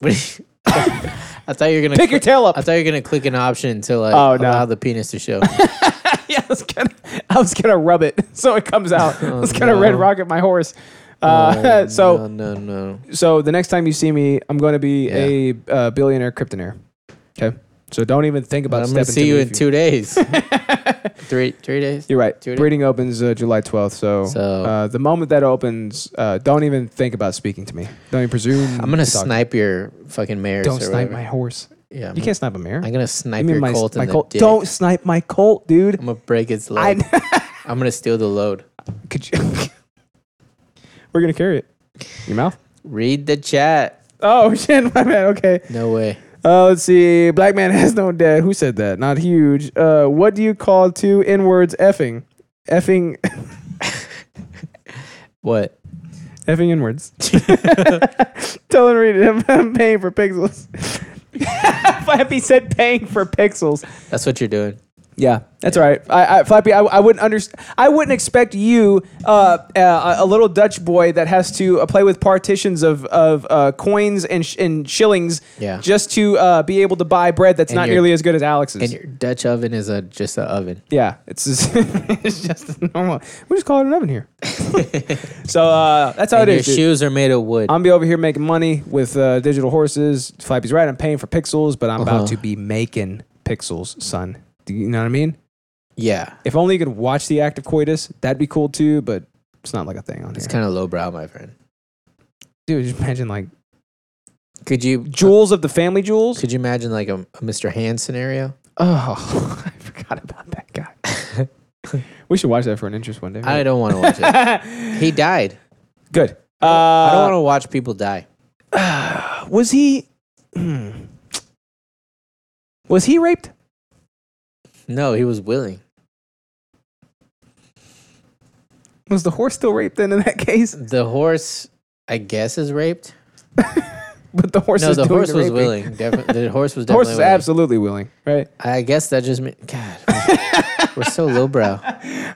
Speaker 2: I *laughs* thought you were gonna
Speaker 1: Pick your
Speaker 2: cli-
Speaker 1: tail up.
Speaker 2: I thought you were gonna click an option to like
Speaker 1: Oh, no.
Speaker 2: allow the penis to show.
Speaker 1: *laughs* yeah, I was gonna I was gonna rub it *laughs* so it comes out. I was gonna
Speaker 2: Oh, no.
Speaker 1: red rocket my horse. *laughs* Uh, *laughs*
Speaker 2: Oh,
Speaker 1: so
Speaker 2: no, no, no.
Speaker 1: so the next time you see me, I'm gonna be a uh, billionaire kryptonaire. Okay. So don't even think about
Speaker 2: I'm
Speaker 1: stepping
Speaker 2: gonna see
Speaker 1: to
Speaker 2: you
Speaker 1: me
Speaker 2: in
Speaker 1: if
Speaker 2: two days. three three days.
Speaker 1: *laughs* You're right.
Speaker 2: Two days.
Speaker 1: Breeding opens uh, July 12th. So,
Speaker 2: So-
Speaker 1: uh, the moment that opens, uh, don't even think about speaking to me. Don't even presume.
Speaker 2: I'm gonna
Speaker 1: to talk.
Speaker 2: snipe your fucking mares.
Speaker 1: Don't
Speaker 2: or
Speaker 1: snipe
Speaker 2: whatever.
Speaker 1: my horse.
Speaker 2: Yeah, I'm,
Speaker 1: You can't snipe a mare.
Speaker 2: I'm gonna snipe
Speaker 1: Give me
Speaker 2: your
Speaker 1: my,
Speaker 2: colt
Speaker 1: my
Speaker 2: in the
Speaker 1: Colt.
Speaker 2: dick.
Speaker 1: Don't snipe my Colt, dude.
Speaker 2: I'm gonna break
Speaker 1: *laughs*
Speaker 2: its
Speaker 1: I,
Speaker 2: leg. I'm gonna steal the load.
Speaker 1: could you? *laughs* We're gonna carry it. Your mouth.
Speaker 2: Read the chat.
Speaker 1: *laughs* Oh shit, my bad. Okay.
Speaker 2: No way.
Speaker 1: Uh, let's see. Black man *laughs* has no dad. Who said that? Not huge. Uh, what do you call two N words effing? Effing, *laughs*
Speaker 2: What?
Speaker 1: effing N words. *laughs* Tell him to read it. *laughs* I'm, I'm paying for pixels. *laughs* Flappy said paying for pixels.
Speaker 2: That's what you're doing.
Speaker 1: Yeah, that's all right. I, I, Flappy, I, I wouldn't understand. I wouldn't expect you, uh, uh, a little Dutch boy that has to uh, play with partitions of of uh, coins and sh- and shillings,
Speaker 2: Yeah.
Speaker 1: just to uh, be able to buy bread that's not
Speaker 2: your-
Speaker 1: nearly as good as Alex's.
Speaker 2: And your Dutch oven is a just an oven.
Speaker 1: Yeah, it's just, *laughs* it's just normal. We just call it an oven
Speaker 2: *laughs*
Speaker 1: here. so uh, that's how
Speaker 2: And
Speaker 1: it
Speaker 2: your
Speaker 1: is. dude.
Speaker 2: shoes are made of wood.
Speaker 1: I'm gonna be over here making money with uh, digital horses. Flappy's right. I'm paying for pixels, but I'm
Speaker 2: Uh-huh.
Speaker 1: about to be making pixels, son. Do you know what I mean?
Speaker 2: yeah.
Speaker 1: If only you could watch the act of coitus, that'd be cool too. But it's not like a thing on
Speaker 2: It's
Speaker 1: here.
Speaker 2: kind of lowbrow, my friend.
Speaker 1: Dude, just imagine like
Speaker 2: Could you
Speaker 1: jewels of the family jewels.
Speaker 2: could you imagine like a, a Mr. Hand
Speaker 1: *laughs*
Speaker 2: scenario?
Speaker 1: Oh, *laughs* I forgot about that guy. we should watch that for an interest one day.
Speaker 2: I don't want to watch it.
Speaker 1: *laughs*
Speaker 2: He died.
Speaker 1: Good. Uh,
Speaker 2: I don't want to watch people die.
Speaker 1: *sighs* was he Hmm. was he raped
Speaker 2: No, he was willing.
Speaker 1: was the horse still raped then in that case *laughs*
Speaker 2: The horse, I guess, is raped.
Speaker 1: but the horse
Speaker 2: No,
Speaker 1: is
Speaker 2: the
Speaker 1: doing
Speaker 2: horse was
Speaker 1: raping.
Speaker 2: willing. Defi- the
Speaker 1: *laughs*
Speaker 2: horse was
Speaker 1: the
Speaker 2: definitely
Speaker 1: horse is
Speaker 2: willing.
Speaker 1: absolutely willing right
Speaker 2: I guess that just means God. we're so lowbrow.
Speaker 1: *laughs*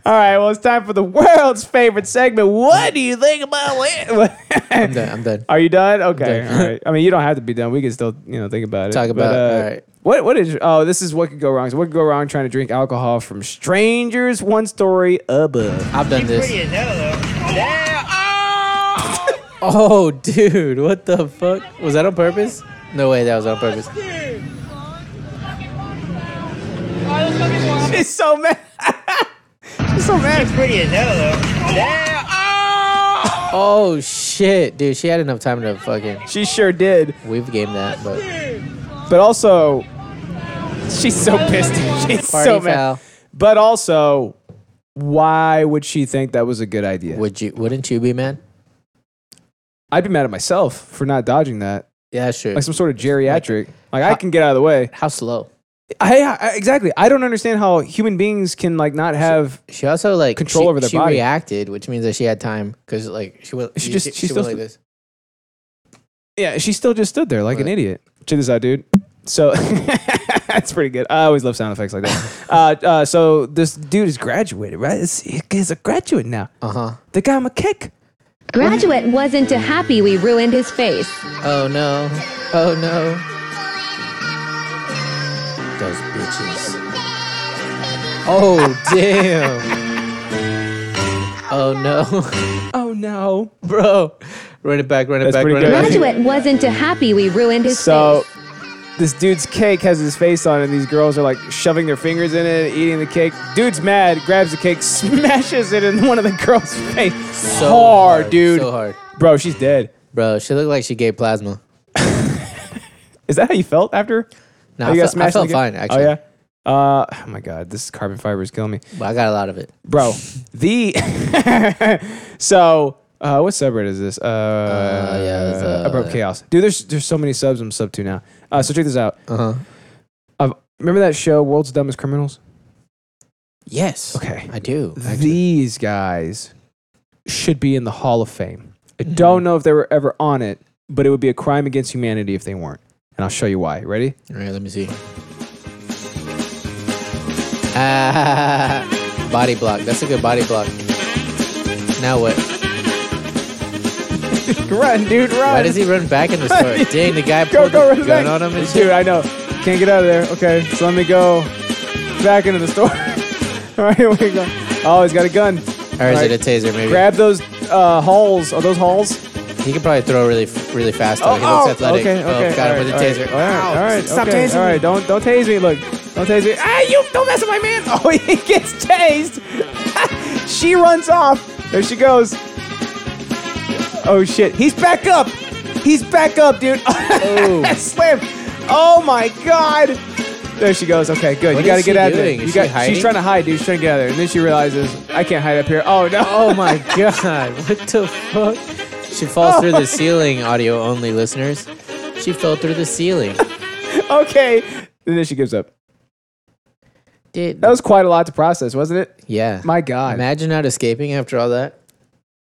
Speaker 1: all right well it's time for the world's favorite segment what do you think *laughs* about
Speaker 2: I'm done.
Speaker 1: land
Speaker 2: I'm done.
Speaker 1: are you done okay
Speaker 2: done. *laughs*
Speaker 1: all right i mean you don't have to be done we can still you know think about it
Speaker 2: Talk
Speaker 1: But,
Speaker 2: about-
Speaker 1: uh,
Speaker 2: all right.
Speaker 1: what what is oh this is what could go wrong so what could go wrong trying to drink alcohol from strangers one story above
Speaker 2: *laughs* I've done this. Oh, *laughs* dude, what the fuck? Was that on purpose? No way, that was on purpose.
Speaker 1: she's so
Speaker 2: *laughs*
Speaker 1: mad she's so mad
Speaker 2: Oh shit, dude, she had enough time to fucking.
Speaker 1: She sure did.
Speaker 2: We've gamed that, but
Speaker 1: But also, she's so pissed.
Speaker 2: *laughs*
Speaker 1: She's
Speaker 2: party
Speaker 1: so mad.
Speaker 2: foul.
Speaker 1: But also, why would she think that was a good idea?
Speaker 2: Would you? Wouldn't you be mad?
Speaker 1: I'd be mad at myself for not dodging that.
Speaker 2: Yeah, sure.
Speaker 1: Like some sort of geriatric. Like I can get out of the way.
Speaker 2: How slow?
Speaker 1: I, I exactly. I don't understand how human beings can like not have.
Speaker 2: She also like
Speaker 1: Control
Speaker 2: she-
Speaker 1: over their
Speaker 2: she
Speaker 1: body.
Speaker 2: reacted, which means that she had time because like she went.
Speaker 1: She just- she
Speaker 2: went
Speaker 1: still-
Speaker 2: like this.
Speaker 1: Yeah, she still just stood there like an
Speaker 2: Right.
Speaker 1: idiot. Check this out, dude. So *laughs* that's pretty good. I always love sound effects like that. Uh, uh, so this dude is graduated, right? It's- He's a graduate now.
Speaker 2: Uh huh.
Speaker 1: They got him a kick.
Speaker 4: Graduate wasn't too happy we ruined his face.
Speaker 2: Oh no. Oh no. Those bitches. Oh damn. Oh no, *laughs*
Speaker 1: Oh no.
Speaker 2: bro. Run it back. Run it
Speaker 1: That's
Speaker 2: back.
Speaker 1: pretty
Speaker 2: Run
Speaker 1: good.
Speaker 2: it back.
Speaker 4: Graduate wasn't too happy we ruined his
Speaker 1: So
Speaker 4: face.
Speaker 1: this dude's cake has his face on it, and these girls are like shoving their fingers in it, eating the cake. Dude's mad, grabs the cake, *laughs* smashes it in one of the girls' face.
Speaker 2: So
Speaker 1: hard, dude.
Speaker 2: So hard,
Speaker 1: Bro, she's dead.
Speaker 2: bro. She looked like she gave plasma.
Speaker 1: Is that how you felt after?
Speaker 2: No,
Speaker 1: Oh,
Speaker 2: I,
Speaker 1: you got
Speaker 2: felt, I
Speaker 1: smashed
Speaker 2: felt
Speaker 1: again?
Speaker 2: fine actually.
Speaker 1: Oh yeah. Uh, oh my god, this carbon fiber is killing me,
Speaker 2: But I got a lot of it. *laughs*
Speaker 1: bro. The *laughs* so uh, what subreddit is this? Uh,
Speaker 2: yeah, it's, uh,
Speaker 1: abrupt chaos, dude. There's there's so many subs I'm sub to now. Uh, so check this out.
Speaker 2: Uh huh.
Speaker 1: Uh, remember that show, World's Dumbest Criminals?
Speaker 2: Yes.
Speaker 1: Okay.
Speaker 2: I do. actually.
Speaker 1: These guys should be in the Hall of Fame. I
Speaker 2: Mm-hmm.
Speaker 1: don't know if they were ever on it, but it would be a crime against humanity if they weren't. And I'll show you why. Ready?
Speaker 2: All right, let me see. Ah, *laughs* body block. That's a good body block. Now what?
Speaker 1: Run, dude, run.
Speaker 2: Why does he run back
Speaker 1: *laughs*
Speaker 2: in the store? Dang, the guy
Speaker 1: go,
Speaker 2: pulled
Speaker 1: go,
Speaker 2: the
Speaker 1: run
Speaker 2: gun
Speaker 1: back.
Speaker 2: on him and
Speaker 1: dude,
Speaker 2: shit.
Speaker 1: I know. Can't get out of there. Okay, so let me go back into the store. *laughs* All right, here we go. Oh, he's got a gun.
Speaker 2: Or is
Speaker 1: Alright.
Speaker 2: it a taser? Maybe
Speaker 1: Grab those uh, halls. Are those halls?
Speaker 2: he could probably throw really, f- really fast. though. he looks athletic.
Speaker 1: Oh, Okay, okay.
Speaker 2: oh, got him
Speaker 1: all
Speaker 2: with a
Speaker 1: right,
Speaker 2: taser.
Speaker 1: All right, all right.
Speaker 2: Ow.
Speaker 1: all right
Speaker 2: Stop
Speaker 1: okay,
Speaker 2: tasing
Speaker 1: All
Speaker 2: me.
Speaker 1: right, don't don't tase me. Look, don't tase me. Ah, you don't mess with my man. *laughs* Oh, he gets tased. *laughs* she runs off. There she goes. Oh shit, he's back up. He's back up, dude. *laughs*
Speaker 2: Oh.
Speaker 1: Slam. Oh my god. There she goes. Okay, good.
Speaker 2: What
Speaker 1: you gotta
Speaker 2: is
Speaker 1: get
Speaker 2: she
Speaker 1: out of there.
Speaker 2: doing? Is
Speaker 1: You
Speaker 2: she
Speaker 1: got,
Speaker 2: hiding?
Speaker 1: she's trying to hide, dude. She's trying to get out of there. And then she realizes I can't hide up here. Oh no.
Speaker 2: *laughs* Oh my god, *laughs* what the fuck? She falls
Speaker 1: Oh
Speaker 2: through
Speaker 1: my- *laughs*
Speaker 2: the ceiling, audio only listeners. She fell through the ceiling.
Speaker 1: okay. And then she gives up.
Speaker 2: Dude,
Speaker 1: That was quite a lot to process, wasn't it?
Speaker 2: yeah.
Speaker 1: My God.
Speaker 2: Imagine not escaping after all that.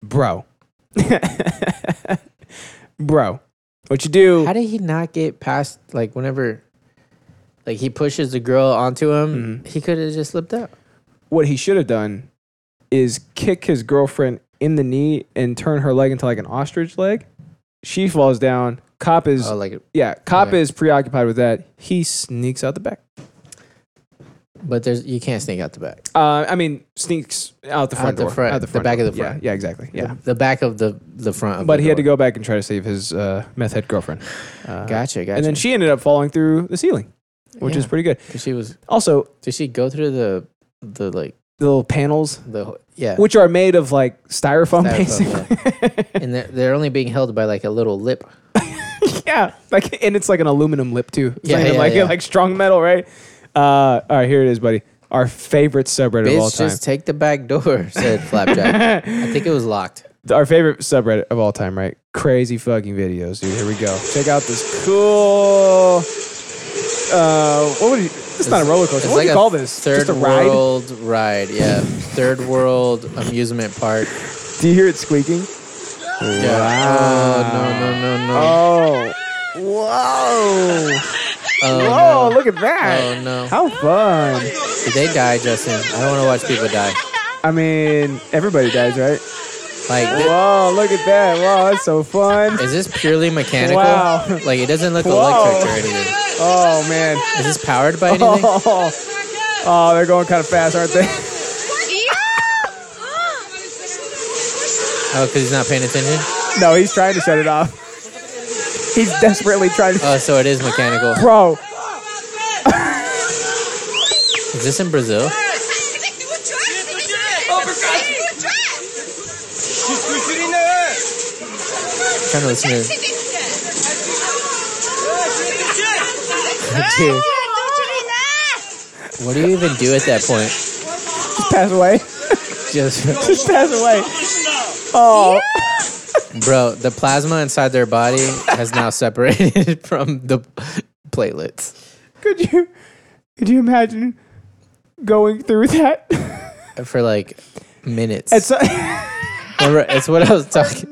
Speaker 1: Bro. Bro. What you do?
Speaker 2: *laughs* How did he not get past like whenever like he pushes the girl onto him?
Speaker 1: Mm-hmm.
Speaker 2: He could have just slipped out.
Speaker 1: what he should have done is kick his girlfriend in the knee and turn her leg into like an ostrich leg. She falls down. Cop is
Speaker 2: Oh, like
Speaker 1: yeah. Cop
Speaker 2: okay.
Speaker 1: is preoccupied with that. He sneaks out the back.
Speaker 2: but there's you can't sneak out the back.
Speaker 1: Uh, I mean, sneaks out the front
Speaker 2: the
Speaker 1: door,
Speaker 2: front-
Speaker 1: out the
Speaker 2: the
Speaker 1: front
Speaker 2: back
Speaker 1: door.
Speaker 2: of the front.
Speaker 1: Yeah, yeah, exactly. Yeah,
Speaker 2: The back of the the front of
Speaker 1: but
Speaker 2: the
Speaker 1: he had to
Speaker 2: door.
Speaker 1: go back and try to save his uh, meth head girlfriend. Uh,
Speaker 2: Gotcha, gotcha.
Speaker 1: And then she ended up falling through the ceiling, which is
Speaker 2: Yeah.
Speaker 1: pretty good.
Speaker 2: 'Cause she was
Speaker 1: Also,
Speaker 2: did she go through the the like
Speaker 1: the little panels,
Speaker 2: the yeah.
Speaker 1: which are made of like styrofoam,
Speaker 2: Styrofoam,
Speaker 1: basically. *laughs*
Speaker 2: and they're, they're only being held by like a little lip.
Speaker 1: yeah, like and it's like an aluminum lip too. It's
Speaker 2: Yeah,
Speaker 1: not even
Speaker 2: yeah,
Speaker 1: like
Speaker 2: yeah.
Speaker 1: like strong metal, right? Uh, all right, here it is, buddy. Our favorite subreddit of all
Speaker 2: Bitch,
Speaker 1: time.
Speaker 2: just take the back door, said
Speaker 1: *laughs*
Speaker 2: Flapjack. I think it was locked.
Speaker 1: Our favorite subreddit of all time, right? Crazy fucking videos, dude. Here we go. Check out this cool. Uh, what would you? It's, not a roller coaster. What would you call this?
Speaker 2: Third
Speaker 1: Just a ride.
Speaker 2: world ride, yeah. third world amusement park.
Speaker 1: Do you hear it squeaking?
Speaker 2: Yeah. Oh no no no no.
Speaker 1: Oh. Whoa.
Speaker 2: Oh,
Speaker 1: *laughs* Oh, look at that.
Speaker 2: Oh, no.
Speaker 1: How fun.
Speaker 2: no. Did they die, Justin? I don't want to watch people die.
Speaker 1: I mean, everybody dies, right?
Speaker 2: Like, thi-
Speaker 1: Whoa, look at that. Wow, that's so fun.
Speaker 2: is this purely mechanical?
Speaker 1: Wow.
Speaker 2: Like, it doesn't look electric or anything.
Speaker 1: Oh,
Speaker 2: *laughs*
Speaker 1: man.
Speaker 2: Is this powered by anything?
Speaker 1: Oh, oh, they're going kind of fast, aren't they?
Speaker 2: Oh, because he's not paying attention.
Speaker 1: No, he's trying to shut it off. He's desperately trying to.
Speaker 2: Oh, so it is mechanical.
Speaker 1: Bro,
Speaker 2: Is this in Brazil? trying to listen to. Dude, what do you even do at that point?
Speaker 1: just pass away. *laughs*
Speaker 2: Just,
Speaker 1: Just pass away. Oh,
Speaker 2: *laughs* bro, the plasma inside their body has now separated *laughs* from the platelets.
Speaker 1: could you, could you imagine going through that?
Speaker 2: for like minutes.
Speaker 1: It's
Speaker 2: It's,
Speaker 1: a-
Speaker 2: Remember, it's what I was talking.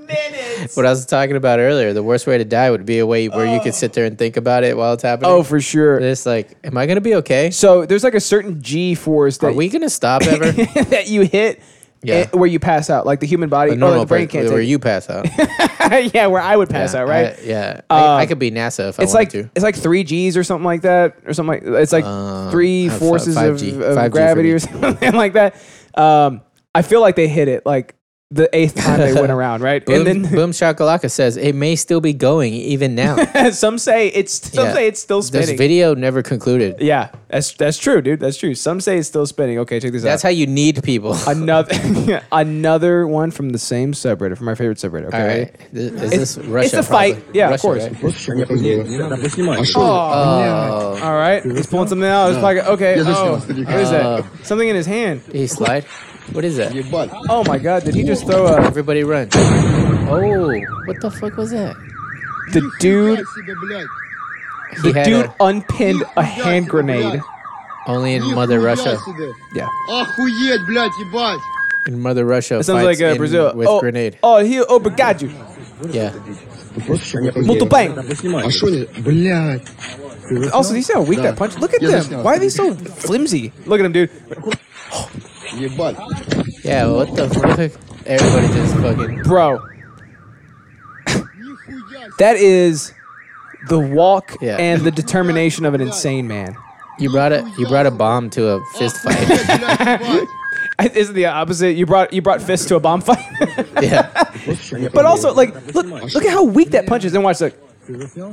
Speaker 2: What I was talking about earlier. The worst way to die would be a way where you could sit there and think about it while it's
Speaker 1: *laughs*
Speaker 2: happening.
Speaker 1: oh, for sure.
Speaker 2: this like, am I gonna be okay?
Speaker 1: So there's like a certain G force
Speaker 2: Are
Speaker 1: that
Speaker 2: we gonna
Speaker 1: *laughs*
Speaker 2: stop ever?
Speaker 1: Oh, that you hit.
Speaker 2: Yeah.
Speaker 1: eh, where you pass out, like the human body,
Speaker 2: A
Speaker 1: or like
Speaker 2: normal
Speaker 1: the brain
Speaker 2: break
Speaker 1: can't
Speaker 2: where
Speaker 1: take.
Speaker 2: you pass
Speaker 1: *laughs*
Speaker 2: out.
Speaker 1: yeah, where I would pass
Speaker 2: Yeah,
Speaker 1: out, right? Uh,
Speaker 2: I- yeah, I, I could be NASA if I
Speaker 1: it's
Speaker 2: wanted
Speaker 1: like *laughs*
Speaker 2: to.
Speaker 1: it's like three G's or something like that, or something like it's like
Speaker 2: Uh,
Speaker 1: three
Speaker 2: uh, fi-
Speaker 1: forces of,
Speaker 2: 5G.
Speaker 1: of
Speaker 2: 5G for
Speaker 1: gravity
Speaker 2: me.
Speaker 1: or *laughs* something like that. Um, I feel like they hit it like the eighth time they
Speaker 2: *laughs*
Speaker 1: went around, right? and
Speaker 2: Boom,
Speaker 1: then
Speaker 2: Boom Shakalaka says it may still be going
Speaker 1: *laughs*
Speaker 2: even now.
Speaker 1: some say it's some
Speaker 2: Yeah.
Speaker 1: say it's still
Speaker 2: this
Speaker 1: spinning.
Speaker 2: video never concluded.
Speaker 1: yeah, that's that's true, dude. That's true. Some say it's still spinning. Okay, check this
Speaker 2: That's
Speaker 1: out.
Speaker 2: how you need people. *laughs* All
Speaker 1: another *laughs* another one from the same subreddit, from our favorite subreddit. Okay, ready?
Speaker 2: right, Th- is this Russia?
Speaker 1: it's a fight.
Speaker 2: probably?
Speaker 1: Yeah, of
Speaker 2: Russia,
Speaker 1: course.
Speaker 2: right?
Speaker 1: All right, Uh, he's pulling something out of his pocket. Okay, oh, what is that? Something in his hand.
Speaker 2: He slide. What is that?
Speaker 1: Oh my God! Did he just throw a? *laughs*
Speaker 2: Everybody run. Oh, what the fuck was that?
Speaker 1: *laughs* The dude,
Speaker 2: He
Speaker 1: the
Speaker 2: had
Speaker 1: dude oh,
Speaker 2: a-
Speaker 1: unpinned a hand grenade.
Speaker 2: only in Mother Russia.
Speaker 1: Yeah,
Speaker 5: Охуеть, блядь, ебать!
Speaker 2: In Mother Russia.
Speaker 1: it sounds
Speaker 2: fights
Speaker 1: like uh,
Speaker 2: in-
Speaker 1: Brazil.
Speaker 2: With
Speaker 1: oh,
Speaker 2: grenade.
Speaker 1: Oh, he obrigado.
Speaker 2: Yeah.
Speaker 1: Muito bem.
Speaker 5: А что не... Блядь!
Speaker 1: Also, do you see how weak that punch? Look at them. Why are they so flimsy? Look at him, dude.
Speaker 5: Ебать!
Speaker 2: Yeah, what the fuck? Everybody just fucking.
Speaker 1: Bro, *laughs* that is the walk
Speaker 2: Yeah.
Speaker 1: and the determination of an insane man.
Speaker 2: You brought a you brought a bomb to a fist
Speaker 1: *laughs*
Speaker 2: fight.
Speaker 5: Охуеть, блядь, ебать!
Speaker 1: I- Isn't the opposite? You brought you brought fists to a bomb fight,
Speaker 2: yeah.
Speaker 1: *laughs* but also like look look at how weak that punch is. And watch like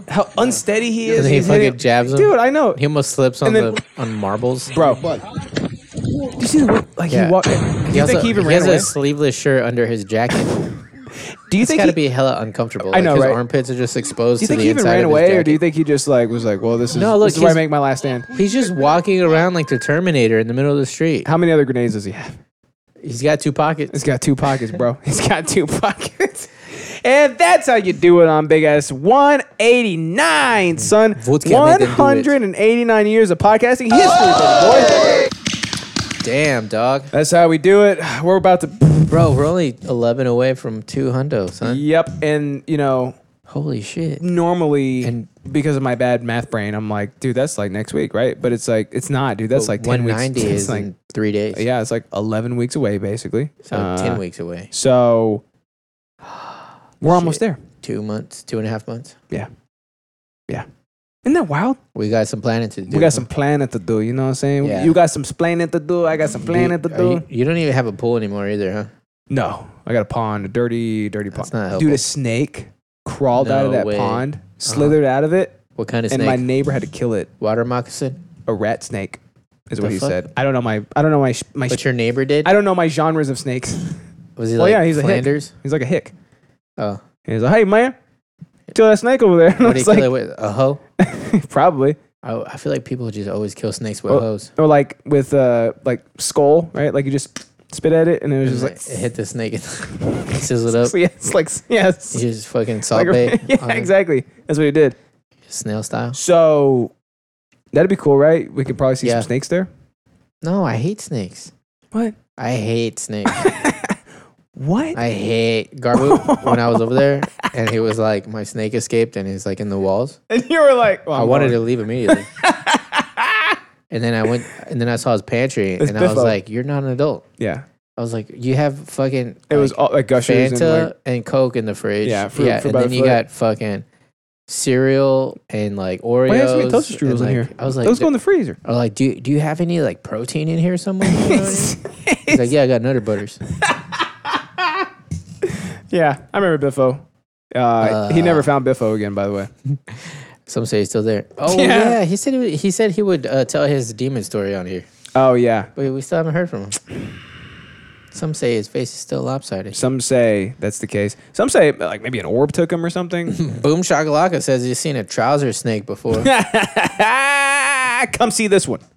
Speaker 1: how unsteady he is.
Speaker 2: And he
Speaker 1: He's
Speaker 2: fucking
Speaker 1: hitting-
Speaker 2: jabs him.
Speaker 1: Dude, I know.
Speaker 2: He almost slips on
Speaker 1: And then-
Speaker 2: the on marbles.
Speaker 1: Bro,
Speaker 5: Ебать!
Speaker 1: Do you see the way, like
Speaker 2: Yeah.
Speaker 1: he walked? Do you
Speaker 2: He, also,
Speaker 1: think he even
Speaker 2: he
Speaker 1: ran
Speaker 2: has
Speaker 1: away?
Speaker 2: a sleeveless shirt under his jacket.
Speaker 1: Do you
Speaker 2: It's
Speaker 1: think
Speaker 2: got
Speaker 1: he,
Speaker 2: to be hella uncomfortable. Like,
Speaker 1: know,
Speaker 2: his
Speaker 1: right?
Speaker 2: armpits are just exposed
Speaker 1: do you
Speaker 2: to
Speaker 1: think
Speaker 2: the
Speaker 1: he even
Speaker 2: inside
Speaker 1: ran
Speaker 2: of his
Speaker 1: away, or
Speaker 2: jacket.
Speaker 1: do you think he just like was like, well, this is
Speaker 2: No, look,
Speaker 1: this is where I
Speaker 2: he's-
Speaker 1: make my last stand.
Speaker 2: He's just walking around like the Terminator in the middle of the street.
Speaker 1: How many other grenades does he have?
Speaker 2: He's got two pockets.
Speaker 1: *laughs* He's got two pockets, bro. He's got two pockets. And that's how you do it on Big Ass 189,
Speaker 2: Mm.
Speaker 1: son.
Speaker 2: Vodka, I made them do it.
Speaker 1: 189 years of podcasting history, baby boy.
Speaker 2: *laughs* Damn, dog.
Speaker 1: That's how we do it. We're about to.
Speaker 2: Bro, we're only 11 away from two hundos, huh?
Speaker 1: Yep. And, you know,
Speaker 2: Holy shit.
Speaker 1: normally,
Speaker 2: And-
Speaker 1: because of my bad math brain, I'm like, dude, that's like next week, right? But it's like, it's not, dude. That's like 10 weeks. *laughs*
Speaker 2: 190
Speaker 1: It's
Speaker 2: is
Speaker 1: like,
Speaker 2: in three days.
Speaker 1: yeah, it's like 11 weeks away, basically.
Speaker 2: So
Speaker 1: Uh,
Speaker 2: 10 weeks away.
Speaker 1: So we're almost
Speaker 2: Shit.
Speaker 1: there.
Speaker 2: Two months, two and a half months.
Speaker 1: Yeah. Yeah. Isn't that wild?
Speaker 2: We got some planning to do.
Speaker 1: We got some planning to do. You know what I'm saying?
Speaker 2: Yeah.
Speaker 1: You got some splaining to do. I got some planning to
Speaker 2: Are
Speaker 1: do.
Speaker 2: You, you don't even have a pool anymore either, huh?
Speaker 1: no, I got a pond, a dirty, dirty
Speaker 2: That's
Speaker 1: pond.
Speaker 2: not
Speaker 1: Dude,
Speaker 2: helpful.
Speaker 1: a snake crawled out of
Speaker 2: No
Speaker 1: that
Speaker 2: way.
Speaker 1: pond, slithered out of it,
Speaker 2: What kind of
Speaker 1: and
Speaker 2: snake?
Speaker 1: my neighbor had to kill it.
Speaker 2: Water moccasin?
Speaker 1: A rat snake is what
Speaker 2: The
Speaker 1: he
Speaker 2: fuck?
Speaker 1: said. I don't know my. I don't know my. sh- My.
Speaker 2: What
Speaker 1: Sh-
Speaker 2: your neighbor did?
Speaker 1: I don't know my genres of snakes.
Speaker 2: Was he
Speaker 1: Well,
Speaker 2: like
Speaker 1: yeah, he's a hick. *laughs*
Speaker 2: Flanders?
Speaker 1: He's like a hick.
Speaker 2: Oh.
Speaker 1: He's like, hey man, kill that snake over there. *laughs* And I
Speaker 2: What did he
Speaker 1: was
Speaker 2: kill
Speaker 1: like,
Speaker 2: it with? A hoe?
Speaker 1: probably.
Speaker 2: I, I feel like people just always kill snakes with
Speaker 1: Or-
Speaker 2: hoes.
Speaker 1: Or like with uh like skull, right? Like you just spit at it and it was just
Speaker 2: Just
Speaker 1: like
Speaker 2: it hit the snake
Speaker 1: *laughs*
Speaker 2: and *laughs* sizzled up.
Speaker 1: so yeah, it's like yes.
Speaker 2: You just fucking
Speaker 1: *laughs*
Speaker 2: salt
Speaker 1: Like a-
Speaker 2: bait.
Speaker 1: *laughs* yeah,
Speaker 2: on it,
Speaker 1: exactly. That's what he did.
Speaker 2: Snail style.
Speaker 1: So that'd be cool, right? We could probably see
Speaker 2: Yeah.
Speaker 1: some snakes there.
Speaker 2: No, I hate snakes.
Speaker 1: What?
Speaker 2: I hate snakes.
Speaker 1: *laughs* What?
Speaker 2: I hate Garbu when I was over there and he was like, my snake escaped and he's like in the walls.
Speaker 1: *laughs* and you were like, oh, well,
Speaker 2: I wanted to
Speaker 1: *laughs*
Speaker 2: leave immediately. and then I went and then I saw his pantry and I was
Speaker 1: Biffo.
Speaker 2: like, you're not an adult.
Speaker 1: Yeah.
Speaker 2: I was like, you have fucking
Speaker 1: It was
Speaker 2: like,
Speaker 1: all like gushers
Speaker 2: Fanta
Speaker 1: and
Speaker 2: and,
Speaker 1: like
Speaker 2: Coke in the fridge.
Speaker 1: Yeah, for- for
Speaker 2: and
Speaker 1: about a
Speaker 2: then you
Speaker 1: foot.
Speaker 2: got fucking cereal and like Oreos.
Speaker 1: why did you get toaster
Speaker 2: and,
Speaker 1: strudels in
Speaker 2: like,
Speaker 1: here?
Speaker 2: I was like,
Speaker 1: those go in the freezer.
Speaker 2: I was like, do do you have any like protein in
Speaker 1: *laughs*
Speaker 2: here somewhere? You know what I mean? He's like, yeah, I got Nutter Butters.
Speaker 1: Yeah, I remember Biffo. Uh, he never found Biffo again, by the way.
Speaker 2: Some say he's still there. Oh
Speaker 1: Yeah.
Speaker 2: yeah, he said he, would- he said he would uh, tell his demon story on here,
Speaker 1: Oh yeah.
Speaker 2: but we still haven't heard from him. Some say his face is still lopsided.
Speaker 1: Some say that's the case. Some say like maybe an orb took him or something. *laughs*
Speaker 2: *laughs* Boom Shakalaka says he's seen a trouser snake before.
Speaker 1: Come see this one.